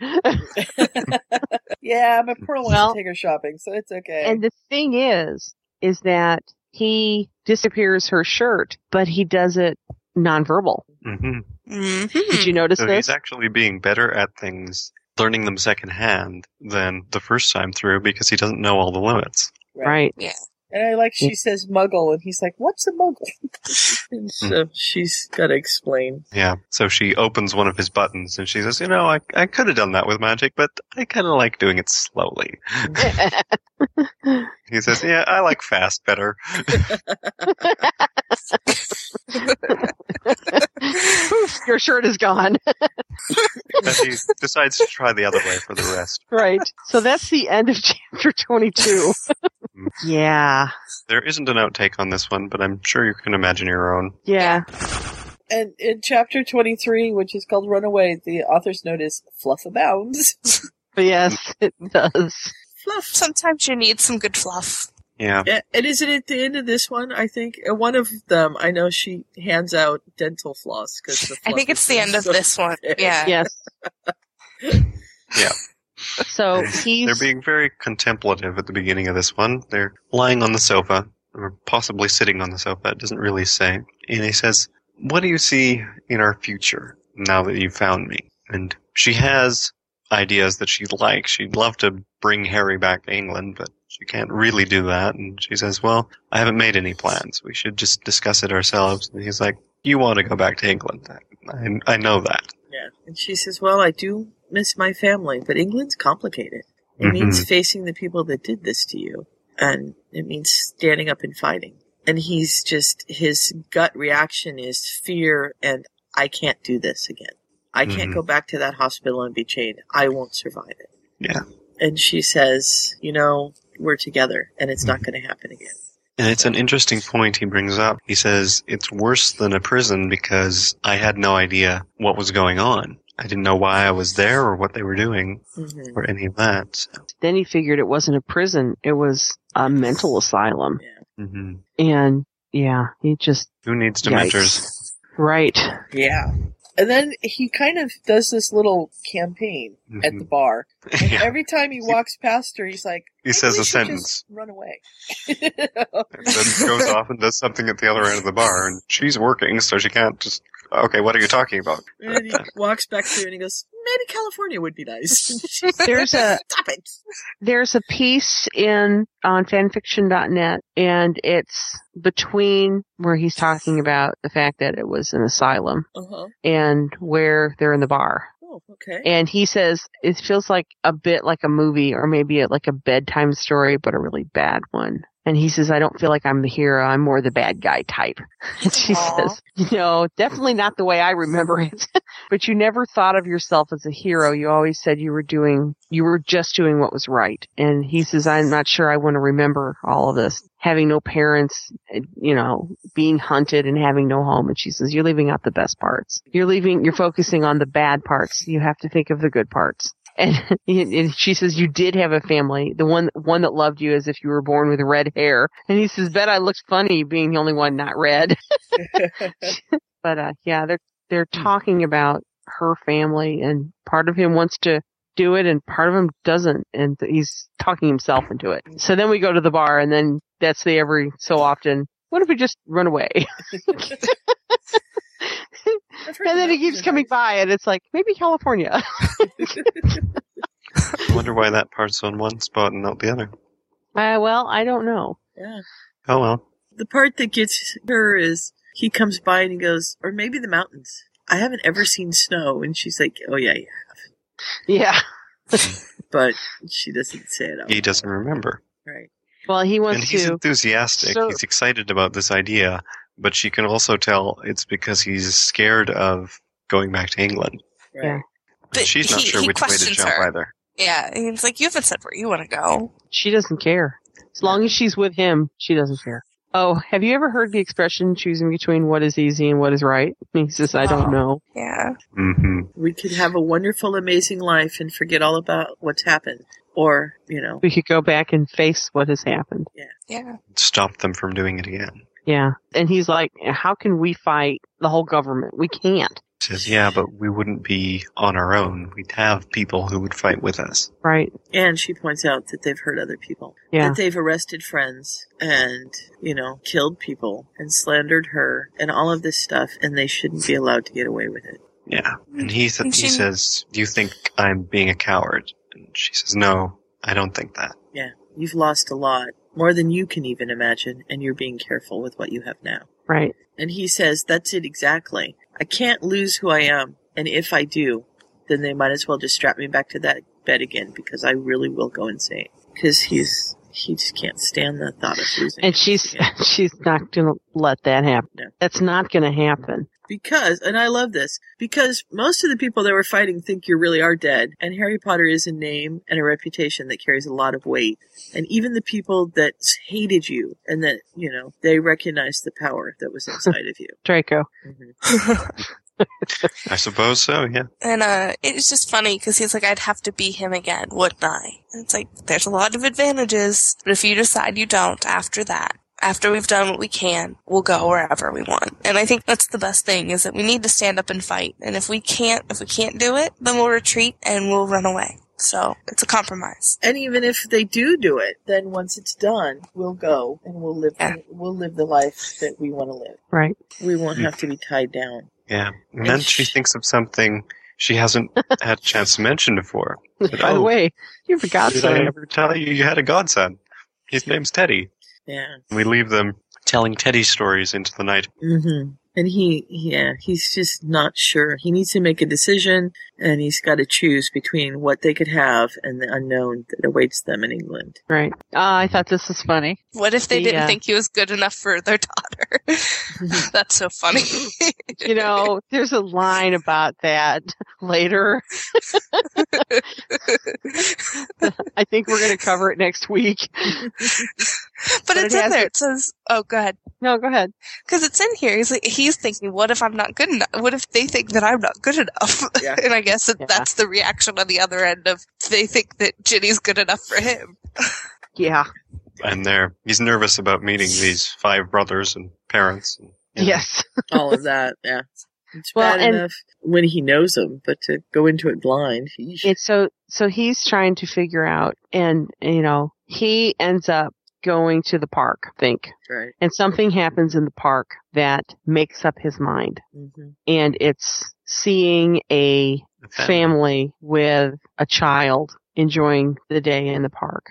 yeah, but Pearl wants Well- to take her shopping, so it's okay. And the thing is, is that he disappears her shirt, but he does it nonverbal. Mm-hmm. Did you notice so this? he's actually being better at things, learning them secondhand than the first time through because he doesn't know all the limits. Right. Yeah. And I like she says muggle, and he's like, what's a muggle? and so she's got to explain. Yeah. So she opens one of his buttons and she says, "You know, I I could have done that with magic, but I kind of like doing it slowly." he says, "Yeah, I like fast better." Poof, your shirt is gone. and he decides to try the other way for the rest. right. So that's the end of chapter 22. yeah. There isn't an outtake on this one, but I'm sure you can imagine your own. Yeah. And in chapter 23, which is called Runaway, the author's note is fluff abounds. Yes, it does. fluff. Sometimes you need some good fluff. Yeah. Yeah, And is it at the end of this one? I think uh, one of them. I know she hands out dental floss because I think it's the end of this one. Yeah. Yes. Yeah. So he's They're being very contemplative at the beginning of this one. They're lying on the sofa, or possibly sitting on the sofa, it doesn't really say. And he says, What do you see in our future now that you've found me? And she has ideas that she'd like. She'd love to bring Harry back to England, but she can't really do that. And she says, Well, I haven't made any plans. We should just discuss it ourselves. And he's like, You want to go back to England. I, I know that. Yeah. And she says, "Well, I do miss my family, but England's complicated. It Mhm. means facing the people that did this to you, and it means standing up and fighting." And he's just his gut reaction is fear, and I can't do this again. I can't Mhm. go back to that hospital and be chained. I won't survive it. Yeah. And she says, "You know, we're together, and it's not going to happen again." And it's an interesting point he brings up. He says, It's worse than a prison because I had no idea what was going on. I didn't know why I was there or what they were doing Mm-hmm. or any of that. So, then he figured it wasn't a prison, it was a mental asylum. mhm. And yeah, he just Who needs Yikes. dementors? right. Yeah. And then he kind of does this little campaign at the bar. And Mm-hmm. Yeah. every time he walks past her, he's like, He says "We a should sentence just run away. then goes off and does something at the other end of the bar. And she's working, so she can't just, okay, what are you talking about? and he walks back to her and he goes, maybe California would be nice. There's a- Stop it. There's a piece in on fanfiction.net and it's between where he's talking about the fact that it was an asylum Uh-huh. and where they're in the bar. Oh, okay. And he says it feels like a bit like a movie or maybe like a bedtime story, but a really bad one. And he says, I don't feel like I'm the hero. I'm more the bad guy type. And she Aw. says, No, definitely not the way I remember it. But you never thought of yourself as a hero. You always said you were doing, you were just doing what was right. And he says, I'm not sure I want to remember all of this. Having no parents, eh, you know, being hunted and having no home. And she says, you're leaving out the best parts. You're leaving, you're focusing on the bad parts. You have to think of the good parts. And, and she says, you did have a family. The one, one that loved you as if you were born with red hair. And he says, bet I looked funny being the only one not red. but, uh, yeah, they're, they're talking about her family and part of him wants to do it and part of him doesn't. And he's talking himself into it. So then we go to the bar and then that's the every so often. What if we just run away? and then he keeps coming by and it's like, maybe California. I wonder why that part's on one spot and not the other. Uh, well, I don't know. Yeah. Oh well. The part that gets her is he comes by and he goes, or maybe the mountains. I haven't ever seen snow. And she's like, oh, yeah, you Yeah. have. but she doesn't say it out He doesn't remember. Right. Well, he wants and he's to. enthusiastic. So- he's excited about this idea, but she can also tell it's because he's scared of going back to England. Yeah. But She's not he- sure he which way to questions jump her. either. Yeah, and it's like you haven't said where you want to go. She doesn't care. As long as she's with him, she doesn't care. Oh, have you ever heard the expression choosing between what is easy and what is right? And he says, I don't Oh. know. Yeah. Mm-hmm. We could have a wonderful, amazing life and forget all about what's happened. Or, you know, We could go back and face what has happened. yeah. Stop them from doing it again. Yeah. And he's like, how can we fight the whole government? We can't. He says, yeah, but we wouldn't be on our own. We'd have people who would fight with us. Right. And she points out that they've hurt other people. Yeah. That they've arrested friends and, you know, killed people and slandered her and all of this stuff, and they shouldn't be allowed to get away with it. Yeah. And he, sa- he And she- says, do you think I'm being a coward? And she says, no, I don't think that. Yeah. You've lost a lot, more than you can even imagine, and you're being careful with what you have now. Right. And he says, That's it exactly. I can't lose who I am. And if I do, then they might as well just strap me back to that bed again because I really will go insane. Because he's, he just can't stand the thought of losing. And she's, she's not going to let that happen. No. That's not going to happen. Because, and I love this, because most of the people that were fighting think you really are dead, and Harry Potter is a name and a reputation that carries a lot of weight. And even the people that hated you and that, you know, they recognized the power that was inside of you. Draco. I suppose so, yeah. And uh, it's just funny because he's like, I'd have to be him again, wouldn't I? And it's like, there's a lot of advantages, but if you decide you don't after that, after we've done what we can, we'll go wherever we want. And I think that's the best thing is that we need to stand up and fight. And if we can't, if we can't do it, then we'll retreat and we'll run away. So it's a compromise. And even if they do do it, then once it's done, we'll go and we'll live we'll live the life that we want to live. Right. We won't have to be tied down. Yeah. And then she thinks of something she hasn't had a chance to mention before. That, By the "Oh, way, you forgot Did I something. ever tell you you had a godson? His name's Teddy. Yeah. We leave them telling Teddy stories into the night. hmm And he, yeah, he's just not sure. He needs to make a decision, and he's got to choose between what they could have and the unknown that awaits them in England. Right. Uh, I thought this was funny. What if they The, didn't uh, think he was good enough for their daughter? that's so funny. you know, there's a line about that later. I think we're going to cover it next week. but, it's in there. It says, "Oh, go ahead." No, go ahead. Because it's in here. He's like, he's thinking, "What if I'm not good enough? What if they think that I'm not good enough?" Yeah. and I guess that Yeah. that's the reaction on the other end of they think that Ginny's good enough for him. Yeah. And there, he's nervous about meeting these five brothers and parents. And, Yes. All of that, yeah. It's Well, bad and- enough when he knows them, but to go into it blind, he It's so so he's trying to figure out and you know, he ends up going to the park, I think. Right. And something happens in the park that makes up his mind. Mhm. And it's seeing a family with a child enjoying the day in the park.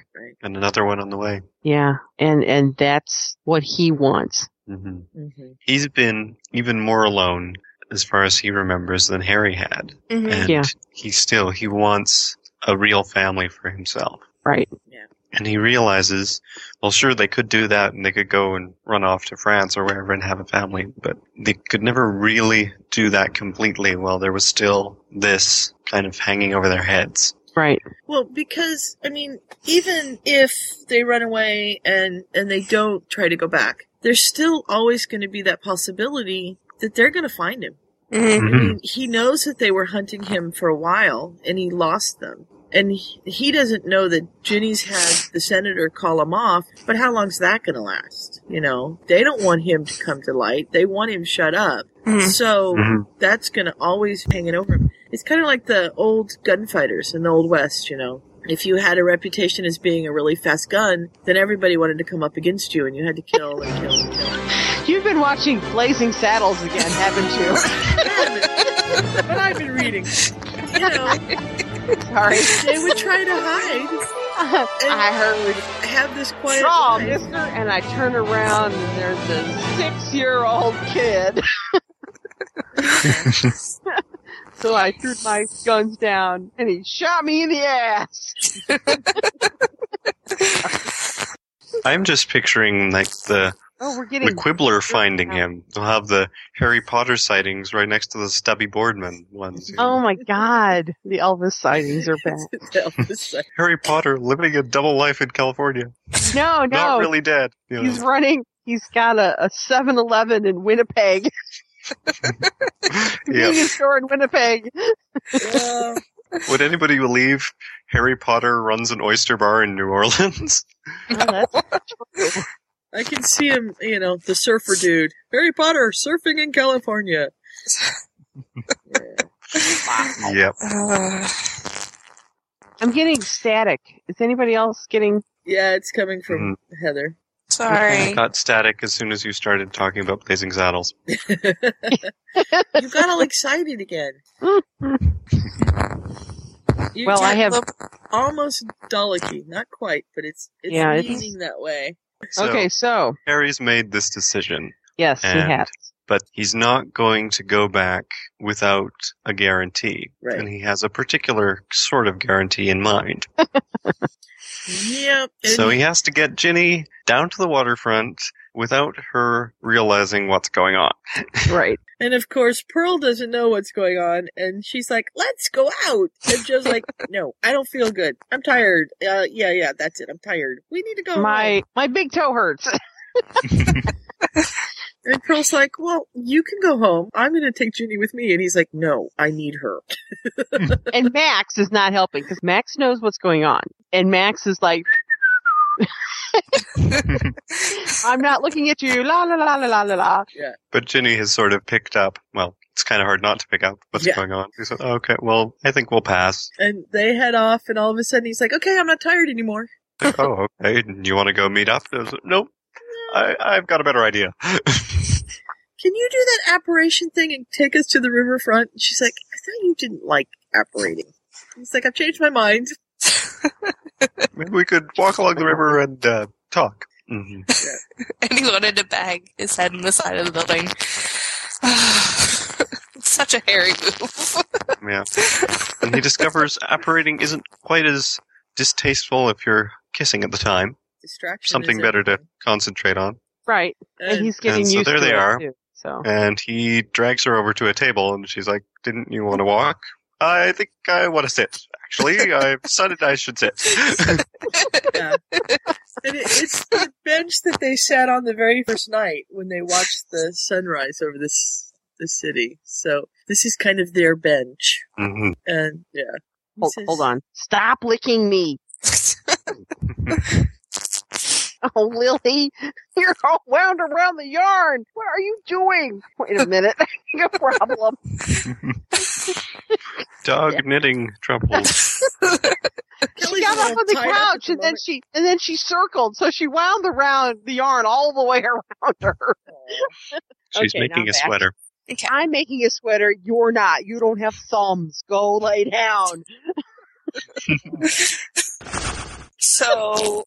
and another one on the way. Yeah, and and that's what he wants. hmm Mhm. He's been even more alone, as far as he remembers, than Harry had. Mhm. And Yeah. he still, he wants a real family for himself. Right. Yeah. And he realizes, well, sure, they could do that and they could go and run off to France or wherever and have a family, but they could never really do that completely while there was still this kind of hanging over their heads. Right. Well, because I mean, even if they run away and and they don't try to go back, there's still always going to be that possibility that they're going to find him. Mm-hmm. I Mm-hmm. mean, he knows that they were hunting him for a while, and he lost them. And he, he doesn't know that Ginny's had the senator call him off. But how long's that going to last? You know, they don't want him to come to light. They want him shut up. Mhm. So Mhm. that's going to always be hanging over him. It's kind of like the old gunfighters in the old west. You know, if you had a reputation as being a really fast gun, then everybody wanted to come up against you, and you had to kill and kill and kill. You've been watching Blazing Saddles again, haven't you? but I've been reading. You know, Sorry. They would try to hide. I heard have this quiet Draw, life. mister, and I turn around and there's this six-year-old kid. so I threw my guns down and he shot me in the ass. I'm just picturing like the Oh, we're getting the Quibbler finding him. They'll have the Harry Potter sightings right next to the Stubby Boardman ones. you know. Oh my god, the Elvis sightings are back. Harry Potter living a double life in California, No, no, not really dead. you know. He's running. He's got a, a 7-Eleven in Winnipeg. Yeah. Convenience store in Winnipeg. Would anybody believe Harry Potter runs an oyster bar in New Orleans? Oh, I can see him, you know, the surfer dude. Harry Potter surfing in California. Yep. I'm getting static. Is anybody else getting? Yeah, it's coming from Mm-hmm. Heather. I got static as soon as you started talking about Blazing Saddles. you got all excited again. You Well, I did have- look almost Daleki, not quite, but it's it's Yeah, it's- leaning that way. Okay, so Harry's made this decision. Yes, and- he has. But he's not going to go back without a guarantee. Right. And he has a particular sort of guarantee in mind. Yep. so he has to get Ginny down to the waterfront without her realizing what's going on. Right. And of course, Pearl doesn't know what's going on, and she's like, "Let's go out." And Joe's like, "No, I don't feel good. I'm tired. Uh, yeah, yeah, that's it. I'm tired. We need to go." Oh, My- my big toe hurts. and Pearl's like, "Well, you can go home. I'm going to take Ginny with me." And he's like, "No, I need her." and Max is not helping because Max knows what's going on, and Max is like, "I'm not looking at you." La la la la la la la. Yeah. But Ginny has sort of picked up, well, it's kind of hard not to pick up what's Yeah. going on. She said, okay, well, I think we'll pass. And they head off, and all of a sudden, he's like, "Okay, I'm not tired anymore." Like, oh, okay. Do you want to go meet up? I was like, nope. I, I've got a better idea. Can you do that apparition thing and take us to the riverfront? And she's like, "I thought you didn't like apparating." He's like, "I've changed my mind." Maybe we could walk along the river and uh, talk. Mm-hmm. and he wanted to bang his head in the side of the building. Such a hairy move. Yeah. And he discovers apparating isn't quite as distasteful if you're kissing at the time. Distraction. Something is better to concentrate on. Right. And he's getting and so used there to they it, are. too, so And he drags her over to a table, and she's like, "Didn't you want to walk?" I think I want to sit. Actually, I decided I should sit. yeah. And it, it's the bench that they sat on the very first night when they watched the sunrise over this the city. So this is kind of their bench. Mhm. And yeah. hold, hold on. Stop licking me. oh, Lily, you're all wound around the yarn. What are you doing? Wait a minute. Your problem. Dog knitting troubles. she got up on the tied up at couch the and then she and then she circled, so she wound around the yarn all the way around her. She's Okay, now making a back. sweater. I'm making a sweater. You're not. You don't have thumbs. Go lay down. so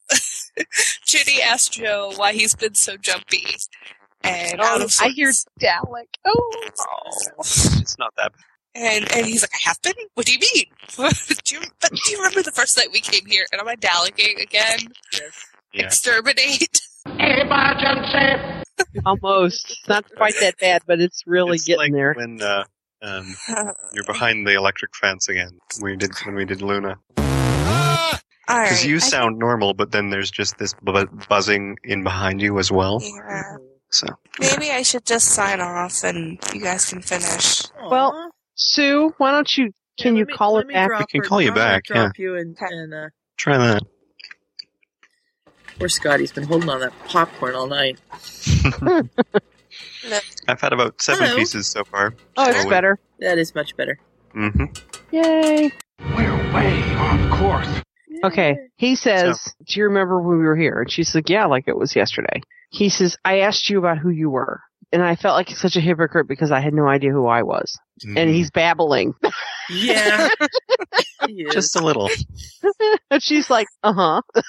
Judy asked Joe why he's been so jumpy. And out of I hear Um, Dalek. Oh, It's not that bad. And and he's like, I have been. What do you mean? do you but do you remember the first night we came here? And I'm at Dallegate again. Exterminate. Everybody jump ship. Almost. It's not quite that bad, but it's really getting there. When uh, um, you're behind the electric fence again. We did when we did Luna. All Because right. you I sound normal, but then there's just this bu- buzzing in behind you as well. think- yeah. So Maybe I should just sign off and you guys can finish. Well, Sue, why don't you? Can you call it back? I can call you back. Yeah, Drop you and, and uh, try that. poor Scotty's been holding on that popcorn all night. I've had about seven Hello. pieces so far. Oh, That is much better. Mm-hmm. Yay! We're way on course. Okay. He says, Do you remember when we were here? And she's like, Yeah, like it was yesterday. He says, I asked you about who you were. And I felt like such a hypocrite because I had no idea who I was. Mm-hmm. And he's babbling. Yeah. Just a little. and she's like, Uh huh.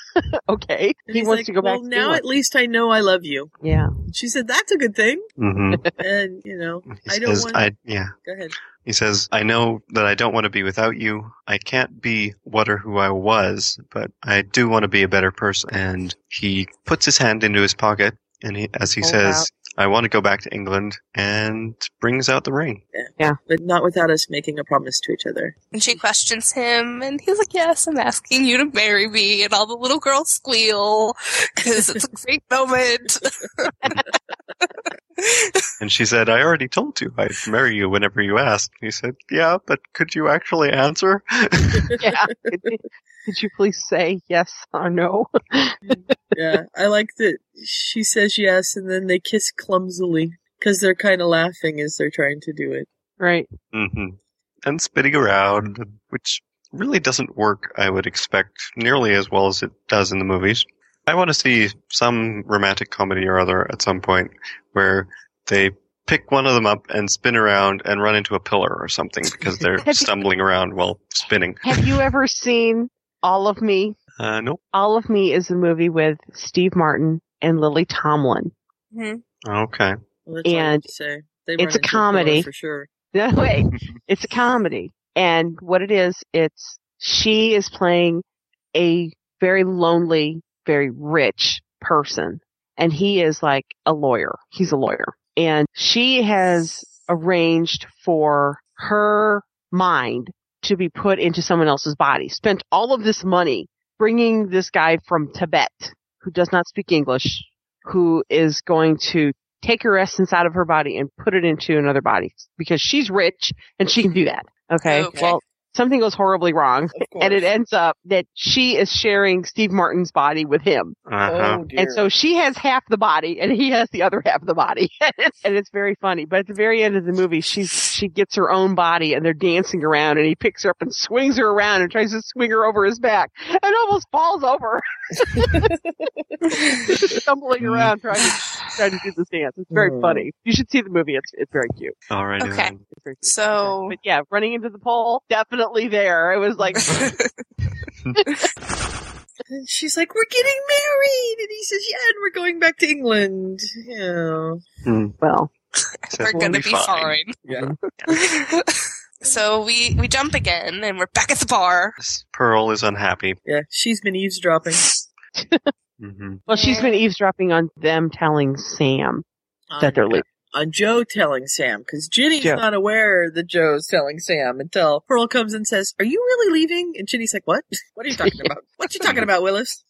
okay. And he he's wants like, to go back Well, to now England." at least I know I love you. Yeah. She said, "That's a good thing." Mm-hmm. And you know, I don't says, want. I- yeah. Go ahead. He says, I know that I don't want to be without you. I can't be what or who I was, but I do want to be a better person. And he puts his hand into his pocket, and he, as he Pulls says, out. I want to go back to England, and brings out the ring. Yeah. But not without us making a promise to each other. And she questions him, and he's like, "Yes, I'm asking you to marry me." And all the little girls squeal because it's a great moment. And she said, I already told you I'd marry you whenever you asked. He said, Yeah, but could you actually answer? yeah. Could, could you please say yes or no? yeah, I like that she says yes, and then they kiss clumsily because they're kind of laughing as they're trying to do it. Right. hmm And spinning around, which really doesn't work, I would expect, nearly as well as it does in the movies. I want to see some romantic comedy or other at some point where they pick one of them up and spin around and run into a pillar or something because they're Have you- stumbling around while spinning. Have you ever seen All of Me? Uh, nope. All of Me is a movie with Steve Martin and Lily Tomlin. Okay. Well, that's all I have And to say. They it's a run into pillar comedy. for sure. No, wait. it's a comedy. And what it is, it's she is playing a very lonely, very rich person. And he is like a lawyer. He's a lawyer. And she has arranged for her mind to be put into someone else's body. Spent all of this money bringing this guy from Tibet who does not speak English, who is going to take her essence out of her body and put it into another body because she's rich and she can do that. Okay. Okay. Well, something goes horribly wrong and it ends up that she is sharing Steve Martin's body with him. Uh-huh. Oh, dear. and so she has half the body and he has the other half of the body. and it's very funny. But at the very end of the movie, she's, she gets her own body and they're dancing around and he picks her up and swings her around and tries to swing her over his back and almost falls over. stumbling around trying to, trying to do this dance. It's very Mm. funny. You should see the movie. It's, it's very cute. All right. Oh, Okay. So, But yeah, running into the pole, definitely there. It was like, And she's like, "We're getting married," and he says, "Yeah, and we're going back to England." Yeah. well, we'll we're gonna be be fine. fine. so we we jump again, and we're back at the bar. Pearl is unhappy. Yeah, she's been eavesdropping. hmm well, she's been eavesdropping on them telling Sam that they're leaving. on Joe telling Sam because Ginny's Yeah. not aware that Joe's telling Sam until Pearl comes and says, "Are you really leaving?" And Ginny's like, "What? What are you talking about? What you talking about, Willis?"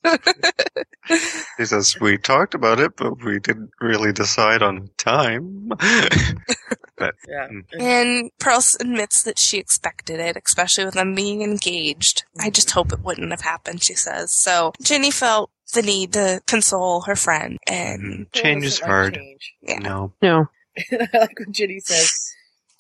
He says, We talked about it, but we didn't really decide on time. but yeah. Hmm. And Pearl admits that she expected it, especially with them being engaged. I just hope it wouldn't have happened, she says. So Ginny felt the need to console her friend and change is hard. No. No. And I like what Ginny says.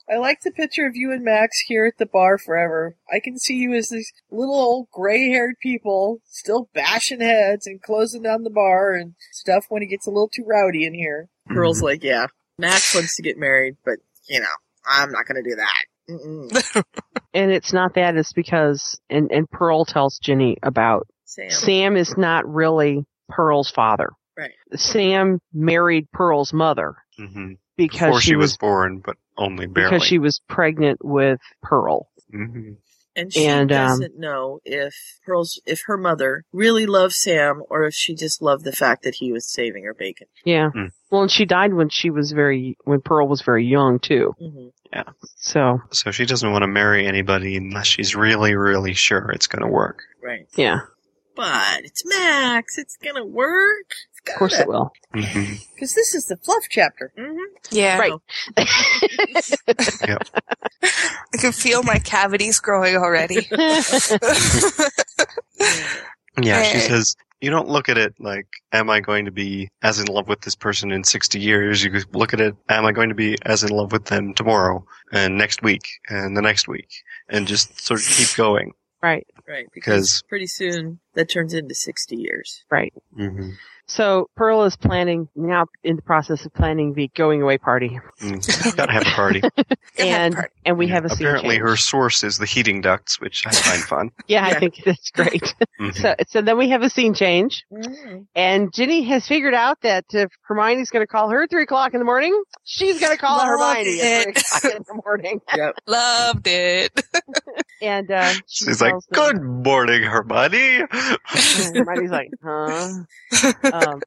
I like the picture of you and Max here at the bar forever. I can see you as these little old gray-haired people still bashing heads and closing down the bar and stuff when it gets a little too rowdy in here. Pearl's Mm-hmm. like, "Yeah, Max wants to get married, but you know, I'm not going to do that." Mm-mm. And it's not that, it's because, and, and Pearl tells Ginny about Sam. Sam is not really Pearl's father. Right. Sam married Pearl's mother. Mm-hmm. because Before she, was, born, but only barely. because she was pregnant with Pearl. hmm And she And, um, doesn't know if Pearl's, if her mother really loved Sam or if she just loved the fact that he was saving her bacon. Yeah. Hmm. Well, and she died when she was very when Pearl was very young too. Mm-hmm. Yeah. So So she doesn't want to marry anybody unless she's really, really sure it's going to work. Right. yeah, But it's Max. It's gonna work. It's of course it will. Mm-hmm. Because this is the fluff chapter. Mm-hmm. Yeah. Right. Yep. I can feel my cavities growing already. Yeah, she Eh. says, you don't look at it like, am I going to be as in love with this person in 60 years? You could look at it, am I going to be as in love with them tomorrow and next week and the next week and just sort of keep going. Right. Right. Because- pretty soon that turns into 60 years. Right. Mm-hmm. So Pearl is planning now in the process of planning the going away party. Mm. Gotta have a party. and and we have a scene Apparently change. her source is the heating ducts, which I find fun. Mm-hmm. Yeah, I think that's great. So so then we have a scene change, Mm-hmm. and Ginny has figured out that if Hermione's going to call her at three o'clock in the morning, she's going to call Loved Hermione at three it. o'clock in the morning. Loved it. And uh, she She's like, tells them- good morning, Hermione. And Hermione's like, huh? Um,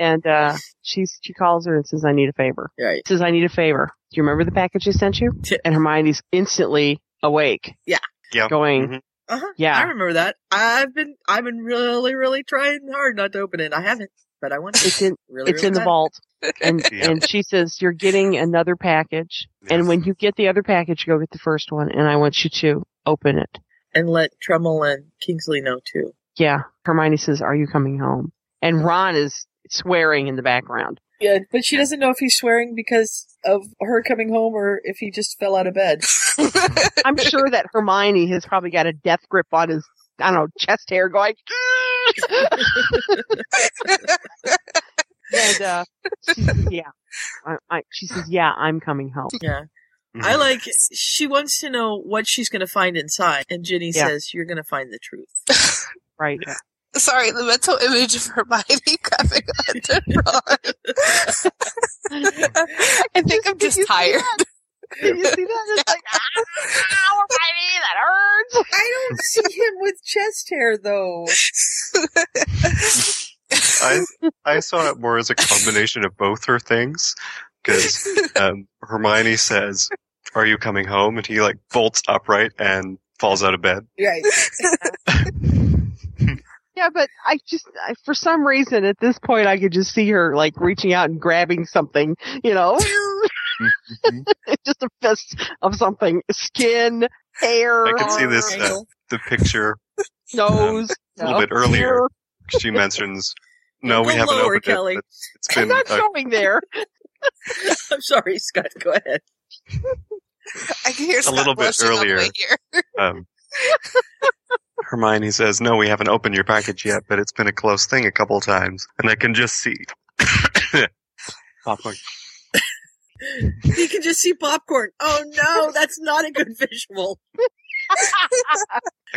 and uh, she's she calls her and says, "I need a favor." Right. Says, "I need a favor." Do you remember the package I sent you? And Hermione's instantly awake. Yeah. Yeah. Mm-hmm. Going. Uh-huh. Yeah. I remember that. I've been I've been really really trying hard not to open it. I haven't, but I want to. It's in really, it's really in the bad. vault, and Yeah. and she says, "You're getting another package, and when you get the other package, go get the first one, and I want you to open it." And let Tremel and Kingsley know too. Yeah. Hermione says, "Are you coming home?" And Ron is swearing in the background. Yeah, but she doesn't know if he's swearing because of her coming home or if he just fell out of bed. I'm sure that Hermione has probably got a death grip on his, I don't know, chest hair going. "Ah!" and uh, she says, yeah, I, I, she says, yeah, I'm coming home. Yeah. Mm. I like. She wants to know what she's going to find inside, and Ginny Yeah. says, "You're going to find the truth." Right. Sorry, the mental image of Hermione coming under Ron. I think I'm just tired. Did you see that? It's like, ah, Hermione, that hurts. I don't see him with chest hair though. I I saw it more as a combination of both her things because um, Hermione says, "Are you coming home?" and he like bolts upright and falls out of bed. Right. Yeah, but I just, I, for some reason, at this point, I could just see her like reaching out and grabbing something, you know, just a fist of something, skin, hair. I could see this uh, the picture nose. a little bit earlier. She mentions, "No, we Go haven't lower, opened Kelly. it. It's- It's been uh, going there. I'm sorry, Scott. Go ahead. I can hear a little bit earlier." Um, Hermione says, "No, we haven't opened your package yet, but it's been a close thing a couple times, and I can just see." Popcorn. He can just see popcorn. Oh no, that's not a good visual.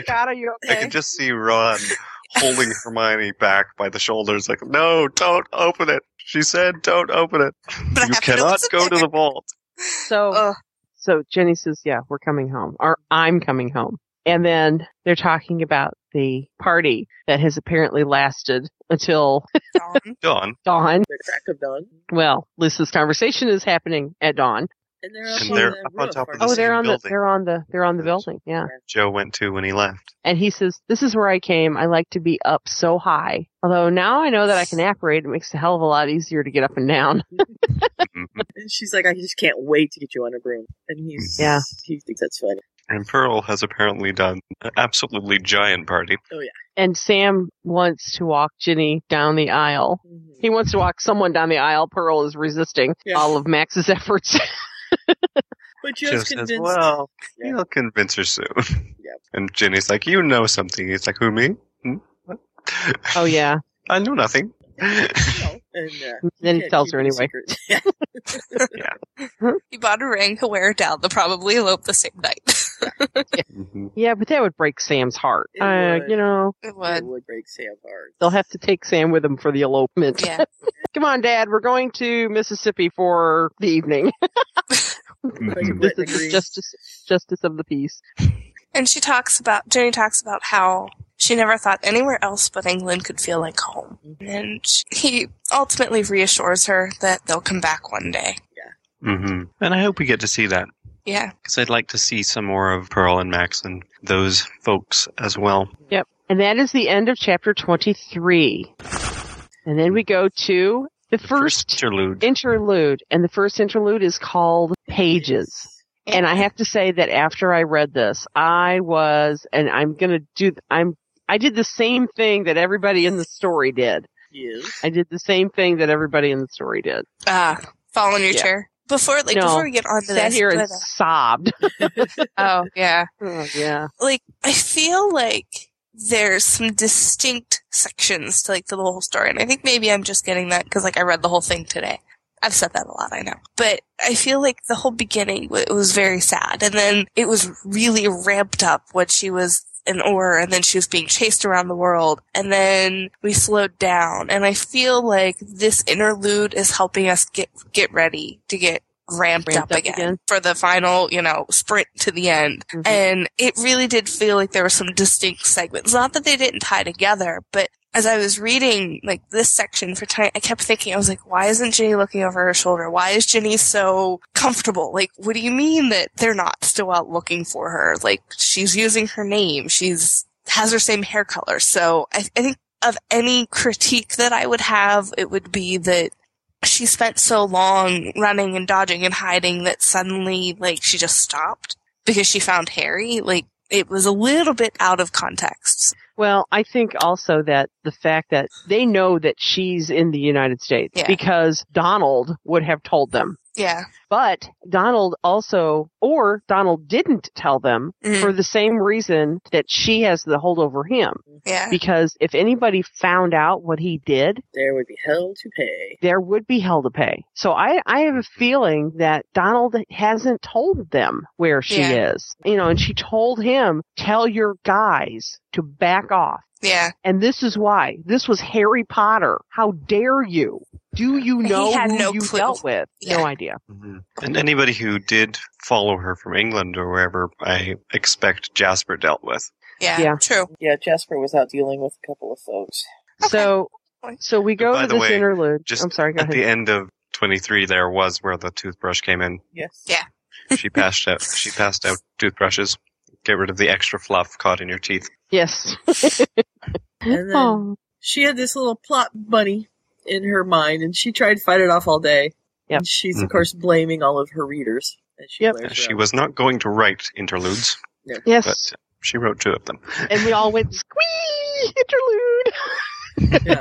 God, are you I can just see Ron holding Hermione back by the shoulders, like, "No, don't open it." She said, "Don't open it." you cannot go to the vault. So, so Jenny says, "Yeah, we're coming home, or I'm coming home." And then they're talking about the party that has apparently lasted until Dawn. dawn. The crack of dawn. Well, Lisa's conversation is happening at dawn. And they're up And on they're the up on roof, top of aren't the oh, they? they're on the building. they're on the they're on the building. Yeah. Joe went to when he left. And he says, "This is where I came. I like to be up so high. Although now I know that I can apparate, it makes a hell of a lot easier to get up and down." Mm-hmm. And she's like, I just can't wait to get you on a broom. And Mm. he's Yeah. he thinks that's funny. And Pearl has apparently done an absolutely giant party. Oh yeah. and Sam wants to walk Ginny down the aisle. Mm-hmm. He wants to walk someone down the aisle. Pearl is resisting Yeah. all of Max's efforts. But Joe's Joe says, convinced. "Well, he'll convince her soon." And Ginny's like, "You know something?" He's like, "Who me? Hmm? What?" oh yeah. I know nothing. And, uh, Then he can't tells keep her it a anyway. He bought a ring to wear it down. They'll probably elope the same night. Mm-hmm. Yeah, but that would break Sam's heart. It Uh, would. you know, It would. would break Sam hard. they'll have to take Sam with them for the elopement. Yeah. Come on, Dad, we're going to Mississippi for the evening. this is the justice, justice of the peace. And she talks about Jenny talks about how she never thought anywhere else but England could feel like home. And sh- he ultimately reassures her that they'll come back one day. hmm And I hope we get to see that Yeah. because I'd like to see some more of Pearl and Max and those folks as well. Yep. And that is the end of chapter 23. And then we go to the first, interlude. interlude. And the first interlude is called Pages. And I have to say that after I read this, I was, and I'm going to do, I'm, I did the same thing that everybody in the story did. Yes. I did the same thing that everybody in the story did. Ah, fall in your Yeah. chair. Before like No, before we get on to sat this. here and but, uh, sobbed. oh yeah. yeah. Like I feel like there's some distinct sections to like the whole story, and I think maybe I'm just getting that because like I read the whole thing today. I've said that a lot, I know, but I feel like the whole beginning w- it was very sad, and then it was really ramped up when she was an oar, and then she was being chased around the world, and then we slowed down, and I feel like this interlude is helping us get get ready to get ramped, Ramped up, up again, again. for the final, you know, sprint to the end. And it really did feel like there were some distinct segments. Not that they didn't tie together, but as I was reading like this section for tonight, I kept thinking, I was like, why isn't Ginny looking over her shoulder? Why is Ginny so comfortable? Like, what do you mean that they're not still out looking for her? Like, she's using her name. She's has her same hair color. So I, I think of any critique that I would have, it would be that she spent so long running and dodging and hiding that suddenly, like, she just stopped because she found Harry. Like, it was a little bit out of context. Well, I think also that the fact that they know that she's in the United States Yeah. because Donald would have told them. Yeah. But Donald also, or Donald didn't tell them Mhm. for the same reason that she has the hold over him. Yeah. Because if anybody found out what he did, There would be hell to pay. there would be hell to pay. So I, I have a feeling that Donald hasn't told them where she Yeah. is. You know, and she told him, tell your guys to back off. Yeah. And this is why. This was Harry Potter. How dare you? Do you He know had who no you clue. dealt with? No idea. And anybody who did follow her from England or wherever, I expect Jasper dealt with. Yeah, true. Yeah, Jasper was out dealing with a couple of folks. So, so we go By to the this way, interlude. just I'm sorry. Go At ahead. the end of 23, there was where the toothbrush came in. Yes. Yeah. She passed out. She passed out toothbrushes. Get rid of the extra fluff caught in your teeth. Yes. And then she had this little plot bunny in her mind, and she tried to fight it off all day. Yep. And she's, of Mhm. course, blaming all of her readers. And she blares her She out. was not going to write interludes. No. Yes. But she wrote two of them. and we all went squee interlude.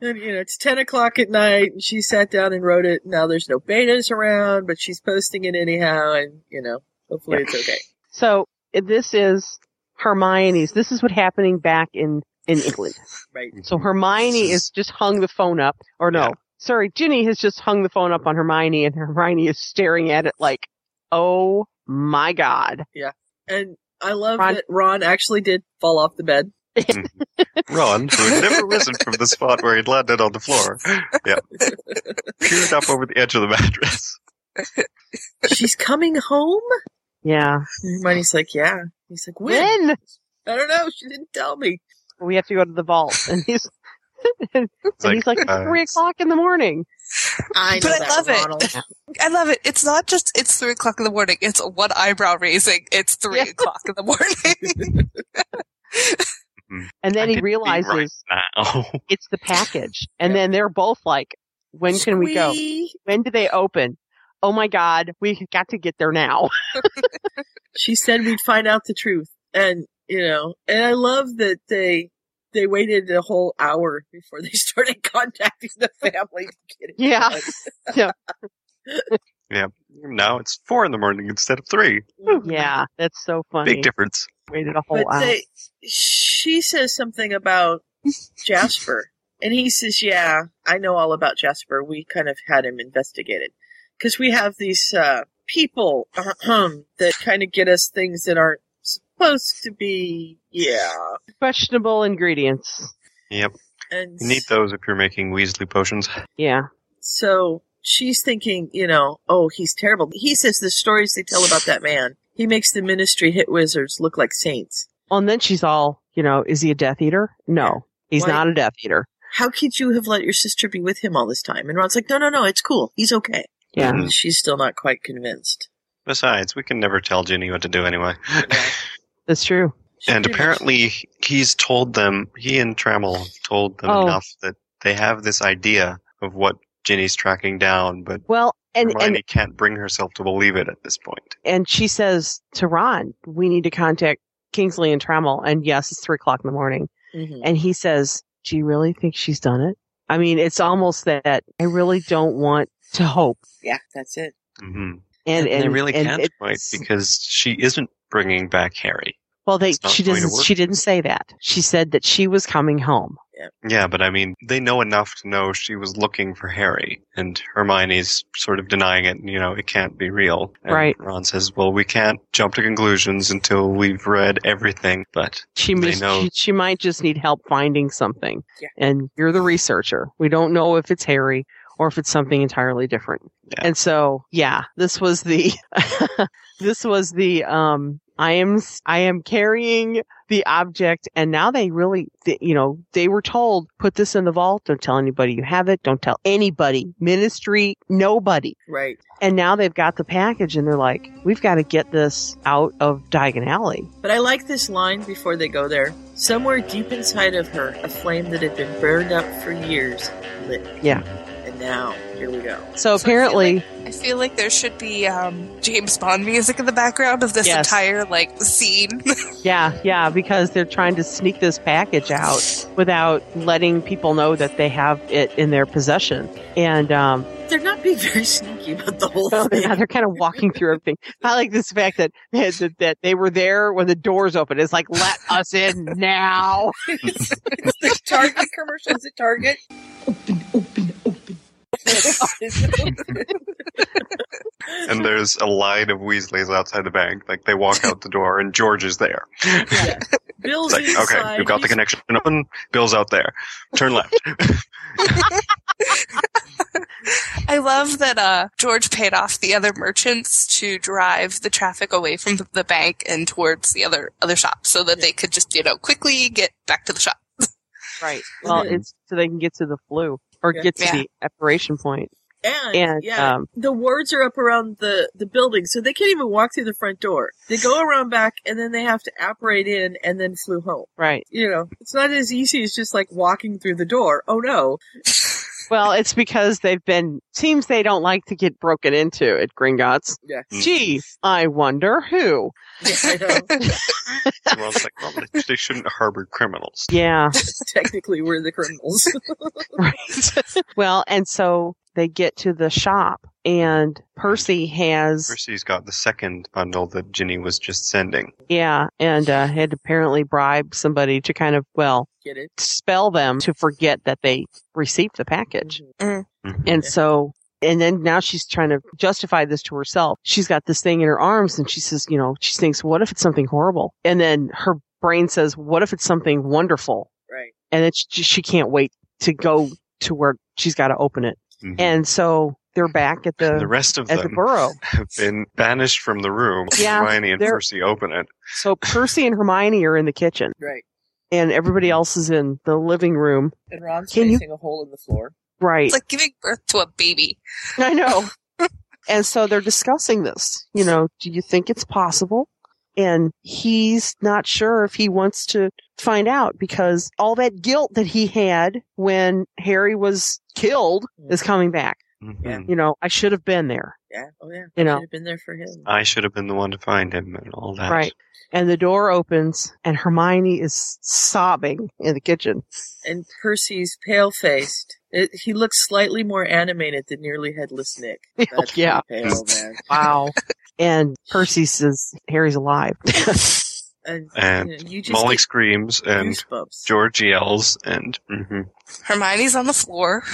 And, you know, it's 10 o'clock at night, and she sat down and wrote it. Now there's no betas around, but she's posting it anyhow, and, you know, hopefully Yeah. it's okay. So this is Hermione's. This is what's happening back in in England. Right. So Hermione is just hung the phone up, or no, sorry, Ginny has just hung the phone up on Hermione, and Hermione is staring at it like, "Oh my god!" Yeah. And I love Ron- that Ron actually did fall off the bed. Ron, who had never risen from the spot where he'd landed on the floor, yeah, peered up over the edge of the mattress. She's coming home? Yeah. Hermione's like, yeah. He's like, when? When I don't know. She didn't tell me. we have to go to the vault, and he's and, like, he's like it's uh, three o'clock in the morning. I But I love it. I love it. It's not just it's three o'clock in the morning. It's one eyebrow raising. It's three o'clock in the morning. And then he It'd be right realizes now. it's the package, and then they're both like, "When can we go? Squee. When do they open?" Oh my god, we got to get there now. She said we'd find out the truth. And, you know, and I love that they they waited a whole hour before they started contacting the family to get it. Yeah. done. yeah. Yeah. Now it's four in the morning instead of three. yeah, that's so funny. Big difference. Waited a whole but hour. they, she says something about Jasper, and he says, "Yeah, I know all about Jasper. We kind of had him investigated because we have these uh, people that kind of get us things that aren't supposed to be." Yeah, Questionable ingredients. Yep. And You need those if you're making Weasley potions. Yeah. so she's thinking, you know, oh, he's terrible. He says the stories they tell about that man. He makes the ministry hit wizards look like saints. Well, and then she's all, you know, is he a Death Eater? No, he's Why- not a Death Eater. How could you have let your sister be with him all this time? And Ron's like, no, no, no, it's cool. He's okay. Mm-hmm. Yeah. Mm. She's still not quite convinced. Besides, we can never tell Ginny what to do anyway. That's true. and apparently, he's told them, he and Trammell told them Oh. enough that they have this idea of what Ginny's tracking down, but Well, and Hermione and can't bring herself to believe it at this point. and she says to Ron, "We need to contact Kingsley and Trammell." And yes, it's three o'clock in the morning. Mm-hmm. And he says, "Do you really think she's done it?" I mean, it's almost that I really don't want to hope. Yeah, that's it. hmm And, and they really and can't it- right because she isn't bringing back Harry. well, they It's not she going to doesn't work. she didn't say that. She said that she was coming home. Yeah, but I mean, they know enough to know she was looking for Harry, and Hermione's sort of denying it. and, You know, it can't be real. And Right. Ron says, "Well, we can't jump to conclusions until we've read everything." But She they mis- know she, she might just need help finding something. Yeah. And you're the researcher. We don't know if it's Harry or if it's something entirely different. And so, yeah, this was the this was the um I am s- I am carrying the object and now they really th- you know, they were told put this in the vault, don't tell anybody you have it, don't tell anybody, ministry, nobody. Right. And now they've got the package and they're like, we've got to get this out of Diagon Alley. But I like this line before they go there. Somewhere deep inside of her, a flame that had been burned up for years lit. Yeah. And now, here we go. So, apparently I feel like there should be um, James Bond music in the background of this Yes. entire like scene. Yeah, yeah, because they're trying to sneak this package out without letting people know that they have it in their possession. And um, They're not being very sneaky about the whole so thing. Oh, they're, they're kind of walking through everything. I like this fact that, that that they were there when the doors open. It's like let us in now. the Target commercials at Target. and there's a line of Weasleys outside the bank. Like they walk out the door, and George is there. It's Bill's like, inside. okay, we've got the connection open. Bill's out there. Turn left. I love that uh, George paid off the other merchants to drive the traffic away from the, the bank and towards the other other shop, so that they could just you know quickly get back to the shop. Right. Well, it's so they can get to the flu or Yeah. get to Yeah. the operation point. And, And, yeah, um, the wards are up around the, the building, so they can't even walk through the front door. They go around back, and then they have to apparate in, and then flew home. Right. You know, it's not as easy as just like walking through the door. Oh no. Well, it's because they've been teams they don't like to get broken into at Gringotts. Yeah. Gee, I wonder who. well, it's like, well, they- they shouldn't harbor criminals. Yeah. Technically, we're the criminals. well, and so they get to the shop, and Percy has Percy's got the second bundle that Ginny was just sending. yeah, and uh, had apparently bribed somebody to kind of well Get it? spell them to forget that they received the package, Mm-hmm. and so. And then now she's trying to justify this to herself. She's got this thing in her arms and she says, you know, she thinks, what if it's something horrible? And then her brain says, what if it's something wonderful? Right. and it's just, she can't wait to go to where she's got to open it. And uh, so they're back at the Mm-hmm. The rest of at the them burrow. have been banished from the room. Yeah, Hermione and they're- Percy open it. So Percy and Hermione are in the kitchen, Right. and everybody Mm-hmm. else is in the living room. And Ron's Can you- facing a hole in the floor. Right. It's like giving birth to a baby. I know. and so they're discussing this. You know, do you think it's possible? And he's not sure if he wants to find out because all that guilt that he had when Harry was killed is coming back. Mm-hmm. You know, I should have been there. Mm. Yeah. Oh yeah. You know. Uh. Should have been there for him. I should have been the one to find him and all that. Right. And the door opens, and Hermione is sobbing in the kitchen. And Percy's pale faced. He looks slightly more animated than nearly headless Nick. That's Oh, yeah. pretty pale, man. Wow. and Percy says, Harry's alive. And, And you, know, you just Molly get- screams, and George yells, and mhm. Hermione's on the floor.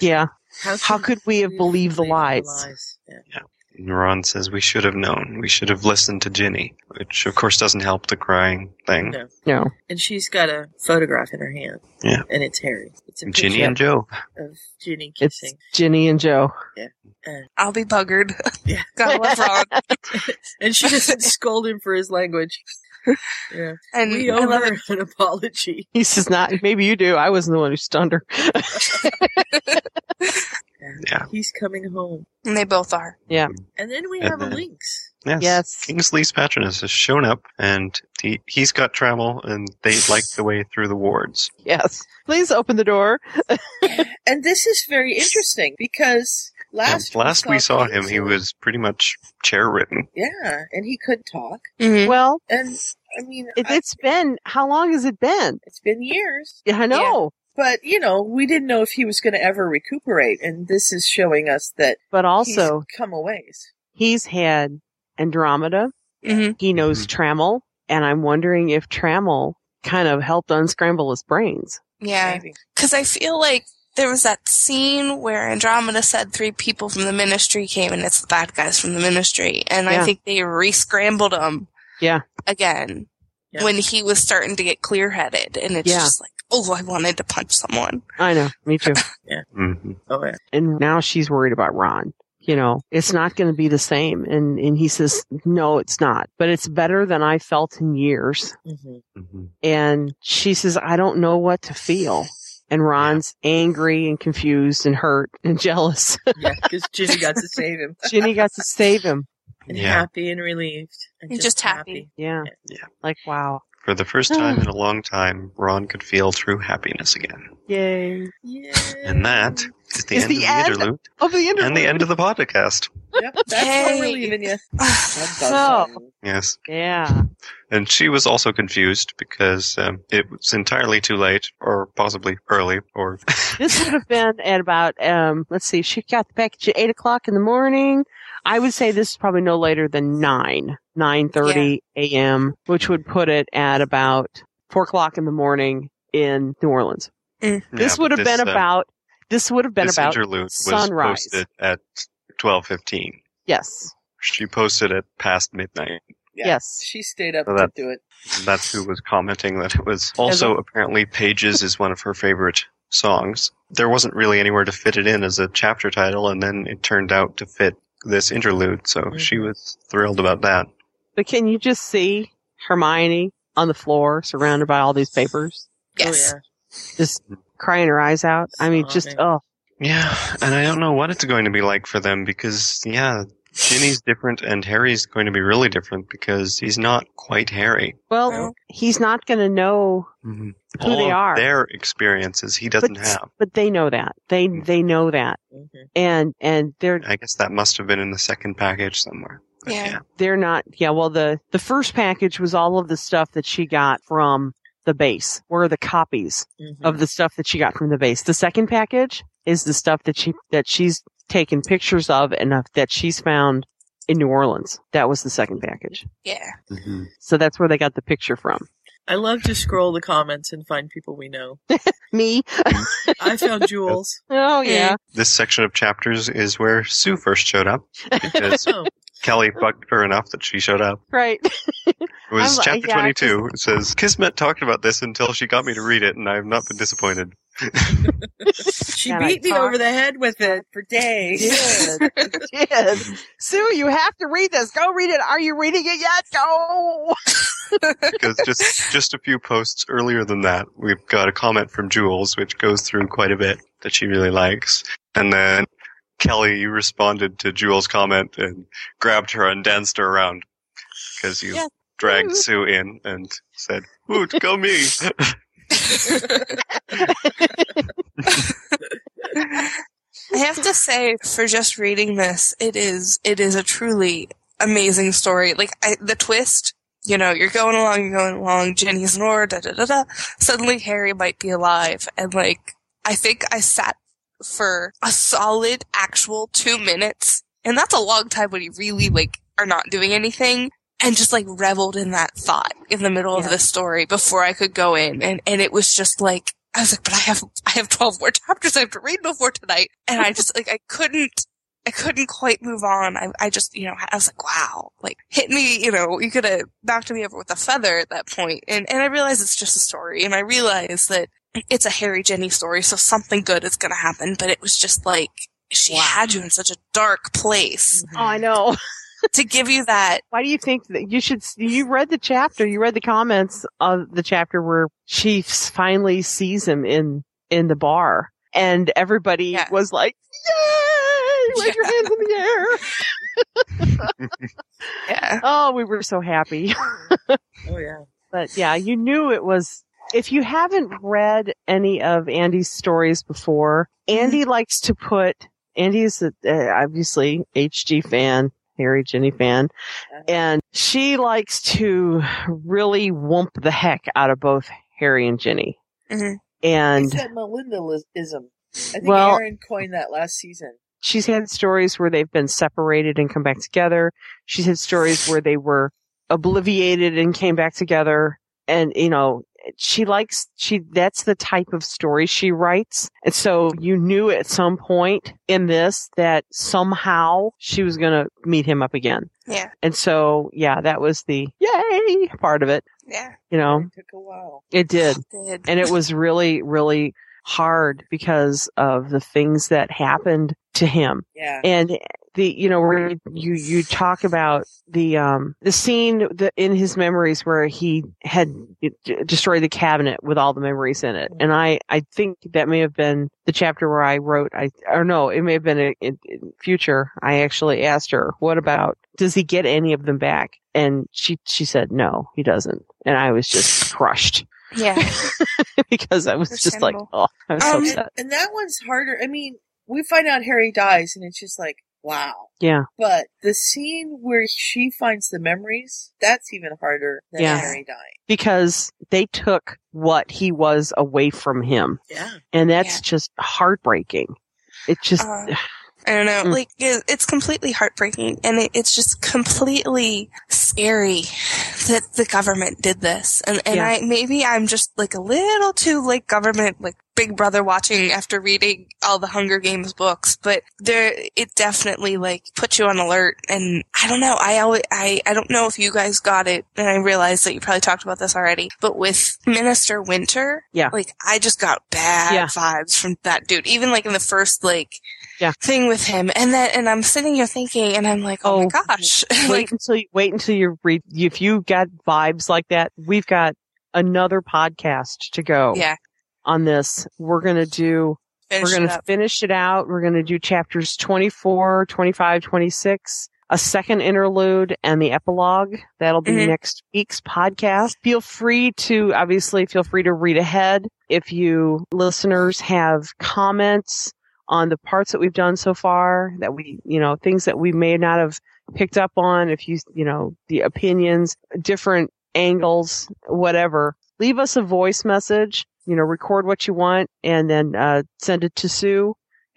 yeah. How, could we have believed the lies? Yeah. And Ron says, We should have known. We should have listened to Ginny, which of course doesn't help the crying thing. No. No. And she's got a photograph in her hand. Yeah. And it's Harry. It's a Ginny picture and Joe. Of Ginny It's kissing. Ginny and Joe. Yeah. And I'll be buggered. Yeah. God love Ron. and she doesn't scold him for his language. Yeah. And we Mm. I owe love her an apology. He says, "Not maybe you do. I wasn't the one who stunned her." Yeah. He's coming home. And they both are. Yeah. And then we And have a then- Lynx. Yes. Kingsley's patroness has shown up and he, he's got travel and they like the way through the wards. Yes. Please open the door. And this is very interesting because last and last we saw him, he Kingsley- was pretty much chair ridden. Yeah, and he could talk. Well, And I mean, it, I- it's been how long has it been? it's been years. Yeah, I know. But you know, we didn't know if he was going to ever recuperate, and this is showing us that. But also- he's come a ways. He's had Andromeda. He knows Trammel, and I'm wondering if Trammel kind of helped unscramble his brains. Yeah. Because I feel like there was that scene where Andromeda said three people from the ministry came and it's the bad guys from the ministry. And Yeah. I think they re scrambled him Yeah. again when he was starting to get clear headed. And it's Yeah. just like, oh, I wanted to punch someone. I know. Me too. yeah. Mm-hmm. Oh, yeah. And now she's worried about Ron. You know, it's not going to be the same. And, and he says, no, it's not. But it's better than I felt in years. Mm-hmm. Mm-hmm. And she says, I don't know what to feel. And Ron's angry and confused and hurt and jealous. Yeah, because Ginny got to save him. Ginny got to save him. and happy and relieved. And just, happy. Yeah. Yeah. Like, wow. For the first time in a long time, Ron could feel true happiness again. Yay. And that is the Is end the of the end interlude. Of the interlude. And Oh, the end of the podcast. Yep, that's why we're Yay. leaving you. mm-hmm. So, Yes. yeah. And she was also confused because um, it was entirely too late, or possibly early, or This would have been at about, um, let's see, she got back at eight o'clock in the morning. I would say this is probably no later than nine, nine thirty a.m., which would put it at about four o'clock in the morning in New Orleans. this Yeah, would have this, been um, about. This would have been this about interlude was sunrise. posted at twelve fifteen. yes. She posted it past midnight. Yes. She stayed up So that- to do it. That's who was commenting that it was. Also, apparently, Pages is one of her favorite songs. There wasn't really anywhere to fit it in as a chapter title, and then it turned out to fit this interlude. So she was thrilled about that. But can you just see Hermione on the floor, surrounded by all these papers, Yes. just crying her eyes out? I mean, just oh, Yeah, and I don't know what it's going to be like for them because, yeah, Ginny's different and Harry's going to be really different because he's not quite Harry. well, he's not going to know who All they of are. Their experiences he doesn't have. Hmm. but they know that they they know that Oh, and and they're I guess that must have been in the second package somewhere. yeah. they're not yeah well the the first package was all of the stuff that she got from the base were the copies Mm-hmm. of the stuff that she got from the base the second package is the stuff that she that she's taken pictures of and of, that she's found in new orleans that was the second package Yeah. so that's where they got the picture from I love to scroll the comments and find people we know. me. I found Jules. oh yeah. This section of chapters is where Sue first showed up because Oh. Kelly bugged her enough that she showed up. right It was I'm like, chapter yeah, I 22. It says, Kismet talked about this until she got me to read it, and I have not been disappointed. She And I beat me talked- over the head with it for days. did. Sue, you have to read this. Go read it. Are you reading it yet? Go. because just just a few posts earlier than that, we've got a comment from Jules, which goes through quite a bit that she really likes, and then Kelly, you responded to Jules' comment and grabbed her and danced her around because you Yeah. dragged Sue in and said, "Woot, go me!" I have to say, for just reading this, it is it is a truly amazing story. Like I, the twist, you know, you're going along, you're going along. Jenny's an orr, da da da da. Suddenly, Harry might be alive, and like I think I sat for a solid actual two minutes, and that's a long time when you really like are not doing anything. And just like reveled in that thought in the middle of the story before I could go in, and and it was just like I was like, but I have I have twelve more chapters I have to read before tonight, and I just like I couldn't I couldn't quite move on. I, I just, you know, I was like, wow, like hit me, you know, you could have knocked me over with a feather at that point. And, and I realize it's just a story and I realize that it's a Harry Jenny story. So something good is going to happen, but it was just like, she had you in such a dark place. Mm-hmm. Oh, I know. to give you that. Why do you think that you should? You read the chapter. You read the comments of the chapter where she finally sees him in in the bar, and everybody was like, "Yay! Raise your hands in the air!" Oh, we were so happy. Oh yeah. But yeah, you knew it was. If you haven't read any of Andy's stories before, Andy likes to put. Andy is a, uh, obviously HG fan, Harry Jenny fan, and she likes to really whoop the heck out of both Harry and Jenny. And it's that Melindaism. I think Well- Aaron coined that last season. she's had stories where they've been separated and come back together. She's had stories where they were obliviated and came back together. And, you know, she likes, she, that's the type of story she writes. And so you knew at some point in this that somehow she was going to meet him up again. Yeah. And so, yeah, that was the yay part of it. Yeah. You know, Took a while. it did. It did. And it was really, really hard because of the things that happened to him. Yeah. And the, you know, where you, you talk about the, um, the scene that in his memories where he had d- destroyed the cabinet with all the memories in it. And I, I think that may have been the chapter where I wrote, I, or no, it may have been in, in in future. I actually asked her, what about, does he get any of them back? And she, she said, no, he doesn't. And I was just crushed Yeah. because I was just like, oh, I was so Um, upset. and that one's harder. I mean, we find out Harry dies, and it's just like, wow. Yeah. But the scene where she finds the memories, that's even harder than Yeah. Harry dying. Because they took what he was away from him. Yeah. And that's just heartbreaking. It just, Uh, I don't know. Like it, it's completely heartbreaking, and it, it's just completely scary that the government did this. And and Yeah. I maybe I'm just like a little too like government like Big Brother watching after reading all the Hunger Games books, but there it definitely like puts you on alert. And I don't know. I always I I don't know if you guys got it, and I realize that you probably talked about this already. But with Minister Winter, Yeah. like I just got bad Yeah. vibes from that dude. Even like in the first like yeah. thing with him, and then and I'm sitting here thinking, and I'm like, oh, my gosh, wait until you, wait until you read, if you got vibes like that, we've got another podcast to go. Yeah. On this, we're going to do, Finish we're it going to up. finish it out. We're going to do chapters 24, 25, 26, a second interlude and the epilogue. That'll be Mhm. next week's podcast. Feel free to, obviously, feel free to read ahead. If you listeners have comments on the parts that we've done so far that we, you know, things that we may not have picked up on, if you, you know, the opinions, different angles, whatever, leave us a voice message, you know, record what you want and then, uh, send it to Sue.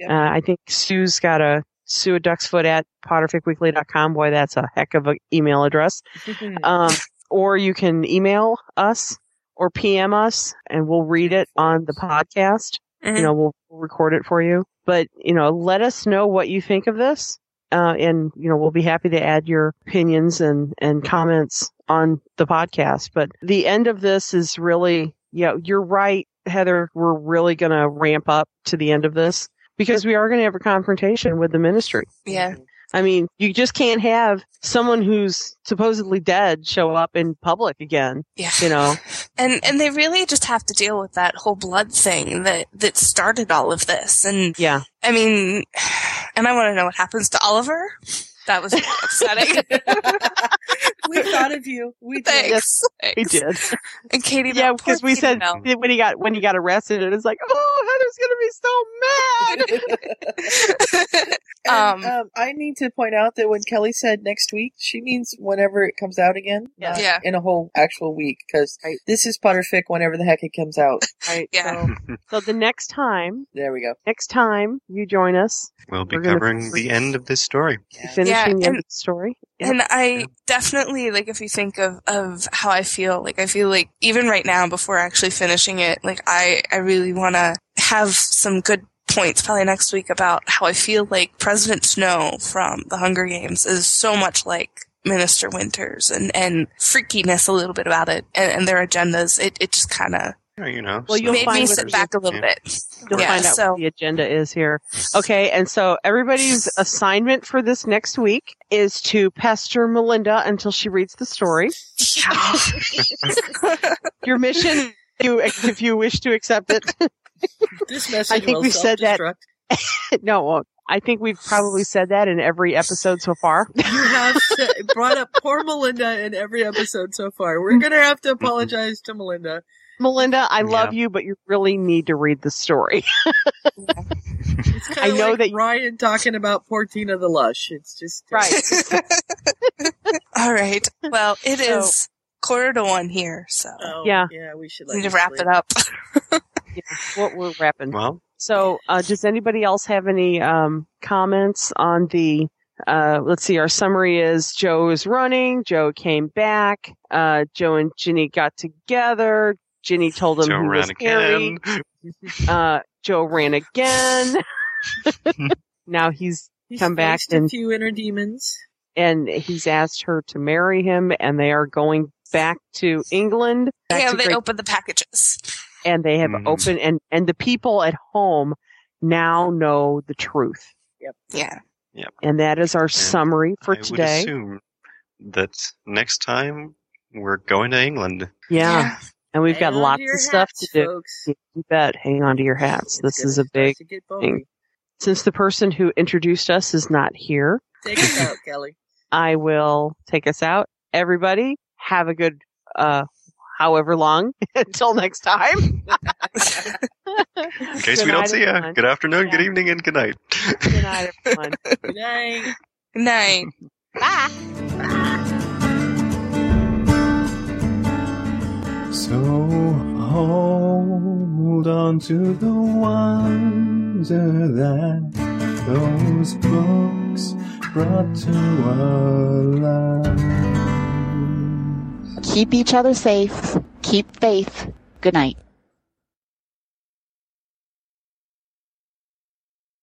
Uh, I think Sue's got a Sue at ducksfoot at potterficweekly.com. Boy, that's a heck of an email address. um, or you can email us or PM us and we'll read it on the podcast. Mhm. You know, we'll we'll record it for you. But, you know, let us know what you think of this. Uh, and, you know, we'll be happy to add your opinions and, and comments on the podcast. But the end of this is really, yeah, you're right, Heather. We're really going to ramp up to the end of this because we are going to have a confrontation with the ministry. yeah. I mean, you just can't have someone who's supposedly dead show up in public again. Yeah. You know, And and they really just have to deal with that whole blood thing that that started all of this. And yeah. I mean, and I want to know what happens to Oliver. That was upsetting. we thought of you. We did. Thanks. We Thanks. did. And Katie, yeah, because we said when he got when he got arrested, it was like, oh, Heather's gonna be so mad. And, um, I need to point out that when Kelly said next week, she means whenever it comes out again. not Yeah. In a whole actual week, because this is Potterfic whenever the heck it comes out. Right. So, so the next time, there we go. Next time you join us, We'll be We're gonna- covering the end of this story. finishing Yeah, the end and- of the story. And I definitely like if you think of of how I feel, like I feel like even right now before actually finishing it, like I I really want to have some good points probably next week about how I feel like President Snow from The Hunger Games is so much like Minister Winters and, and freakiness a little bit about it and, and their agendas. It, it just kind of Yeah, you know. Well, you'll made find me what sit it back a is. little Yeah. bit. You'll yeah, find out so what the agenda is here. Okay, and so everybody's assignment for this next week is to pester Melinda until she reads the story. Your mission, if you, if you wish to accept it. This I message think will we've said that. self-destruct. no, I think we've probably said that in every episode so far. You have sa- brought up poor Melinda in every episode so far. We're going to have to apologize to Melinda. Melinda, I love Yeah. you, but you really need to read the story. It's kind of know like Ryan talking about poor Tina the Lush. It's just uh, right. all right. Well, it is So- quarter to one here, so Yeah. oh, yeah, we Oh, should need to wrap it up. what we're wrapping. Well, so uh, does anybody else have any um, comments on the? Uh, let's see. Our summary is Joe is running. Joe came back. Uh, Joe and Ginny got together. Ginny told him Joe who was ran again. Harry. Uh, Joe ran again. now he's, He's come back faced a and few inner demons. and he's asked her to marry him, and they are going back to England. back Yeah, to they Great- opened the packages. and they have Mm-hmm. Mhm. opened and and the people at home now know the truth, Yep. Yeah. Yep. and that is our summary for I would today. assume that next time we're going to England. Yeah. and we've got Hang on to lots your of stuff hats, to do. Yeah, You bet. Hang on to your hats. this is a big to get bumpy. thing. Since the person who introduced us is not here, Take us out, Kelly. I will take us out. Everybody, have a good uh however long until next time. In case we don't see you. Good afternoon, good evening, and good night. Good night, everyone. Good night. Good night. Bye. So hold on to the wonder that those books brought to our lives. Keep each other safe. Keep faith. Good night.